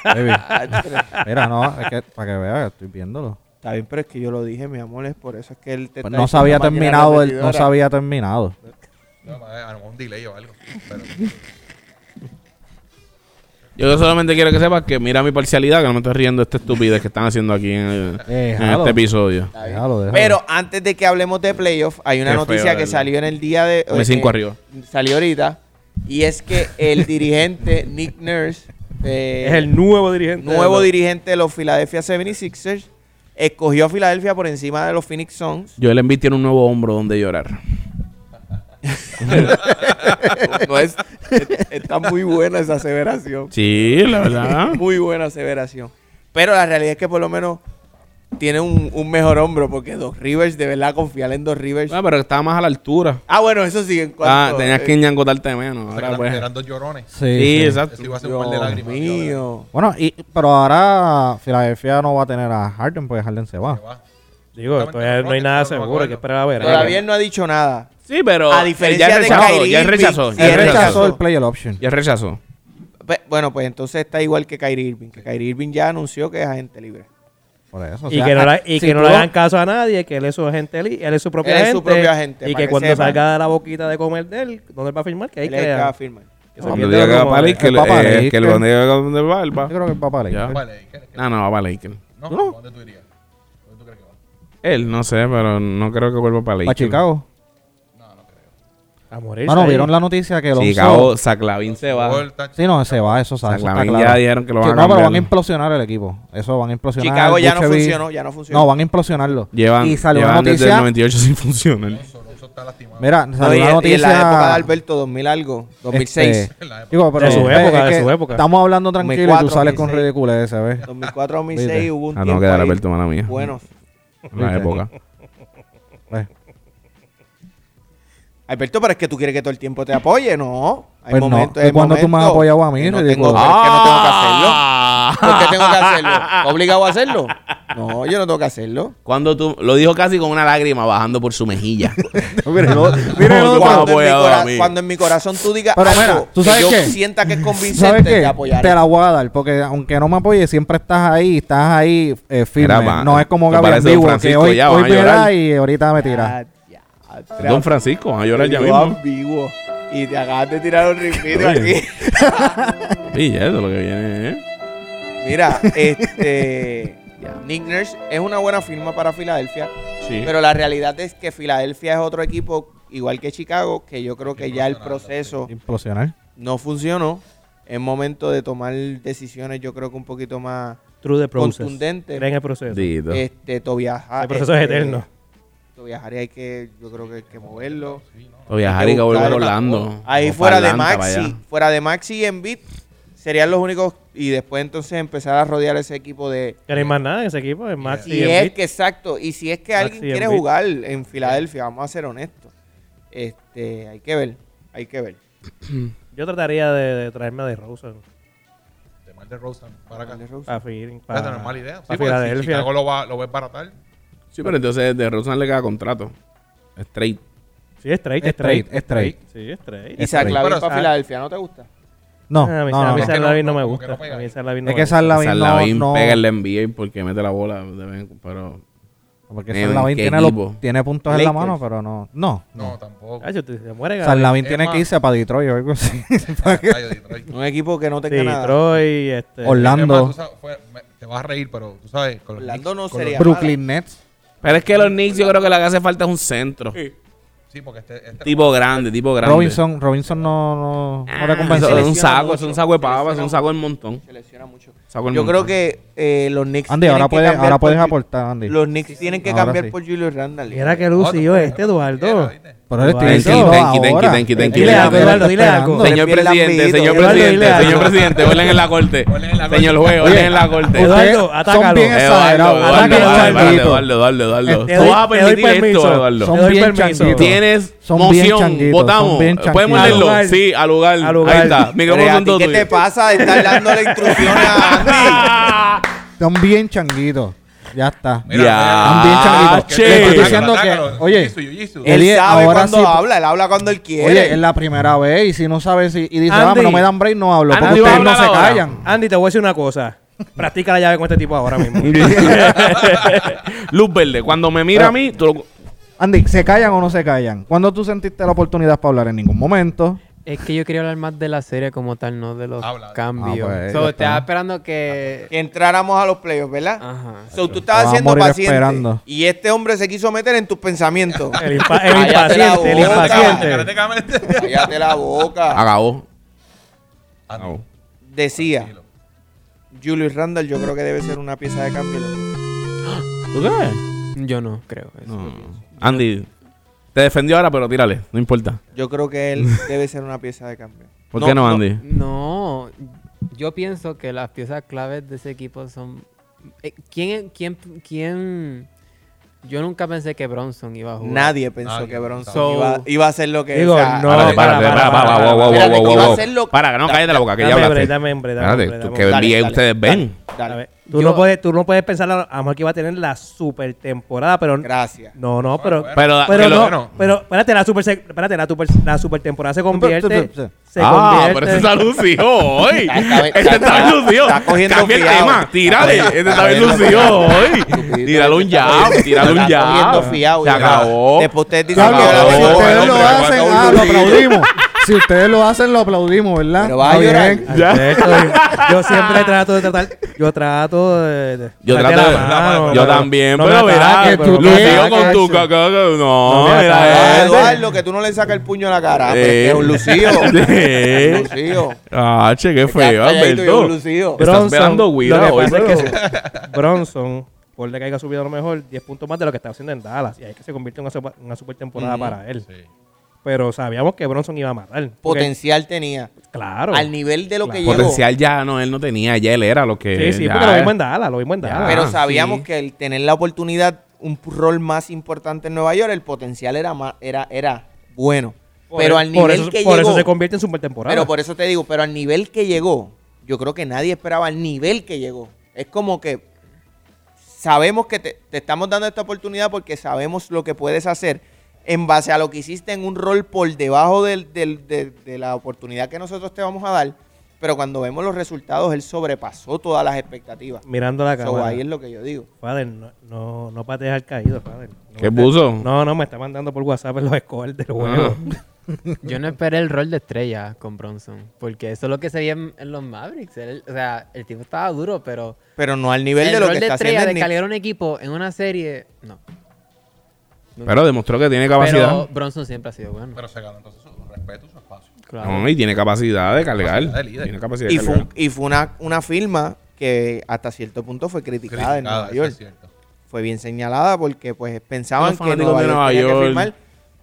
Speaker 4: Baby. Mira, no, es que para que veas, estoy viéndolo.
Speaker 1: Está bien, pero es que yo lo dije, mi amor, es por eso es que él te
Speaker 4: Pues
Speaker 1: está
Speaker 4: no se
Speaker 1: diciendo
Speaker 4: había
Speaker 1: máquina
Speaker 4: terminado, el, no
Speaker 1: repetidora.
Speaker 4: se había terminado.
Speaker 5: No, a lo mejor un delay o algo. Pero,
Speaker 2: Yo solamente quiero que sepas que mira mi parcialidad, que no me estoy riendo de esta estupidez que están haciendo aquí en, el-
Speaker 4: Eh,
Speaker 2: en
Speaker 4: jalo.
Speaker 2: este episodio.
Speaker 1: Está bien.
Speaker 4: Déjalo, déjalo.
Speaker 1: Pero antes de que hablemos de playoff, hay una
Speaker 2: Qué
Speaker 1: noticia
Speaker 2: feo,
Speaker 1: que
Speaker 2: ¿verdad?
Speaker 1: salió en el día de eh,
Speaker 2: Dame cinco arriba.
Speaker 1: Salió ahorita. Y es que el dirigente
Speaker 4: *laughs*
Speaker 1: Nick Nurse, eh,
Speaker 3: Es el nuevo dirigente.
Speaker 1: nuevo
Speaker 3: de los-
Speaker 1: dirigente de los Philadelphia 76ers, escogió a Filadelfia por encima de los Phoenix
Speaker 4: *laughs*
Speaker 1: Suns.
Speaker 2: Joel Embiid tiene un nuevo hombro donde llorar.
Speaker 1: No es, está muy buena esa aseveración.
Speaker 2: Sí,
Speaker 1: *laughs*
Speaker 2: la verdad.
Speaker 1: Muy buena aseveración. Pero la realidad es que por lo menos tiene un, un mejor hombro porque Dos Rivers, de verdad, confiar en Dos Rivers.
Speaker 2: Ah, pero estaba más a la altura.
Speaker 1: Ah, bueno, eso sí, en
Speaker 2: Ah,
Speaker 1: cuanto...
Speaker 2: tenías que ñangotarte menos.
Speaker 5: o sea,
Speaker 2: *laughs*
Speaker 5: que
Speaker 2: Ahora,
Speaker 5: eran,
Speaker 2: pues.
Speaker 5: eran dos llorones.
Speaker 4: Sí,
Speaker 2: Sí,
Speaker 4: sí.
Speaker 2: exacto.
Speaker 5: Eso iba a ser un par de
Speaker 1: Dios
Speaker 5: lágrimas. ya,
Speaker 1: mío.
Speaker 4: Bueno, y, pero ahora Filadelfia no va a tener a Harden porque Harden se va.
Speaker 5: ¿verdad? Que va.
Speaker 3: Digo, todavía no hay nada
Speaker 5: Exactamente,
Speaker 3: seguro. Hay que esperar a ver.
Speaker 1: Todavía él no ha dicho nada.
Speaker 2: Sí, pero.
Speaker 1: A diferencia
Speaker 2: ya
Speaker 1: de
Speaker 2: rechazó,
Speaker 1: Kyrie
Speaker 2: Ya
Speaker 1: Irving,
Speaker 2: rechazó.
Speaker 1: sí,
Speaker 2: Ya
Speaker 4: Él
Speaker 2: rechazó.
Speaker 4: rechazó el player option.
Speaker 2: Ya rechazó.
Speaker 1: Pe- Bueno, pues entonces está igual que Kyrie Irving. Que Kyrie Irving ya anunció que es agente libre.
Speaker 4: Por eso. o
Speaker 3: y
Speaker 4: sea,
Speaker 3: que
Speaker 1: *laughs*
Speaker 3: no, la- y
Speaker 4: si
Speaker 3: que no
Speaker 4: tú-
Speaker 3: le hagan caso a nadie, que él es su agente, li- él es su propio
Speaker 1: Él es
Speaker 3: agente.
Speaker 1: su propio agente,
Speaker 3: Y
Speaker 1: para
Speaker 3: que
Speaker 1: que
Speaker 3: cuando
Speaker 1: sepan.
Speaker 3: salga de la boquita de comer de él, ¿dónde él va a firmar? Que ahí
Speaker 1: Él es el que va
Speaker 3: crea.
Speaker 1: a firmar.
Speaker 3: Que se
Speaker 2: Cuando
Speaker 3: pierda
Speaker 2: llega
Speaker 3: como-
Speaker 2: a Lakers,
Speaker 4: el papá
Speaker 2: eh,
Speaker 4: Lakers.
Speaker 2: que el donde llega donde va, él va.
Speaker 4: Yo creo que el papá le
Speaker 2: Ya.
Speaker 5: Vale, ¿qué- qué-
Speaker 2: No, no, va a Lakers.
Speaker 5: no, ¿Dónde tú irías? ¿Dónde tú crees que va?
Speaker 2: Él, no sé, pero no creo que vuelva para Lakers.
Speaker 4: Para Chicago.
Speaker 3: A morirse.
Speaker 4: Bueno,
Speaker 3: ahí.
Speaker 4: vieron la noticia que Lonzo...
Speaker 2: Chicago, Saclavin se va.
Speaker 5: Volta,
Speaker 4: Sí, no, se va, eso sabe. eso está
Speaker 2: Sacramento
Speaker 4: claro.
Speaker 2: ya dijeron que lo van a
Speaker 4: No, pero
Speaker 2: cambiar.
Speaker 4: van a implosionar el equipo. Eso van a implosionar.
Speaker 1: Chicago ya no
Speaker 4: Vucevic.
Speaker 1: funcionó, ya no funcionó.
Speaker 4: No, van a implosionarlo.
Speaker 2: Llevan,
Speaker 4: y salió una
Speaker 2: llevan desde el
Speaker 4: noticia.
Speaker 2: 98 sin funcionar.
Speaker 5: Alonso está lastimado.
Speaker 4: Mira,
Speaker 1: No, y,
Speaker 4: salió una
Speaker 1: y en la época de
Speaker 4: noticia.
Speaker 1: Alberto, 2000 algo,
Speaker 4: este,
Speaker 1: 2006,
Speaker 4: digo, pero
Speaker 3: De su
Speaker 4: eh,
Speaker 3: época,
Speaker 4: es
Speaker 3: de
Speaker 4: que
Speaker 3: su época.
Speaker 4: Estamos hablando tranquilo y tú
Speaker 1: 2004,
Speaker 4: sales con
Speaker 1: 2006.
Speaker 4: ridiculez, ¿sabes?
Speaker 1: 2004, 2006
Speaker 4: Viste.
Speaker 1: hubo un
Speaker 2: Ah, no,
Speaker 1: tiempo
Speaker 2: que
Speaker 1: ahí
Speaker 2: Alberto, mala mía.
Speaker 1: bueno.
Speaker 2: En la
Speaker 4: Viste.
Speaker 2: época.
Speaker 4: Eh,
Speaker 1: Alberto, pero es que tú quieres que todo el tiempo te apoye, no. Hay
Speaker 4: Pues no,
Speaker 1: momentos,
Speaker 4: ¿de
Speaker 1: hay
Speaker 4: cuándo tú me has
Speaker 1: momentos.
Speaker 4: apoyado a mí,
Speaker 1: Y No tengo,
Speaker 4: ridículo?
Speaker 1: pero es que no tengo que hacerlo.
Speaker 2: ¡Ah! Pues
Speaker 1: ¿Por qué tengo que
Speaker 2: *laughs*
Speaker 1: hacerlo? ¿Obligado a hacerlo? No, yo no tengo que
Speaker 4: *laughs*
Speaker 1: hacerlo.
Speaker 2: Cuando tú lo dijo casi con una lágrima bajando por su
Speaker 1: *laughs*
Speaker 2: mejilla.
Speaker 4: Mira,
Speaker 2: No,
Speaker 4: no,
Speaker 2: tú me has
Speaker 1: cuando, en mi
Speaker 2: apoyado
Speaker 1: cora-
Speaker 2: a mí.
Speaker 1: cuando en mi corazón tú digas
Speaker 4: Pero
Speaker 1: algo
Speaker 4: mira, ¿tú
Speaker 1: que
Speaker 4: sabes
Speaker 1: yo
Speaker 4: qué?
Speaker 1: sienta que es convincente,
Speaker 4: ¿Sabes qué?
Speaker 1: te apoyaré.
Speaker 4: Te la voy a dar, porque aunque no me apoye, siempre estás ahí, estás ahí eh, firme.
Speaker 2: Mira, ma,
Speaker 4: no es como
Speaker 2: tú
Speaker 4: Gabriel
Speaker 2: pareces don
Speaker 4: Vivo, que
Speaker 2: Francisco,
Speaker 4: hoy,
Speaker 2: ya, van
Speaker 4: hoy
Speaker 2: a llorar.
Speaker 4: verá y ahorita me tira.
Speaker 1: Ya, Ah, ya,
Speaker 2: Don Francisco, van a llorar ya
Speaker 1: Yo
Speaker 2: mismo.
Speaker 1: ambiguo. Y te acabas de tirar un ripito
Speaker 2: Oye.
Speaker 1: aquí. *laughs*
Speaker 2: Sí, ya, eso es lo que viene, ¿eh?
Speaker 1: Mira, este.
Speaker 2: Ya.
Speaker 1: Nick Nurse es una buena firma para Filadelfia.
Speaker 2: Sí.
Speaker 1: Pero la realidad es que Filadelfia es otro equipo, igual que Chicago, que yo creo que ya el proceso
Speaker 4: Implosionar.
Speaker 1: no funcionó. Es momento de tomar decisiones, yo creo que un poquito más.
Speaker 3: True the process.
Speaker 1: Contundente.
Speaker 3: Creen el proceso.
Speaker 2: Dito.
Speaker 1: Este, Tobias Ha-
Speaker 3: El proceso es
Speaker 1: este,
Speaker 3: eterno.
Speaker 1: Tobias Harry hay que, yo creo que hay que moverlo.
Speaker 2: O viajar y que volver a
Speaker 1: buscar-
Speaker 2: Orlando.
Speaker 1: Ahí
Speaker 2: O
Speaker 1: fuera
Speaker 2: para
Speaker 1: de
Speaker 2: Atlanta, para
Speaker 1: Maxi,
Speaker 2: allá.
Speaker 1: fuera de Maxi y Embiid serían los únicos y después entonces empezar a rodear ese equipo de
Speaker 3: Que no hay más nada en ese equipo. Es Maxi
Speaker 1: si
Speaker 3: y
Speaker 1: es
Speaker 3: Embiid.
Speaker 1: que exacto y si es que
Speaker 3: Maxi
Speaker 1: alguien
Speaker 3: y
Speaker 1: quiere
Speaker 3: Embiid.
Speaker 1: jugar Ah, en Filadelfia, vamos a ser honestos. Este, hay que ver, hay que ver.
Speaker 3: Yo trataría de, de traerme a DeRozan
Speaker 5: De Mar de Rosa para acá. Esa
Speaker 1: Ah,
Speaker 3: a Feeling.
Speaker 5: es la normal idea.
Speaker 3: a
Speaker 5: Sí, porque si
Speaker 3: Filadelfia.
Speaker 5: Chicago lo va, lo va a baratar.
Speaker 2: Sí, pero entonces de Rosen le queda contrato. Straight.
Speaker 3: Sí, straight, straight.
Speaker 4: Straight, straight.
Speaker 3: Sí, straight.
Speaker 1: Y se
Speaker 5: Pero,
Speaker 1: Lavin
Speaker 5: ah.
Speaker 1: para Filadelfia, ¿no te gusta?
Speaker 4: No,
Speaker 3: Ah, a
Speaker 4: no,
Speaker 3: mí
Speaker 4: no,
Speaker 3: Zach- a mí
Speaker 4: no.
Speaker 5: Es que
Speaker 3: Zach
Speaker 5: no-
Speaker 3: Lavin no me
Speaker 5: como
Speaker 3: gusta.
Speaker 5: que no pega.
Speaker 3: A mí Zach Lavin no
Speaker 4: Es
Speaker 3: me
Speaker 4: que
Speaker 3: gusta.
Speaker 4: San
Speaker 2: O sea,
Speaker 4: Lavín
Speaker 2: Lavín
Speaker 4: no,
Speaker 2: pega el NBA porque mete la bola. de vez en- pero
Speaker 4: Porque
Speaker 2: Neven,
Speaker 4: San Lavín
Speaker 2: qué
Speaker 4: tiene, los-
Speaker 2: equipo.
Speaker 4: tiene puntos en la
Speaker 1: Lakers.
Speaker 4: mano, pero no. No.
Speaker 5: No, tampoco.
Speaker 3: Cacho, te- se muere,
Speaker 4: San
Speaker 3: cabrón.
Speaker 4: Lavín
Speaker 5: Es
Speaker 4: tiene
Speaker 5: más-
Speaker 4: que irse para Detroit o algo así. *laughs*
Speaker 5: Rayo,
Speaker 2: *laughs*
Speaker 5: Detroit.
Speaker 1: Un equipo que no tenga nada.
Speaker 3: Detroit, este...
Speaker 5: Es más, tú
Speaker 4: Orlando,
Speaker 5: sabes, fue- me- te vas a reír, pero tú sabes. Con los
Speaker 1: Orlando
Speaker 5: Knicks-
Speaker 1: no
Speaker 5: con
Speaker 1: sería-
Speaker 4: Brooklyn Nets.
Speaker 2: pero es que los Knicks yo creo que lo que hace falta es un centro.
Speaker 5: los- sí, porque este. este-
Speaker 2: Tipo grande, tipo grande.
Speaker 4: Robinson, Robinson no, no, no le
Speaker 2: Ah,
Speaker 4: convenció.
Speaker 2: eso es un
Speaker 1: Selecciona
Speaker 2: saco,
Speaker 1: mucho.
Speaker 2: eso es un saco de pavas, es
Speaker 1: Selecciona
Speaker 2: un saco del montón.
Speaker 1: Se lesiona mucho.
Speaker 2: Saco del
Speaker 1: Yo creo
Speaker 2: montón.
Speaker 1: que eh, los Knicks.
Speaker 4: Andy,
Speaker 1: tienen
Speaker 4: ahora
Speaker 1: que
Speaker 4: puedes,
Speaker 1: cambiar
Speaker 4: ahora
Speaker 1: por
Speaker 4: puedes
Speaker 1: Ju-
Speaker 4: aportar, Andy.
Speaker 1: Los Knicks tienen que
Speaker 4: Ahora
Speaker 1: cambiar
Speaker 4: sí.
Speaker 1: por Julio Randall.
Speaker 3: Mira que
Speaker 5: Otro,
Speaker 3: lucio este,
Speaker 5: cualquiera,
Speaker 3: Eduardo.
Speaker 5: ¿viste?
Speaker 4: Pero le estoy
Speaker 3: Thank you,
Speaker 2: thank
Speaker 4: diciendo
Speaker 2: you, thank you,
Speaker 4: ahora.
Speaker 2: thank you, thank
Speaker 3: you. Dile algo, Eduardo, dile algo.
Speaker 4: Esperando.
Speaker 2: Señor
Speaker 1: Respira el
Speaker 2: presidente,
Speaker 1: lambito.
Speaker 2: señor
Speaker 1: Eduardo,
Speaker 3: dile
Speaker 2: presidente,
Speaker 3: algo.
Speaker 2: señor presidente, huelen en la corte.
Speaker 5: Huelen en la corte.
Speaker 2: Señor juez, huelen en la corte.
Speaker 3: Eduardo,
Speaker 4: Ustedes Son
Speaker 3: atácalo.
Speaker 4: bien
Speaker 2: Eh,
Speaker 4: exagerados.
Speaker 2: Eduardo,
Speaker 4: Atácalo,
Speaker 2: Eduardo,
Speaker 4: Eduardo.
Speaker 2: Eduardo, Eduardo, Eduardo.
Speaker 3: Te
Speaker 2: Tú
Speaker 3: doy-
Speaker 2: vas a
Speaker 3: te doy
Speaker 2: permitir esto,
Speaker 3: permiso.
Speaker 2: Eduardo.
Speaker 3: Son-
Speaker 4: Son
Speaker 3: doy
Speaker 4: bien
Speaker 3: permiso.
Speaker 4: changuitos.
Speaker 2: Tienes
Speaker 4: Son bien
Speaker 2: moción,
Speaker 4: changuitos,
Speaker 2: votamos.
Speaker 4: son bien
Speaker 2: ¿Podemos
Speaker 4: changuitos.
Speaker 2: leerlo?
Speaker 3: Al lugar.
Speaker 2: Sí, al lugar.
Speaker 3: Al lugar.
Speaker 2: Ahí está. Micrófono
Speaker 1: Pero, ¿a
Speaker 2: son
Speaker 1: ti
Speaker 2: todos
Speaker 1: ¿Qué te
Speaker 2: tuyos.
Speaker 1: pasa de estar
Speaker 5: *laughs*
Speaker 1: dándole instrucciones a Andy?
Speaker 4: Son bien changuitos. Ya está.
Speaker 5: Mira,
Speaker 4: Son bien changuitos.
Speaker 5: que-
Speaker 4: Le
Speaker 5: que-
Speaker 4: estoy
Speaker 5: que-
Speaker 4: diciendo
Speaker 5: que-
Speaker 4: que-
Speaker 5: que-
Speaker 4: oye,
Speaker 5: Jiu-Jitsu, Jiu-Jitsu.
Speaker 4: eh, Eli,
Speaker 1: él sabe
Speaker 4: ahora
Speaker 1: cuando
Speaker 4: sí-
Speaker 1: habla, él habla cuando él quiere.
Speaker 4: Oye, es la primera vez y si no sabes si, y dice,
Speaker 3: Andy.
Speaker 4: "Ah, no me dan break, no hablo.
Speaker 2: Andy,
Speaker 4: Porque
Speaker 2: va a
Speaker 4: ustedes no
Speaker 2: hablar
Speaker 4: se
Speaker 2: ahora.
Speaker 4: callan.
Speaker 3: Andy, te voy a decir una cosa. Practica la llave con este tipo
Speaker 2: *laughs*
Speaker 3: ahora mismo.
Speaker 2: Luz verde. Cuando me mira a mí, tú lo-
Speaker 4: Andy, ¿se callan o no se callan? ¿Cuándo tú sentiste la oportunidad para hablar? En ningún momento.
Speaker 6: Es que yo quería hablar más de la serie como tal, no de los
Speaker 5: Habla.
Speaker 6: cambios.
Speaker 4: Ah, pues,
Speaker 6: So,
Speaker 4: ya
Speaker 6: te
Speaker 4: está.
Speaker 6: estaba esperando que...
Speaker 1: Que entráramos a los playoffs, ¿verdad?
Speaker 6: Ajá.
Speaker 1: So, tú estabas
Speaker 4: Vamos a
Speaker 1: siendo
Speaker 4: morir
Speaker 1: paciente.
Speaker 4: esperando.
Speaker 1: Y este hombre se quiso meter en tus pensamientos.
Speaker 3: El, impa- el
Speaker 1: Cállate la
Speaker 3: impaciente, el
Speaker 1: boca.
Speaker 3: impaciente.
Speaker 1: Cállate la boca.
Speaker 2: acabó.
Speaker 5: Ah, no.
Speaker 1: Decía, Julius Randall yo creo que debe ser una pieza de cambio.
Speaker 2: ¿Tú crees?
Speaker 6: Yo no creo eso.
Speaker 2: Andy, te defendió ahora, pero tírale. No importa.
Speaker 1: Yo creo que
Speaker 4: *laughs*
Speaker 1: él debe ser una pieza de cambio.
Speaker 2: ¿Por qué no, Andy?
Speaker 6: No, yo pienso que las piezas claves de ese equipo son... eh, ¿Quién, quién, quién... Yo nunca pensé que Bronson iba a jugar.
Speaker 1: Nadie pensó
Speaker 5: Nadie.
Speaker 1: que Bronson
Speaker 6: So-
Speaker 1: iba, iba a ser lo que
Speaker 3: Digo,
Speaker 1: o sea,
Speaker 3: no,
Speaker 2: Párate,
Speaker 3: para,
Speaker 2: párate, para,
Speaker 3: para,
Speaker 2: para,
Speaker 3: para,
Speaker 2: wow, wow,
Speaker 1: espérate,
Speaker 2: wow,
Speaker 1: que
Speaker 2: wow,
Speaker 1: iba a
Speaker 2: wow.
Speaker 1: ser lo-
Speaker 2: Para, que no, cállate la boca, que ya
Speaker 3: Dame
Speaker 2: hablaste.
Speaker 3: break, dame break, dame
Speaker 2: Espérate,
Speaker 3: break,
Speaker 2: tú
Speaker 3: dame
Speaker 2: que
Speaker 3: break.
Speaker 1: Dale,
Speaker 2: bien
Speaker 1: dale,
Speaker 2: ustedes
Speaker 1: dale.
Speaker 2: ven.
Speaker 1: Dale.
Speaker 3: A ver, tú,
Speaker 6: Yo-
Speaker 3: no puedes, tú no puedes pensar a lo mejor que iba a tener la super temporada, pero...
Speaker 1: Gracias.
Speaker 3: No, no, pero...
Speaker 2: Pero,
Speaker 3: Pero
Speaker 2: que
Speaker 3: no,
Speaker 2: lo-
Speaker 5: bueno.
Speaker 3: pero espérate, la super, se- espérate, la super, la super temporada se convierte, se
Speaker 2: ah,
Speaker 3: convierte.
Speaker 2: pero ese está lucido hoy.
Speaker 1: Está- está-
Speaker 2: Este
Speaker 1: está-
Speaker 2: está bien
Speaker 1: está-
Speaker 2: lucido.
Speaker 1: está cogiendo
Speaker 2: Cambia el
Speaker 1: fiado.
Speaker 2: tema. Tírale.
Speaker 1: Está-
Speaker 2: Este
Speaker 1: está
Speaker 2: está bien
Speaker 1: cogiendo
Speaker 2: lucido
Speaker 1: fiado.
Speaker 2: hoy. Tírale un jab. Tírale un
Speaker 1: Está cogiendo
Speaker 2: jab.
Speaker 1: fiado,
Speaker 2: Se
Speaker 1: ya.
Speaker 2: acabó.
Speaker 1: Después ustedes dicen
Speaker 4: Diablo,
Speaker 1: que
Speaker 2: acabó,
Speaker 4: si
Speaker 1: la-
Speaker 4: ustedes
Speaker 5: hombre,
Speaker 4: lo
Speaker 5: acabó
Speaker 4: hacen,
Speaker 5: el
Speaker 4: ah, lo
Speaker 5: grito.
Speaker 4: aplaudimos. Si ustedes lo hacen, lo aplaudimos, ¿verdad?
Speaker 1: Pero vas a
Speaker 4: Está
Speaker 1: llorar.
Speaker 4: bien.
Speaker 3: Ay, de hecho, yo *laughs* siempre trato de tratar, yo trato de... de-
Speaker 2: Yo
Speaker 3: darte
Speaker 2: trato
Speaker 3: la
Speaker 2: de-
Speaker 3: mano,
Speaker 2: Yo
Speaker 3: pero
Speaker 2: también,
Speaker 3: no
Speaker 2: pero
Speaker 3: me
Speaker 2: verá,
Speaker 3: ataques,
Speaker 4: tú
Speaker 3: pero no me
Speaker 4: qué,
Speaker 2: lucido
Speaker 3: ataques.
Speaker 2: con tu caca. No,
Speaker 3: No me
Speaker 2: era
Speaker 1: Ah,
Speaker 2: él.
Speaker 1: Eduardo, que tú no le sacas el puño a la cara. hombre,
Speaker 2: Eh.
Speaker 1: que es un lucido.
Speaker 2: Eh.
Speaker 1: Un lucido.
Speaker 2: Ah, che, qué feo,
Speaker 1: Ya, calladito, y un
Speaker 2: Alberto.
Speaker 1: lucido.
Speaker 2: Estás velando ¿eh? güira
Speaker 3: lo que
Speaker 2: hoy,
Speaker 3: pasa
Speaker 2: pero-
Speaker 3: es
Speaker 2: *laughs*
Speaker 3: que Bronson, por le que haya subido a lo mejor 10 puntos más de lo que estaba haciendo en Dallas. Y ahí es que se convierte en una, super- una super temporada para él.
Speaker 5: Sí.
Speaker 3: Pero sabíamos que Bronson iba a matar. porque-
Speaker 1: Potencial tenía.
Speaker 3: Claro.
Speaker 1: Al nivel de lo que
Speaker 3: Claro.
Speaker 1: llegó.
Speaker 2: Potencial ya no, él no tenía, ya él era lo que.
Speaker 3: Sí, sí,
Speaker 2: ya
Speaker 3: porque lo
Speaker 2: él-
Speaker 3: vimos en Dallas, lo vimos en
Speaker 2: Ya.
Speaker 3: Dallas.
Speaker 1: Pero
Speaker 2: Ah,
Speaker 1: sabíamos
Speaker 6: sí.
Speaker 1: que el tener la oportunidad, un p- rol más importante en Nueva York, el potencial era ma- era, era bueno.
Speaker 3: Por
Speaker 1: pero
Speaker 3: eso-
Speaker 1: al nivel
Speaker 3: por eso,
Speaker 1: que
Speaker 3: por
Speaker 1: llegó.
Speaker 3: eso se convierte en super temporada.
Speaker 1: pero por eso te digo, pero al nivel que llegó, yo creo que nadie esperaba el nivel que llegó. Es como que sabemos que te, te estamos dando esta oportunidad porque sabemos lo que puedes hacer en base a lo que hiciste en un rol por debajo del- del- de, de la oportunidad que nosotros te vamos a dar. Pero cuando vemos los resultados, él sobrepasó todas las expectativas.
Speaker 3: Mirando la
Speaker 1: So,
Speaker 3: cámara.
Speaker 1: ahí es lo que yo digo.
Speaker 3: Father, no, no, no patees al caído, Father. No
Speaker 2: ¿Qué
Speaker 3: me-
Speaker 2: puso? Ah.
Speaker 3: No, no, me está mandando por WhatsApp los scores del juego.
Speaker 6: *laughs* Yo no esperé el rol de estrella con Bronson, porque eso es lo que se veía en, en los Mavericks. Él- o sea, el tipo estaba duro, pero
Speaker 1: Pero no al nivel
Speaker 6: el
Speaker 1: de lo
Speaker 6: rol
Speaker 1: que
Speaker 6: de
Speaker 1: está haciendo
Speaker 6: estrella
Speaker 1: el
Speaker 6: de
Speaker 1: Knicks.
Speaker 6: cargar un equipo en una serie, no.
Speaker 2: Pero demostró que tiene
Speaker 6: Pero
Speaker 2: capacidad.
Speaker 6: Bronson siempre ha sido bueno.
Speaker 5: Pero se ganó entonces su respeto y su espacio.
Speaker 6: Claro.
Speaker 2: No, y tiene capacidad de cargar.
Speaker 5: Capacidad de líder.
Speaker 2: Tiene capacidad
Speaker 1: Y
Speaker 2: de
Speaker 1: fue,
Speaker 2: cargar.
Speaker 1: un- y fue una, una firma que hasta cierto punto fue criticada, en
Speaker 5: Criticada,
Speaker 1: Nueva
Speaker 5: eso
Speaker 1: York.
Speaker 5: es cierto.
Speaker 1: Fue bien señalada porque pues pensaban
Speaker 2: Los
Speaker 1: que
Speaker 2: fanáticos
Speaker 1: Nueva
Speaker 2: de
Speaker 1: York
Speaker 2: Nueva
Speaker 1: tenía que
Speaker 2: York.
Speaker 1: firmar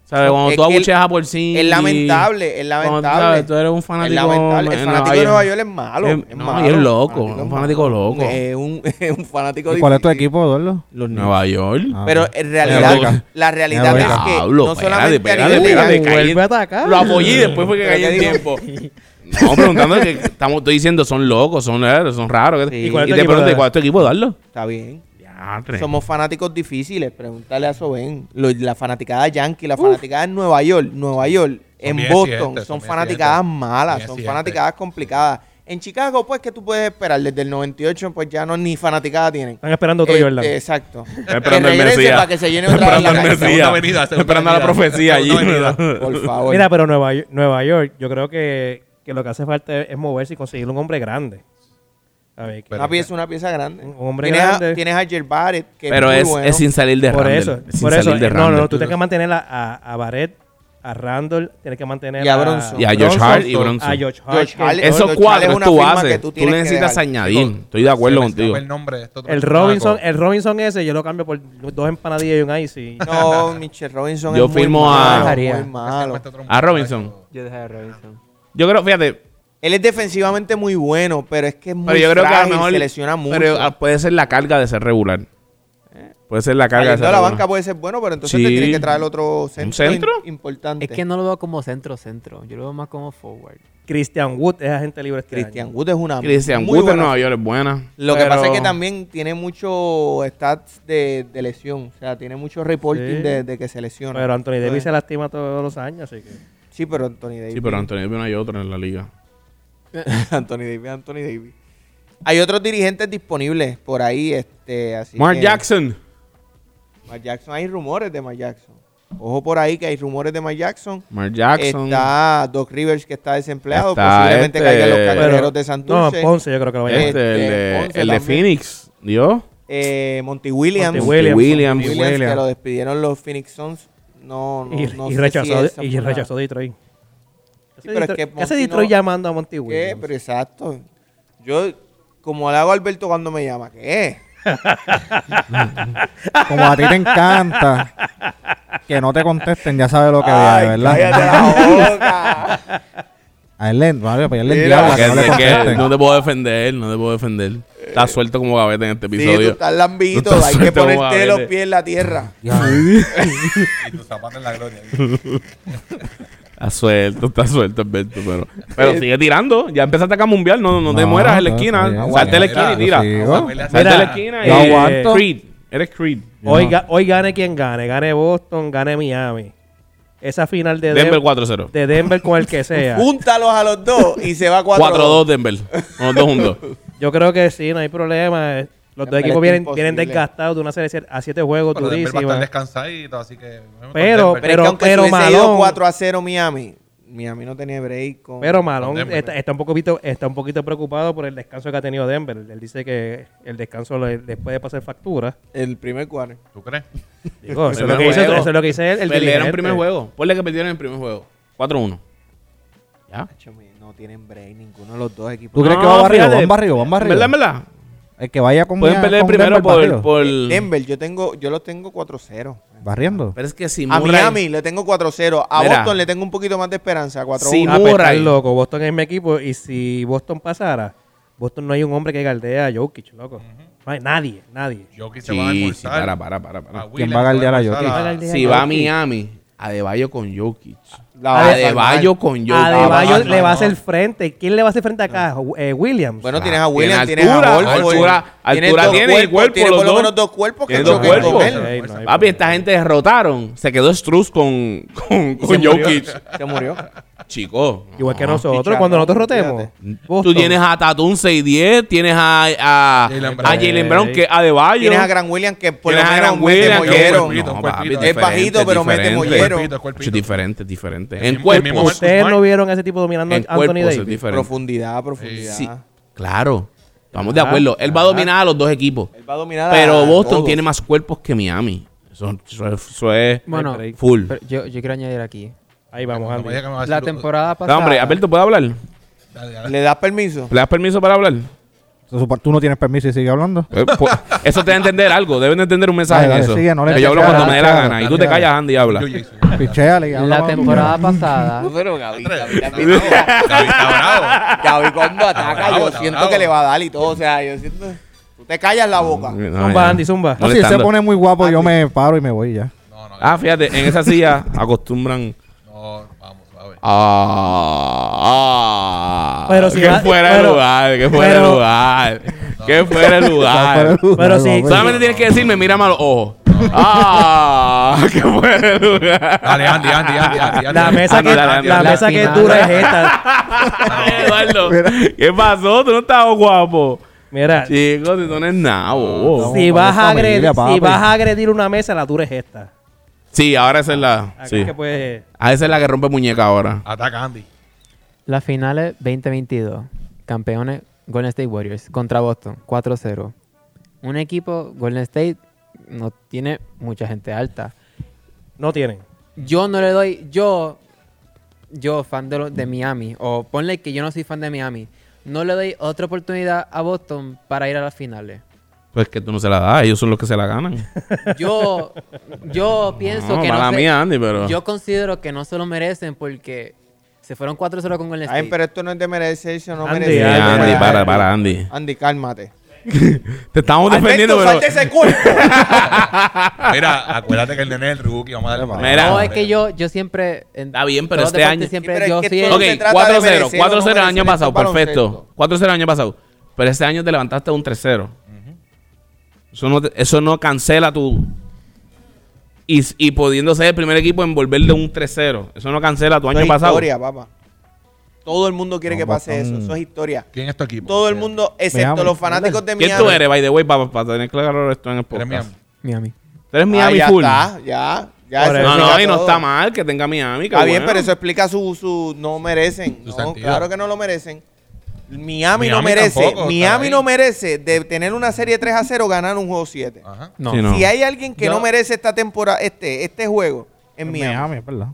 Speaker 2: ¿Sabes? Cuando
Speaker 1: Es
Speaker 2: tú
Speaker 1: que el-
Speaker 2: abucheas a Porcini.
Speaker 1: Es lamentable, es
Speaker 2: cuando tú,
Speaker 1: lamentable.
Speaker 2: sabes, tú eres un fanático.
Speaker 1: es lamentable. El
Speaker 2: en
Speaker 1: fanático de Nueva York es malo.
Speaker 2: es-
Speaker 1: es
Speaker 2: no,
Speaker 1: malo.
Speaker 2: y es loco,
Speaker 1: Fanático
Speaker 2: es un
Speaker 1: malo.
Speaker 2: fanático loco.
Speaker 1: Es un, es un fanático
Speaker 4: ¿Y ¿Cuál es tu
Speaker 1: difícil.
Speaker 4: equipo, Eduardo?
Speaker 2: Los Nueva York.
Speaker 4: Ah.
Speaker 1: Pero en realidad,
Speaker 4: Boca.
Speaker 1: la realidad es que
Speaker 2: Diablo,
Speaker 1: no
Speaker 2: espérate,
Speaker 1: solamente a
Speaker 2: espérate,
Speaker 1: nivel liga,
Speaker 2: espérate. caí en-
Speaker 3: Vuelve a atacar.
Speaker 2: Lo apoyé y después fue que
Speaker 1: Pero
Speaker 2: cayó
Speaker 1: te
Speaker 2: el
Speaker 1: digo- *laughs*
Speaker 2: tiempo. No, preguntando que estamos, estoy diciendo son locos, son, raros, son raros.
Speaker 1: Sí.
Speaker 2: Y,
Speaker 1: ¿Y cuál
Speaker 3: es tu
Speaker 2: te
Speaker 3: equipo,
Speaker 2: pregunté,
Speaker 3: Dada?
Speaker 2: ¿cuál es tu equipo, Darlo?
Speaker 1: está bien.
Speaker 2: Diantre.
Speaker 1: Somos fanáticos difíciles. Pregúntale a Soben. Lo- La fanaticada yankee, la fanaticada en Nueva York, Nueva York, en
Speaker 5: bien
Speaker 1: Boston,
Speaker 5: siete, son
Speaker 1: son
Speaker 5: bien
Speaker 1: fanaticadas
Speaker 5: siete.
Speaker 1: malas,
Speaker 5: Bien
Speaker 1: son
Speaker 5: siete.
Speaker 1: fanaticadas complicadas. En Chicago, pues, ¿qué tú puedes esperar? Desde el 98, pues ya no ni fanaticada tienen.
Speaker 3: Están esperando otro
Speaker 1: Este,
Speaker 3: Jordan.
Speaker 1: Exacto. que
Speaker 2: esperando el
Speaker 1: regrese
Speaker 2: Mesías.
Speaker 1: para que se llene otra vez
Speaker 2: Esperando
Speaker 1: la
Speaker 2: al
Speaker 1: cancha.
Speaker 5: al Mesías.
Speaker 2: Mesías.
Speaker 5: Segunda avenida, segunda
Speaker 2: Esperando a la
Speaker 5: avenida.
Speaker 2: profecía allí.
Speaker 5: Segunda avenida.
Speaker 2: ¿verdad?
Speaker 1: Por favor.
Speaker 3: Mira, pero Nueva, Yo- Nueva York, yo creo que, que lo que hace falta es moverse y conseguir un hombre grande. A ver, que-
Speaker 5: Pero-
Speaker 1: una pieza, una pieza grande.
Speaker 3: pues, Un hombre
Speaker 1: tienes A,
Speaker 3: grande.
Speaker 1: tienes a Jer Barrett, que
Speaker 2: Pero
Speaker 1: es, muy
Speaker 2: es,
Speaker 1: bueno.
Speaker 2: es sin salir de
Speaker 3: por
Speaker 2: Randall,
Speaker 3: eso,
Speaker 2: Sin
Speaker 3: por eso.
Speaker 2: salir de
Speaker 3: eh, No, no, no, tú
Speaker 2: Randall.
Speaker 3: tienes que mantener a, a, a Barrett, a Randall, tienes que mantener
Speaker 1: Y a Bronson.
Speaker 2: Y a George Hart y Bronson.
Speaker 3: A George Hart.
Speaker 1: George
Speaker 3: que-
Speaker 1: Hart.
Speaker 2: Esos
Speaker 1: Los chales
Speaker 2: cuatro
Speaker 1: una
Speaker 2: tú
Speaker 1: firma que
Speaker 2: haces.
Speaker 1: tú
Speaker 2: Tú,
Speaker 1: tienes que
Speaker 2: necesitas
Speaker 1: dejar.
Speaker 2: añadir. Estoy de acuerdo
Speaker 5: Se me escapa
Speaker 2: contigo.
Speaker 5: el nombre de este otro
Speaker 3: El
Speaker 5: chamaco.
Speaker 3: Robinson, el Robinson ese, yo lo cambio por dos empanadillas y un icy.
Speaker 1: No, Mitchell Robinson
Speaker 2: Yo
Speaker 1: es muy
Speaker 2: firmo a-
Speaker 1: malo,
Speaker 6: Dejaría.
Speaker 1: muy malo.
Speaker 5: Este otro
Speaker 2: A Ah, Robinson.
Speaker 6: Yo dejé a Robinson.
Speaker 2: Yo creo, fíjate,
Speaker 1: Él es defensivamente muy bueno, pero es que es muy
Speaker 2: pero yo creo que a lo
Speaker 1: frágil,
Speaker 2: mejor
Speaker 1: se lesiona mucho. Eh,
Speaker 2: Pero ah, puede ser la carga de ser regular. Puede ser la carga de
Speaker 1: Saliendo
Speaker 2: ser
Speaker 1: de la
Speaker 2: regular.
Speaker 1: banca puede ser bueno, pero entonces
Speaker 2: Sí.
Speaker 1: te tienes que traer otro centro,
Speaker 2: centro?
Speaker 1: in- importante.
Speaker 6: Es que no lo veo como centro-centro. Yo lo veo más como forward.
Speaker 3: Christian Wood es agente libre este
Speaker 1: Christian
Speaker 3: año.
Speaker 1: Wood es una
Speaker 2: Christian
Speaker 1: pues, muy
Speaker 2: Wood en
Speaker 1: buena-
Speaker 2: Nueva York es buena.
Speaker 1: Lo que
Speaker 2: pero-
Speaker 1: pasa es que también tiene mucho stats de, de lesión, o sea, tiene mucho reporting
Speaker 3: Sí.
Speaker 1: de, de que se lesiona.
Speaker 3: Pero Anthony Davis
Speaker 1: Entonces-
Speaker 3: se lastima todos los años, así que...
Speaker 1: Sí, pero Anthony Davis.
Speaker 2: Sí,
Speaker 1: *laughs*
Speaker 2: pero Anthony Davis no hay otro en la liga.
Speaker 1: Anthony Davis, Anthony Davis. Hay otros dirigentes disponibles por ahí, este, así
Speaker 2: Mark
Speaker 1: que-
Speaker 2: Jackson.
Speaker 1: Mark Jackson, hay rumores de Mark Jackson. Ojo por ahí que hay rumores de Mark Jackson.
Speaker 2: Mark Jackson.
Speaker 1: Está Doc Rivers que está desempleado,
Speaker 2: Está
Speaker 1: posiblemente
Speaker 2: este-
Speaker 1: caigan los cangrejeros
Speaker 3: Pero-
Speaker 1: de
Speaker 3: No,
Speaker 1: Santurce.
Speaker 3: en Ponce yo creo que lo vaya a
Speaker 2: este,
Speaker 1: eh,
Speaker 3: llamar.
Speaker 2: el
Speaker 1: este,
Speaker 2: de,
Speaker 1: Ponce
Speaker 2: el de
Speaker 1: también.
Speaker 2: Phoenix. Dios.
Speaker 1: Eh, Monty Williams,
Speaker 3: Monty
Speaker 2: Williams.
Speaker 3: Williams.
Speaker 1: Monty Williams,
Speaker 4: Williams.
Speaker 1: que lo despidieron los Phoenix Suns. No, no,
Speaker 3: Y,
Speaker 1: no
Speaker 3: y
Speaker 1: sé
Speaker 3: rechazó,
Speaker 1: si esa
Speaker 3: y
Speaker 1: fue la-
Speaker 3: rechazó Detroit.
Speaker 1: Sí, pero es que
Speaker 3: ¿Qué hace
Speaker 1: Monty no-
Speaker 3: Detroit llamando a Monty
Speaker 1: ¿Qué?
Speaker 3: Williams?
Speaker 1: Pero exacto. Yo, como le hago a Alberto cuando me llama, ¿qué?
Speaker 4: Como a ti te encanta que no te contesten, ya sabes lo que hay, ¿verdad?
Speaker 1: cállate
Speaker 2: *laughs*
Speaker 1: la boca.
Speaker 4: A él le, vale, pues a él le
Speaker 1: Mira,
Speaker 4: diabla,
Speaker 2: Que-
Speaker 4: que no le
Speaker 2: que-
Speaker 4: contesten.
Speaker 2: no te puedo defender, no te puedo defender. Estás suelto como gaveta en este
Speaker 1: Sí, tú
Speaker 2: episodio.
Speaker 1: estás lambito,
Speaker 2: Tú estás
Speaker 1: hay que
Speaker 2: suelto, vamos a
Speaker 1: ponerte los
Speaker 2: verle.
Speaker 1: pies en la
Speaker 3: *laughs*
Speaker 1: tierra.
Speaker 5: Y tus zapatos en la gloria.
Speaker 2: Estás suelto, estás suelto, Alberto, pero, pero sigue tirando. Ya empezaste a camumbiar, no, no, te
Speaker 4: No,
Speaker 2: mueras en la
Speaker 4: no,
Speaker 2: esquina.
Speaker 4: está bien.
Speaker 2: Salte a la
Speaker 5: Aguanta,
Speaker 2: esquina y tira.
Speaker 4: sí.
Speaker 2: Salte a la
Speaker 3: Mira,
Speaker 2: esquina y...
Speaker 4: yo aguanto.
Speaker 2: Creed. Eres Creed.
Speaker 3: Hoy, ga- hoy gane quien gane. Gane Boston, gane Miami. Esa final de
Speaker 2: Denver
Speaker 3: Denver,
Speaker 2: 4-0.
Speaker 3: de Denver con el
Speaker 1: *laughs*
Speaker 3: que sea.
Speaker 1: Júntalos a los dos y se va 4-2.
Speaker 2: 4-2 Denver. Con los dos juntos. *laughs*
Speaker 3: Yo creo que sí, no hay problema. Eh,
Speaker 1: Denver
Speaker 3: Los dos equipos
Speaker 1: está
Speaker 3: vienen,
Speaker 1: imposible.
Speaker 3: vienen desgastados de una serie de siete- a siete juegos
Speaker 5: Pero Denver va a estar
Speaker 3: durísima.
Speaker 5: descansadito, así que...
Speaker 3: Pero-
Speaker 1: Pero, es que aunque
Speaker 3: pero
Speaker 1: se hubiese ido
Speaker 3: Malone-
Speaker 1: 4 a 0 Miami, Miami no tenía break con...
Speaker 3: Pero Malón
Speaker 5: Denver.
Speaker 3: está, está un poquito, está un poquito preocupado por el descanso que ha tenido Denver. Él dice que el descanso le, les puede pasar factura.
Speaker 1: el primer cuarto.
Speaker 5: ¿Tú crees?
Speaker 3: Digo, eso, es lo
Speaker 2: Primer
Speaker 3: que hizo,
Speaker 2: juego.
Speaker 3: eso es lo que hizo él. El
Speaker 2: Perdieron
Speaker 3: dirigente.
Speaker 2: el primer juego. Ponle que perdieron el primer juego. 4-1. ¿Ya?
Speaker 1: Nacho, mi- No tienen break ninguno de los dos equipos.
Speaker 4: ¿Tú crees que va barrido? Van barrido, van barrido.
Speaker 2: ¿Verdad, verdad?
Speaker 4: El que vaya con
Speaker 2: Pueden
Speaker 4: Mia-
Speaker 2: perder
Speaker 4: con
Speaker 2: primero
Speaker 4: Denver, barrido.
Speaker 2: por... por...
Speaker 1: Denver, yo tengo, yo los tengo 4-0.
Speaker 4: Barriendo.
Speaker 2: Pero es que si
Speaker 1: A
Speaker 2: Murray-
Speaker 1: Miami le tengo 4-0. A
Speaker 2: Mira.
Speaker 1: Boston le tengo un poquito más de esperanza. 4-1.
Speaker 2: Sí,
Speaker 3: Ah, pues,
Speaker 2: Murray.
Speaker 3: estás loco. Boston es mi equipo. Y si Boston pasara, Boston no hay un hombre que galdea a Jokic, loco. No hay nadie, nadie.
Speaker 5: Jokic se va a
Speaker 2: Sí, sí,
Speaker 5: almorzar.
Speaker 2: para, para, para. para.
Speaker 5: Williams
Speaker 4: ¿Quién
Speaker 5: se
Speaker 4: va a galdear a
Speaker 5: almorzar
Speaker 4: Jokic?
Speaker 5: a-
Speaker 3: Galdear.
Speaker 2: Si va a Miami, Adebayo con Jokic.
Speaker 1: La va a salvar.
Speaker 2: Adebayo con Jokic.
Speaker 3: Adebayo
Speaker 5: no,
Speaker 3: le va a
Speaker 5: no.
Speaker 3: hacer frente. ¿Quién le va a hacer frente acá? Eh, Williams.
Speaker 1: Bueno, tienes a Williams,
Speaker 2: Tiene
Speaker 1: tienes a
Speaker 2: altura,
Speaker 1: Wolford.
Speaker 2: altura, altura tiene y cuerpo,
Speaker 1: Tiene
Speaker 2: los
Speaker 1: por lo
Speaker 2: dos.
Speaker 1: menos dos cuerpos que
Speaker 2: Tiene dos
Speaker 1: choquen
Speaker 2: cuerpos.
Speaker 1: con
Speaker 3: Ok, no
Speaker 1: él.
Speaker 3: hay
Speaker 2: Papi,
Speaker 3: problema.
Speaker 2: esta gente derrotaron. Se quedó Struz con, con, con Jokic.
Speaker 1: Se murió.
Speaker 2: Chico.
Speaker 3: Igual que
Speaker 2: no.
Speaker 3: nosotros,
Speaker 1: Chicharrón,
Speaker 3: cuando nosotros rotemos.
Speaker 2: Tú tienes a Tatum 6'10, tienes a, a,
Speaker 5: Jalen
Speaker 2: a
Speaker 5: Brown.
Speaker 2: Jalen Brown, que Adebayo.
Speaker 1: Tienes a Gran Williams que por lo
Speaker 2: Tienes a
Speaker 1: menos
Speaker 2: Gran
Speaker 1: mete
Speaker 2: Williams, que-
Speaker 1: mollero.
Speaker 5: cuerpito, un
Speaker 2: No,
Speaker 5: cuerpito.
Speaker 2: papi,
Speaker 5: Es
Speaker 2: diferente,
Speaker 1: bajito, pero mete
Speaker 2: diferente.
Speaker 1: mollero.
Speaker 5: Cuerpito, cuerpito.
Speaker 2: Es diferente, diferente.
Speaker 5: El
Speaker 2: En
Speaker 5: mismo- el mismo
Speaker 2: cuerpo.
Speaker 5: Marcus
Speaker 3: Ustedes
Speaker 5: Smart.
Speaker 3: no vieron a ese tipo dominando a
Speaker 2: En
Speaker 3: Anthony
Speaker 2: cuerpo es
Speaker 3: Davis.
Speaker 2: diferente.
Speaker 1: Profundidad, profundidad.
Speaker 2: Sí, claro. Estamos de
Speaker 3: Ajá,
Speaker 2: acuerdo. Él va a
Speaker 3: ajá.
Speaker 2: dominar a los dos equipos.
Speaker 1: Él va a dominar a
Speaker 4: Ah,
Speaker 2: Pero Boston
Speaker 1: todos.
Speaker 2: tiene más cuerpos que Miami. Eso, eso es- eso es
Speaker 6: Bueno,
Speaker 2: full.
Speaker 6: pero yo, yo quiero añadir aquí.
Speaker 3: Ahí vamos,
Speaker 5: No me
Speaker 3: Andy.
Speaker 5: digas que me va a
Speaker 6: La
Speaker 5: decir-
Speaker 6: temporada pasada.
Speaker 2: No, hombre, Alberto, ¿puedo hablar? ¿Le
Speaker 5: Dale, dale.
Speaker 1: ¿Le das permiso?
Speaker 2: das permiso para hablar?
Speaker 4: Se supo- Tú no tienes permiso y sigue hablando.
Speaker 2: Eh, pues,
Speaker 3: *laughs*
Speaker 2: Eso te da a entender algo. Deben de entender un mensaje
Speaker 4: Dale,
Speaker 2: en
Speaker 4: dale,
Speaker 2: eso.
Speaker 4: sigue, no le-
Speaker 2: Que yo hablo cuando
Speaker 4: dale,
Speaker 2: me dé la
Speaker 4: dale,
Speaker 2: gana. Y
Speaker 4: dale,
Speaker 2: tú te
Speaker 4: dale.
Speaker 2: callas, Andy, y hablas.
Speaker 5: Yo, yo, yo.
Speaker 4: Pichéale y habla
Speaker 6: La
Speaker 4: más tú.
Speaker 1: *laughs*
Speaker 6: temporada pasada.
Speaker 1: Pero Gaby, Gaby
Speaker 5: Está
Speaker 1: también.
Speaker 5: bravo, Gaby está bravo.
Speaker 1: Gaby cuando ataca,
Speaker 5: bravo,
Speaker 1: yo
Speaker 5: está
Speaker 1: siento
Speaker 5: bravo.
Speaker 1: que le va a dar y todo. O sea, yo siento. Tú te callas la boca.
Speaker 2: No,
Speaker 3: Zumba,
Speaker 2: ya.
Speaker 3: Andy, zumba.
Speaker 4: Ah, No, si él se
Speaker 2: Molestando.
Speaker 4: pone muy guapo, yo me paro y me voy y ya.
Speaker 5: No, no,
Speaker 2: Ah, fíjate, en esa silla acostumbran
Speaker 5: no, vamos, suave.
Speaker 2: a... a-
Speaker 3: Pero si
Speaker 2: que
Speaker 3: va-
Speaker 2: fuera el
Speaker 3: pero-
Speaker 2: lugar, que fuera el
Speaker 3: pero-
Speaker 2: lugar,
Speaker 4: *laughs*
Speaker 2: que fuera el lugar.
Speaker 3: Pero sí,
Speaker 2: Solamente tienes que decirme, mírame a los ojos. Ah, *laughs* que fuera el lugar.
Speaker 5: Dale, Andy, Andy, Andy, Andy. Andy.
Speaker 3: La mesa
Speaker 2: Andy,
Speaker 3: que,
Speaker 2: dale, Andy,
Speaker 3: la
Speaker 2: dale.
Speaker 3: mesa que es
Speaker 6: Lastimado.
Speaker 3: dura es esta.
Speaker 2: Ah,
Speaker 3: *laughs*
Speaker 2: Eduardo, ¿qué pasó? Tú no estabas guapo.
Speaker 3: Mira,
Speaker 2: Chicos, tú no eres nada, bobo.
Speaker 3: si, vas
Speaker 4: Vamos para
Speaker 3: a
Speaker 4: la
Speaker 3: agredir,
Speaker 4: familia, papi.
Speaker 3: si vas a agredir una mesa, la dura es esta.
Speaker 2: Sí, ahora esa es la...
Speaker 3: Acá
Speaker 2: Sí.
Speaker 3: es que pues, puedes-
Speaker 2: Ah, esa es la que rompe muñeca ahora.
Speaker 5: Ataca, Andy.
Speaker 6: Las finales 2022. Campeones Golden State Warriors contra Boston, 4-0. Un equipo, Golden State, no tiene mucha gente alta.
Speaker 3: no tienen.
Speaker 6: Yo no le doy, yo, yo, fan de, lo- de Miami, o ponle que yo no soy fan de Miami, no le doy otra oportunidad a Boston para ir a las finales.
Speaker 2: Pues que tú no se la das, ellos son los que se la ganan.
Speaker 1: *laughs*
Speaker 6: Yo, yo pienso
Speaker 2: No,
Speaker 6: que
Speaker 2: mala
Speaker 6: no se-
Speaker 2: mía, Andy, pero...
Speaker 6: yo considero que no se lo merecen porque se fueron 4-0 con Golden
Speaker 1: Ay,
Speaker 6: State.
Speaker 1: pero esto no es de merecer, eso no
Speaker 3: Andy,
Speaker 2: Sí,
Speaker 1: merece.
Speaker 3: Ay,
Speaker 1: no
Speaker 2: Andy,
Speaker 1: merece.
Speaker 2: para, para, Andy.
Speaker 1: Andy, cálmate.
Speaker 2: Te estamos defendiendo,
Speaker 1: Alberto,
Speaker 2: pero...
Speaker 1: salte ese
Speaker 2: *laughs*
Speaker 1: cuerpo.
Speaker 5: Mira, acuérdate que el nene es el rookie. Vamos a darle
Speaker 4: Mira.
Speaker 2: Mira.
Speaker 6: No, es que yo, yo siempre. en
Speaker 2: Está bien, pero
Speaker 6: todos los
Speaker 2: este
Speaker 6: deportes
Speaker 2: año-
Speaker 6: Siempre,
Speaker 1: Pero es
Speaker 6: yo
Speaker 1: que
Speaker 6: soy
Speaker 1: todo
Speaker 6: el-
Speaker 2: Ok,
Speaker 1: se trata de
Speaker 2: 4-0,
Speaker 1: merecer o no
Speaker 2: 4-0 el año
Speaker 1: merecer
Speaker 2: pasado,
Speaker 1: esto es
Speaker 2: perfecto.
Speaker 1: este baloncesto.
Speaker 2: 4-0 el año pasado. Pero este año te levantaste un 3-0. Eso no, te- eso no cancela tu... Y, y pudiendo ser el primer equipo en volverle un 3-0. Eso no cancela tu
Speaker 1: Eso
Speaker 2: año
Speaker 1: es
Speaker 2: pasado.
Speaker 1: historia, papá. Todo el mundo quiere que pase eso. Eso es historia.
Speaker 5: ¿Quién es tu equipo?
Speaker 1: Todo el mundo, excepto
Speaker 4: Miami.
Speaker 1: los fanáticos de Miami.
Speaker 2: ¿Quién tú eres, by the way, para, tener claro esto en el
Speaker 5: Eres
Speaker 2: podcast?
Speaker 5: Miami.
Speaker 6: Miami.
Speaker 2: Tú eres
Speaker 1: Ah,
Speaker 2: Miami
Speaker 1: ya
Speaker 2: full.
Speaker 1: está, ya. ya
Speaker 3: Por
Speaker 1: eso
Speaker 2: No, no,
Speaker 1: explica
Speaker 2: y no
Speaker 1: todo.
Speaker 2: está mal que tenga Miami.
Speaker 1: Está bien, pero eso explica su... su no merecen.
Speaker 5: Su
Speaker 1: No,
Speaker 5: sentido.
Speaker 1: claro que no lo merecen. Miami, no
Speaker 5: Miami
Speaker 1: merece.
Speaker 5: tampoco está
Speaker 1: Miami
Speaker 5: ahí.
Speaker 1: no merece de tener una serie 3 a 0 ganar un juego 7.
Speaker 5: Ajá.
Speaker 6: No.
Speaker 2: Sí, no.
Speaker 1: Si hay alguien que
Speaker 6: Yo-
Speaker 1: no merece esta temporada, este, este juego, es
Speaker 4: En
Speaker 1: Miami.
Speaker 4: Miami, es
Speaker 6: *laughs*
Speaker 4: ¿verdad?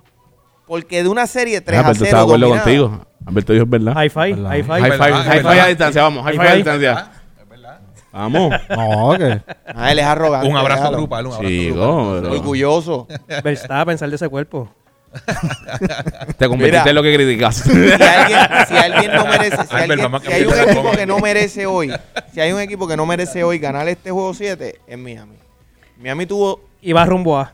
Speaker 1: Porque de una serie
Speaker 5: Ah,
Speaker 1: 3 a
Speaker 2: Alberto
Speaker 1: 0
Speaker 2: está de acuerdo
Speaker 1: dominada,
Speaker 2: contigo. Alberto dijo es verdad.
Speaker 4: Ah,
Speaker 3: High five,
Speaker 4: Hola.
Speaker 3: high five.
Speaker 2: High five,
Speaker 5: verdad,
Speaker 2: high
Speaker 5: es
Speaker 2: five a
Speaker 5: verdad.
Speaker 2: distancia, vamos. High
Speaker 3: High
Speaker 2: five a
Speaker 3: five.
Speaker 2: distancia.
Speaker 5: Es verdad.
Speaker 2: Vamos.
Speaker 4: No, que.
Speaker 1: Ah, él es arrogante.
Speaker 5: Un abrazo
Speaker 1: déjalo.
Speaker 5: grupal, un abrazo
Speaker 2: Chico,
Speaker 5: grupal.
Speaker 2: pero-
Speaker 1: Orgulloso.
Speaker 5: *laughs*
Speaker 3: Verstappen, sal de ese cuerpo.
Speaker 2: *laughs* Te convertiste
Speaker 1: Mira.
Speaker 2: en lo que criticaste.
Speaker 1: Si alguien, si alguien no merece, si,
Speaker 5: Ay,
Speaker 1: alguien-
Speaker 5: perdón, más que
Speaker 1: si hay
Speaker 5: me
Speaker 1: un
Speaker 5: interrumpo.
Speaker 1: equipo que no merece hoy, si hay un equipo que no merece hoy ganar este juego 7, es Miami. Miami tuvo,
Speaker 3: Y va rumbo a.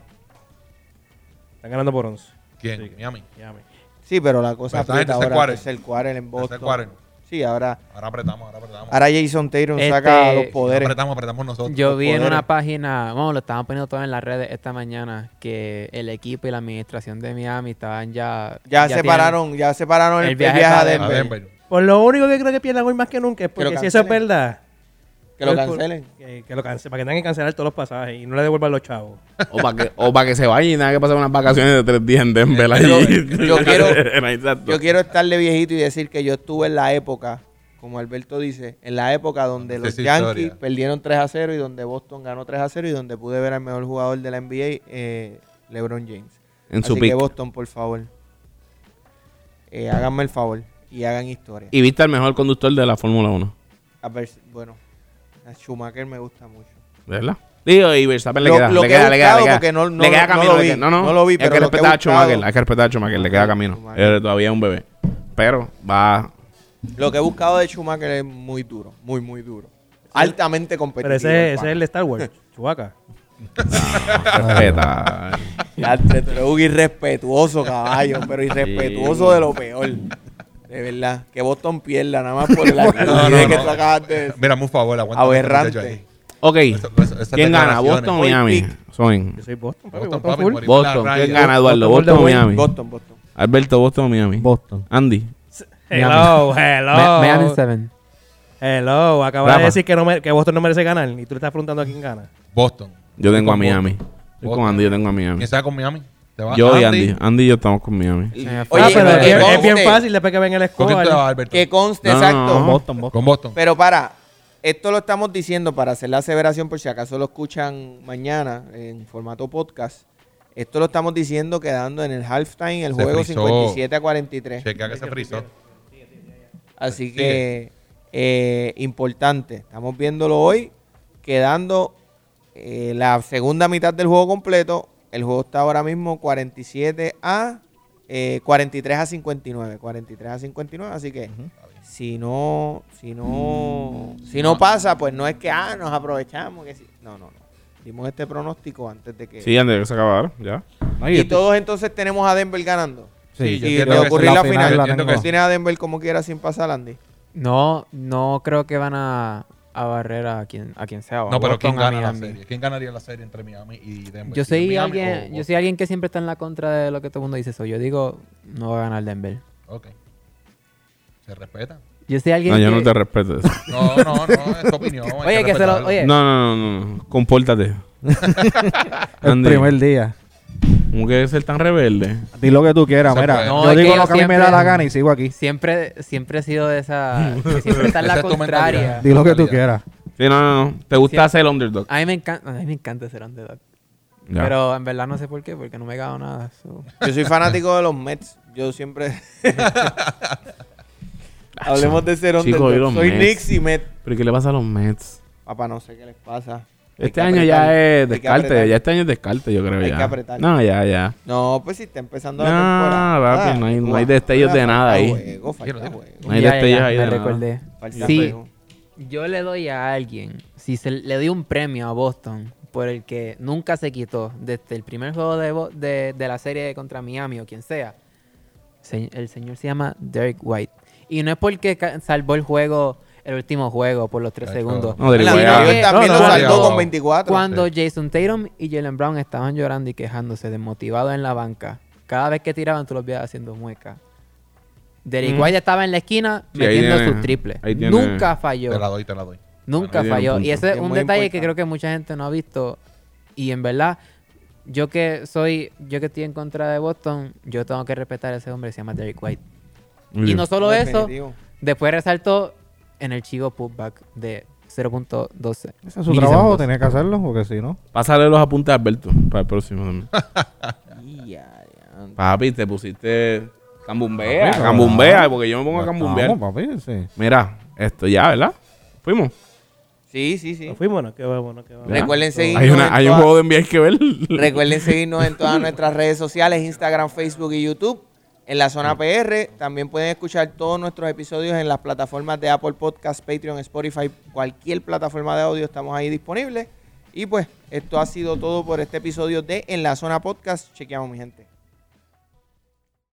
Speaker 3: Están ganando por 11.
Speaker 5: ¿Quién? Miami.
Speaker 3: Miami.
Speaker 1: sí, pero la cosa
Speaker 5: Pero está en
Speaker 1: aprieta
Speaker 5: tercer
Speaker 1: ahora,
Speaker 5: quarter.
Speaker 1: tercer quarter en Boston.
Speaker 5: Tercer quarter.
Speaker 1: Sí, ahora,
Speaker 5: Ahora apretamos, ahora apretamos.
Speaker 1: ahora Jason Taylor
Speaker 6: Este-
Speaker 1: saca los
Speaker 5: Ahora
Speaker 1: poderes.
Speaker 5: apretamos, apretamos nosotros.
Speaker 6: Yo vi en
Speaker 1: poderes.
Speaker 6: una página, bueno, lo estaban poniendo todo en las redes esta mañana, que el equipo y la administración de Miami estaban ya.
Speaker 1: Ya,
Speaker 6: tienen-
Speaker 1: separaron, ya separaron el,
Speaker 6: el
Speaker 1: el viaje,
Speaker 6: viaje
Speaker 1: a
Speaker 6: para
Speaker 5: A
Speaker 1: Denver.
Speaker 5: Denver.
Speaker 3: Por Pues, lo único que creo que pierdan hoy más que nunca es
Speaker 1: lo
Speaker 3: porque si eso es
Speaker 1: cancelen.
Speaker 3: verdad.
Speaker 1: Que lo
Speaker 3: es por-
Speaker 1: cancelen.
Speaker 3: Que, que lo cancelen. Para que tengan que cancelar todos los pasajes y no le devuelvan los chavos.
Speaker 2: *laughs*
Speaker 1: Pues,
Speaker 2: O para que, o pa' que se vaya y nada que pasar unas vacaciones de tres días en Denver.
Speaker 1: Yo-
Speaker 2: allí. *laughs*
Speaker 1: yo quiero-
Speaker 2: Exacto.
Speaker 1: Yo quiero estarle viejito y decir que yo estuve en la época, como Alberto dice, en la época donde
Speaker 5: Esa
Speaker 1: los
Speaker 5: es
Speaker 1: Yankees
Speaker 5: historia.
Speaker 1: perdieron 3 a 0 y donde Boston ganó 3 a 0 y donde pude ver al mejor jugador de la NBA, eh, LeBron James.
Speaker 2: En
Speaker 1: Así
Speaker 2: su
Speaker 1: que
Speaker 2: pick.
Speaker 1: Boston, por favor, eh, háganme el favor y hagan historia.
Speaker 2: Y viste al mejor conductor de la Fórmula 1.
Speaker 1: A ver, si- bueno, a Schumacher me gusta mucho.
Speaker 2: ¿Verdad? Digo, y Verstappen le
Speaker 1: Lo-
Speaker 2: queda,
Speaker 1: lo
Speaker 2: le
Speaker 1: que
Speaker 2: queda,
Speaker 1: he
Speaker 2: le queda, le
Speaker 1: buscado,
Speaker 2: queda.
Speaker 1: porque no- no
Speaker 2: le
Speaker 1: lo-
Speaker 2: queda
Speaker 1: no
Speaker 2: camino,
Speaker 1: lo
Speaker 2: le
Speaker 1: vi,
Speaker 2: queda- no, no,
Speaker 1: no lo vi,
Speaker 2: hay
Speaker 1: pero
Speaker 2: que
Speaker 1: lo que he
Speaker 2: respetar a
Speaker 1: buscado-
Speaker 2: Schumacher, hay que respetar a Schumacher, le queda camino.
Speaker 1: Schumacher.
Speaker 2: Él todavía es un bebé. Pero va,
Speaker 1: Lo que he buscado de Schumacher es muy duro, muy, muy duro. Altamente competitivo.
Speaker 3: Pero ese,
Speaker 1: el
Speaker 3: ese es el de Star
Speaker 1: *laughs*
Speaker 3: Wars, Chubaca.
Speaker 1: *laughs*
Speaker 2: respeta.
Speaker 1: Diantre, tú eres un irrespetuoso, caballo, pero irrespetuoso de lo peor. De verdad, que Boston pierda, nada más
Speaker 3: *laughs*
Speaker 1: por la
Speaker 5: No, no,
Speaker 1: idea que
Speaker 5: no.
Speaker 1: tú acabas de decir.
Speaker 5: Mira, por favor, aguanta. este
Speaker 1: Aberrante.
Speaker 2: ok,
Speaker 5: Eso- eso- esas
Speaker 2: ¿quién gana?
Speaker 5: declaraciones.
Speaker 2: ¿Boston o
Speaker 1: Hoy
Speaker 2: Miami? Son
Speaker 3: Yo soy Boston, papi,
Speaker 5: Boston,
Speaker 3: Boston,
Speaker 5: papi,
Speaker 3: full.
Speaker 5: morimos
Speaker 2: Boston,
Speaker 5: la
Speaker 2: ¿quién
Speaker 5: raya.
Speaker 2: gana, Eduardo?
Speaker 3: Boston,
Speaker 2: ¿Boston o
Speaker 3: Golden
Speaker 2: Miami?
Speaker 1: Boston, Boston.
Speaker 2: Alberto, ¿Boston o Miami?
Speaker 4: Boston.
Speaker 2: Andy.
Speaker 3: Hello, hello.
Speaker 6: Mi- Miami 7.
Speaker 3: Hello, acaba
Speaker 2: Rafa.
Speaker 3: de decir que, no mer- que Boston no merece ganar y tú le estás preguntando a quién gana.
Speaker 5: Boston.
Speaker 2: Yo tengo a
Speaker 5: con Boston.
Speaker 2: Miami. Estoy con
Speaker 5: Boston.
Speaker 2: Andy, yo tengo a Miami.
Speaker 5: ¿Quién sabe con Miami? ¿Te vas?
Speaker 2: Yo y Andy. Andy y yo estamos con Miami.
Speaker 1: Oye,
Speaker 3: ah, pero
Speaker 1: pero
Speaker 3: es bien-
Speaker 1: que
Speaker 3: es bien
Speaker 1: conste-
Speaker 3: fácil después que ven el
Speaker 5: ¿Con
Speaker 6: Oh,
Speaker 5: quién
Speaker 3: score.
Speaker 5: te vas, Alberto?
Speaker 6: Eh,
Speaker 1: Que conste,
Speaker 2: No, no,
Speaker 1: exacto.
Speaker 2: no.
Speaker 4: Boston, Boston.
Speaker 5: Con Boston.
Speaker 1: Pero para, esto lo estamos diciendo para hacer la aseveración por si acaso lo escuchan mañana en formato podcast. Esto lo estamos diciendo quedando en el halftime, el
Speaker 5: Se
Speaker 1: juego
Speaker 5: frizó.
Speaker 1: 57 a 43.
Speaker 5: Chequea que se frizó.
Speaker 1: Así
Speaker 5: Sigue.
Speaker 1: que, eh, importante, estamos viéndolo hoy, quedando eh, la segunda mitad del juego completo, El juego está ahora mismo 47 a eh, 43 a 59. 43 a 59. Así que si no, si no,
Speaker 5: Mm.
Speaker 1: si no pasa, pues no es que ah, nos aprovechamos. Que sí. No, no, no. Dimos este pronóstico antes de que.
Speaker 2: Sí, antes de que se acabara, ya.
Speaker 4: No,
Speaker 1: y
Speaker 4: yo-
Speaker 1: todos entonces tenemos a Denver ganando.
Speaker 5: Sí, yo
Speaker 1: y
Speaker 5: entiendo
Speaker 1: le
Speaker 5: que
Speaker 1: ocurrió
Speaker 5: sí.
Speaker 1: la
Speaker 5: La
Speaker 1: final.
Speaker 5: final
Speaker 1: final
Speaker 5: la tengo.
Speaker 1: Pues tiene a Denver como quiera sin pasar, Andy.
Speaker 6: No, no creo que van a, a barrer a quien, a quien sea. o a
Speaker 5: No, pero
Speaker 6: Boston,
Speaker 5: ¿quién
Speaker 6: a
Speaker 5: gana la
Speaker 6: Miami.
Speaker 5: serie? ¿Quién ganaría la serie entre Miami y Denver?
Speaker 6: Yo
Speaker 5: ¿Si es
Speaker 6: soy,
Speaker 5: Miami
Speaker 6: alguien,
Speaker 5: o
Speaker 6: yo soy alguien que siempre está en la contra de lo que todo el mundo dice. So, yo digo, no va a ganar Denver.
Speaker 5: Boston? Ok. ¿Se respeta?
Speaker 6: Yo soy alguien
Speaker 2: No, yo
Speaker 6: que...
Speaker 2: no te respeto eso.
Speaker 5: No, no, no, es tu
Speaker 6: *laughs*
Speaker 5: opinión. hay
Speaker 6: Oye, que se lo-
Speaker 5: respetarla.
Speaker 6: oye.
Speaker 2: No, no, no, no, no.
Speaker 1: *laughs*
Speaker 2: Compórtate.
Speaker 4: El
Speaker 2: Andy,
Speaker 4: primer día.
Speaker 2: ¿Cómo que ser tan rebelde?
Speaker 4: Di lo que tú quieras,
Speaker 5: Se
Speaker 4: mira.
Speaker 5: puede.
Speaker 6: No,
Speaker 4: yo
Speaker 6: es que
Speaker 4: digo
Speaker 6: yo
Speaker 4: lo que a mí me da
Speaker 6: siempre-
Speaker 4: la gana y sigo aquí.
Speaker 6: Siempre, siempre he sido
Speaker 2: *laughs*
Speaker 6: de esa... que siempre está en
Speaker 5: Esa
Speaker 6: la
Speaker 5: es tu mentalidad.
Speaker 6: contraria.
Speaker 4: Di lo que tú
Speaker 5: Totalidad.
Speaker 4: quieras.
Speaker 2: Sí, no, no, no. ¿Te gusta ser el underdog?
Speaker 6: A mí me encanta, a mí me encanta ser underdog.
Speaker 2: Ya.
Speaker 6: Pero en verdad no sé por qué, porque no me he ganado nada. so.
Speaker 1: Yo soy fanático de los Mets. Yo
Speaker 2: *laughs*
Speaker 1: siempre. Hablemos de ser
Speaker 2: Chico,
Speaker 1: underdog.
Speaker 2: y los
Speaker 1: Soy
Speaker 2: Mets.
Speaker 1: Knicks y Mets.
Speaker 2: ¿Pero qué le pasa a los Mets?
Speaker 1: Papá, no sé qué les pasa. Hay
Speaker 2: Este
Speaker 1: que
Speaker 2: año
Speaker 1: apretar,
Speaker 2: ya
Speaker 1: hay
Speaker 2: es
Speaker 1: que
Speaker 2: descarte.
Speaker 1: apretar.
Speaker 2: Ya este año es descarte, yo creo.
Speaker 1: Hay
Speaker 2: ya.
Speaker 1: que apretar.
Speaker 2: No, ya, ya.
Speaker 1: No, pues si está empezando
Speaker 2: No,
Speaker 1: la temporada.
Speaker 2: papi, no hay- no
Speaker 1: Guau,
Speaker 2: hay destellos de
Speaker 1: falta
Speaker 2: nada ahí.
Speaker 1: Juego, falta
Speaker 5: Quiero-
Speaker 1: juego.
Speaker 2: No hay
Speaker 6: Ya, ya,
Speaker 2: destellos
Speaker 6: ya,
Speaker 2: ahí
Speaker 6: me
Speaker 2: de nada.
Speaker 6: recordé.
Speaker 1: Falta
Speaker 6: Sí.
Speaker 1: juego.
Speaker 6: Yo le doy a alguien, si se le doy un premio a Boston por el que nunca se quitó desde el primer juego de, Bo- de, de la serie contra Miami o quien sea, se- el señor se llama Derek White. Y no es porque ca- salvó el juego, el último juego, por los tres
Speaker 5: Cacho.
Speaker 6: segundos.
Speaker 2: No, Derek
Speaker 1: La
Speaker 2: White,
Speaker 6: sino
Speaker 2: ah,
Speaker 1: Nueva
Speaker 6: que
Speaker 1: York también
Speaker 5: no,
Speaker 1: lo
Speaker 5: no,
Speaker 1: saltó
Speaker 5: no.
Speaker 1: con 24.
Speaker 6: Cuando Jason Tatum y Jalen Brown estaban llorando y quejándose, desmotivados en la banca, cada vez que tiraban tú los veías haciendo muecas. Derek
Speaker 2: Mm.
Speaker 6: White estaba en la esquina
Speaker 2: Sí, ahí
Speaker 6: metiendo
Speaker 2: tiene-
Speaker 6: sus triples.
Speaker 2: ahí tiene-
Speaker 6: Nunca falló.
Speaker 5: Te la doy, te la doy.
Speaker 6: Nunca
Speaker 2: Ahí viene
Speaker 6: falló.
Speaker 2: un
Speaker 6: Y ese es
Speaker 1: Es
Speaker 6: un
Speaker 1: muy
Speaker 6: detalle que
Speaker 1: importante.
Speaker 6: creo que mucha gente no ha visto. Y en verdad, yo que soy, yo que estoy en contra de Boston, yo tengo que respetar a ese hombre que se llama Derek White.
Speaker 2: Muy
Speaker 6: Y
Speaker 2: bien.
Speaker 6: no solo eso,
Speaker 1: Definitivo.
Speaker 6: después resaltó en el chivo putback de 0.12.
Speaker 4: Ese es su
Speaker 6: milisegundos.
Speaker 4: trabajo, tenía que hacerlo, porque si no.
Speaker 2: Pásale los apuntes a Alberto para el próximo
Speaker 1: *laughs*
Speaker 2: también.
Speaker 1: Ya, ya.
Speaker 2: Papi, te pusiste cambumbea,
Speaker 4: Papi,
Speaker 2: cambumbea,
Speaker 4: cabrón.
Speaker 2: porque yo me pongo a cambumbea.
Speaker 4: pues, Vamos, papi, sí.
Speaker 2: Mira, esto ya, ¿verdad? Fuimos.
Speaker 1: Sí, sí, sí.
Speaker 3: Nos fuimos, no, qué vamos, no, qué vamos.
Speaker 2: Ya.
Speaker 1: Recuerden seguirnos.
Speaker 2: Hay, una-
Speaker 1: en
Speaker 2: hay un
Speaker 1: todas-
Speaker 2: juego de NBA que ver.
Speaker 1: Recuerden seguirnos en todas nuestras redes sociales, Instagram, Facebook y YouTube. En la zona PR también pueden escuchar todos nuestros episodios en las plataformas de Apple Podcast, Patreon, Spotify, cualquier plataforma de audio estamos ahí disponibles. Y pues esto ha sido todo por este episodio de En la zona podcast. Chequeamos mi gente.